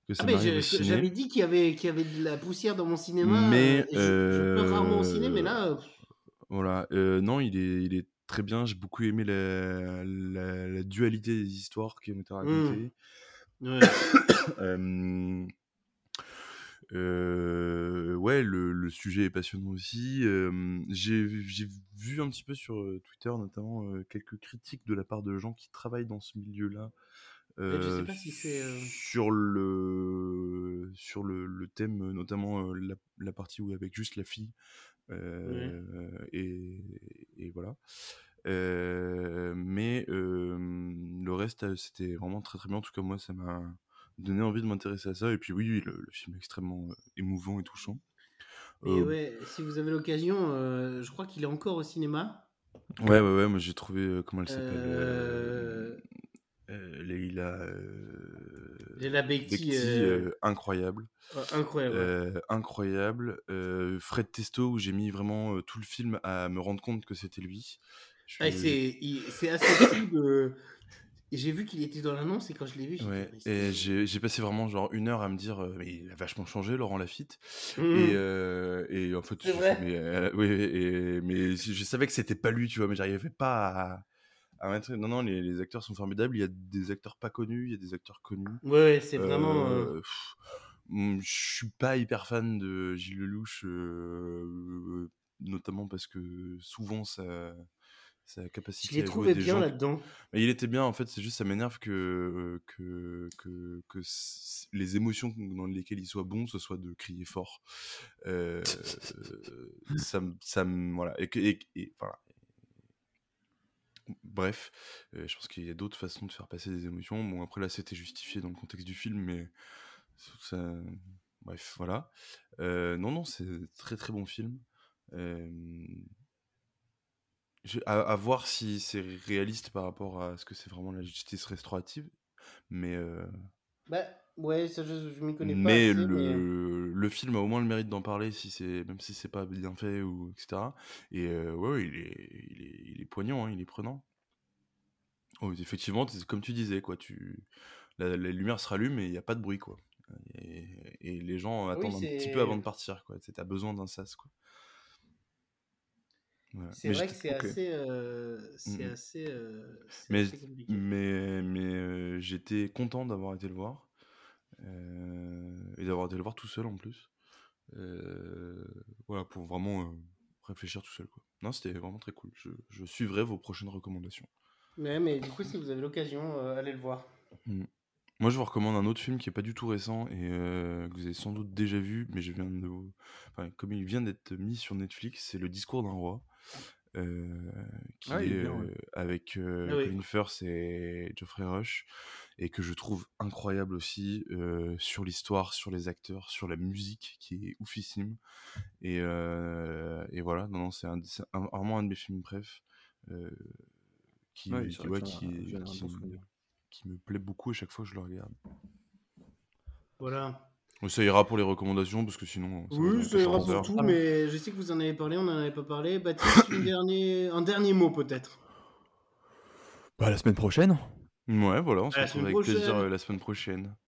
[SPEAKER 2] que ça
[SPEAKER 1] Ah, mais
[SPEAKER 2] m'arrive
[SPEAKER 1] je-
[SPEAKER 2] au
[SPEAKER 1] je-
[SPEAKER 2] ciné.
[SPEAKER 1] j'avais dit qu'il y, avait, qu'il y avait de la poussière dans mon cinéma.
[SPEAKER 2] Mais,
[SPEAKER 1] euh, et je, je pleure rarement au ciné,
[SPEAKER 2] euh,
[SPEAKER 1] mais là. euh,
[SPEAKER 2] Voilà. Euh, non, il est, il est très bien. J'ai beaucoup aimé la, la- la dualité des histoires qui ont
[SPEAKER 1] Mmh.
[SPEAKER 2] été racontées.
[SPEAKER 1] ouais.
[SPEAKER 2] Euh, euh, ouais, le, le sujet est passionnant aussi. Euh, J'ai j'ai vu un petit peu sur euh, Twitter, notamment, euh, quelques critiques de la part de gens qui travaillent dans ce milieu-là.
[SPEAKER 1] fait, je sais
[SPEAKER 2] euh,
[SPEAKER 1] pas si c'est, euh,
[SPEAKER 2] sur le sur le, le thème notamment euh, la, la partie où avec juste la fille euh, et, et voilà Euh, mais euh, le reste euh, c'était vraiment très très bien en tout cas moi ça m'a donné envie de m'intéresser à ça et puis oui le, le film est extrêmement euh, émouvant et touchant
[SPEAKER 1] mais
[SPEAKER 2] Euh,
[SPEAKER 1] ouais, si vous avez l'occasion, euh, je crois qu'il est encore au cinéma.
[SPEAKER 2] ouais ouais ouais moi j'ai trouvé euh, comment elle s'appelle euh,
[SPEAKER 1] Euh,
[SPEAKER 2] euh, Leila euh,
[SPEAKER 1] Leila Bekhti,
[SPEAKER 2] Bekhti,
[SPEAKER 1] euh,
[SPEAKER 2] euh, incroyable
[SPEAKER 1] ouais, Ah, incroyable. ouais.
[SPEAKER 2] Euh, incroyable. Euh, Fred Testo, où j'ai mis vraiment euh, tout le film à me rendre compte que c'était lui. Je-
[SPEAKER 1] Ah, c'est il- c'est assorti de. J'ai vu qu'il était dans l'annonce et quand je l'ai vu, j'ai dit,
[SPEAKER 2] Ouais,
[SPEAKER 1] mais c'est-
[SPEAKER 2] et j'ai j'ai passé vraiment genre une heure à me dire, euh, mais il a vachement changé, Laurent Lafitte.
[SPEAKER 1] Mhm.
[SPEAKER 2] Et, euh, et en fait,
[SPEAKER 1] C'est
[SPEAKER 2] j'ai
[SPEAKER 1] vrai.
[SPEAKER 2] fait, mais, euh, oui, et- mais je je savais que c'était pas lui, tu vois, mais j'arrivais pas à. à mettre- Non, non, les, les acteurs sont formidables. Il y a des acteurs pas connus, il y a des acteurs connus.
[SPEAKER 1] Ouais, ouais, c'est vraiment. euh,
[SPEAKER 2] Euh, pff, mm, Je suis pas hyper fan de Gilles Lelouch, euh, notamment parce que souvent sa, sa
[SPEAKER 1] Je
[SPEAKER 2] capacité
[SPEAKER 1] l'ai
[SPEAKER 2] à jouer
[SPEAKER 1] trouvé
[SPEAKER 2] des
[SPEAKER 1] bien
[SPEAKER 2] gens-
[SPEAKER 1] là-dedans.
[SPEAKER 2] Mais il était bien, en fait, c'est juste ça m'énerve que, que, que, que s- les émotions dans lesquelles il soit bon, ce soit de crier fort. Euh, euh, ça, me- ça me- voilà. Et, que- et- et- voilà. Bref, euh, je pense qu'il y a d'autres façons de faire passer des émotions. Bon, après là, c'était justifié dans le contexte du film, mais ça- Bref, voilà. Euh, non, non, c'est un très très bon film. Euh, je- à, à voir si c'est réaliste par rapport à ce que c'est vraiment la justice restaurative, mais, euh,
[SPEAKER 1] Bah, ouais, ça, je, je m'y connais
[SPEAKER 2] mais,
[SPEAKER 1] pas. assez,
[SPEAKER 2] le,
[SPEAKER 1] mais-
[SPEAKER 2] le film a au moins le mérite d'en parler, si c'est même si c'est pas bien fait ou etc. Et euh, ouais, ouais, il est, il est, il est poignant, hein, il est prenant. Oh, effectivement, c'est comme tu disais, quoi, tu la, la lumière se rallume et il n'y a pas de bruit, quoi. Et, et les gens attendent un petit
[SPEAKER 1] Ah c'est-
[SPEAKER 2] peu avant de partir, quoi. T'as besoin d'un sas, quoi. Voilà.
[SPEAKER 1] C'est
[SPEAKER 2] Mais
[SPEAKER 1] vrai que
[SPEAKER 2] j'étais-
[SPEAKER 1] c'est
[SPEAKER 2] ok.
[SPEAKER 1] assez. euh, c'est
[SPEAKER 2] Mhm.
[SPEAKER 1] assez. euh, c'est
[SPEAKER 2] Mais- mmh.
[SPEAKER 1] assez compliqué.
[SPEAKER 2] Mais, mais euh, j'étais content d'avoir été le voir. euh, et d'avoir été le voir tout seul en plus. Euh, voilà, pour vraiment euh, réfléchir tout seul. Quoi. Non, c'était vraiment très cool. Je, je suivrai vos prochaines recommandations.
[SPEAKER 1] Ouais, mais du coup, si vous avez l'occasion, euh, allez le voir.
[SPEAKER 2] Moi, je vous recommande un autre film qui est pas du tout récent et euh, que vous avez sans doute déjà vu, mais je viens de vous- enfin, comme il vient d'être mis sur Netflix, c'est Le Discours d'un roi, euh, qui
[SPEAKER 3] Ah, il est
[SPEAKER 2] est,
[SPEAKER 3] bien, ouais.
[SPEAKER 2] euh, avec euh,
[SPEAKER 1] Ah oui.
[SPEAKER 2] Colin Firth et Geoffrey Rush, et que je trouve incroyable aussi euh, sur l'histoire, sur les acteurs, sur la musique qui est oufissime. Et, euh, et voilà, non, non, c'est un- c'est un- vraiment un de mes films, bref. euh, qui,
[SPEAKER 3] Ouais,
[SPEAKER 2] qui-
[SPEAKER 3] c'est vrai
[SPEAKER 2] ouais,
[SPEAKER 3] que ça,
[SPEAKER 2] qui-
[SPEAKER 3] j'en ai un
[SPEAKER 2] qui-
[SPEAKER 3] bon souvenir.
[SPEAKER 2] qui me plaît beaucoup à chaque fois que je le regarde.
[SPEAKER 1] Voilà.
[SPEAKER 2] Oui, Ça ira pour les recommandations, parce que sinon. va durer
[SPEAKER 1] Oui, ça ira
[SPEAKER 2] 14
[SPEAKER 1] pour
[SPEAKER 2] heures.
[SPEAKER 1] tout, mais je sais que vous en avez parlé, on n'en avait pas parlé. Baptiste, une dernier... un dernier mot peut-être.
[SPEAKER 4] Bah, la semaine prochaine
[SPEAKER 2] Ouais, voilà, on se
[SPEAKER 1] À la
[SPEAKER 2] retrouve
[SPEAKER 1] semaine
[SPEAKER 2] avec plaisir
[SPEAKER 1] prochaine.
[SPEAKER 2] euh, la semaine prochaine.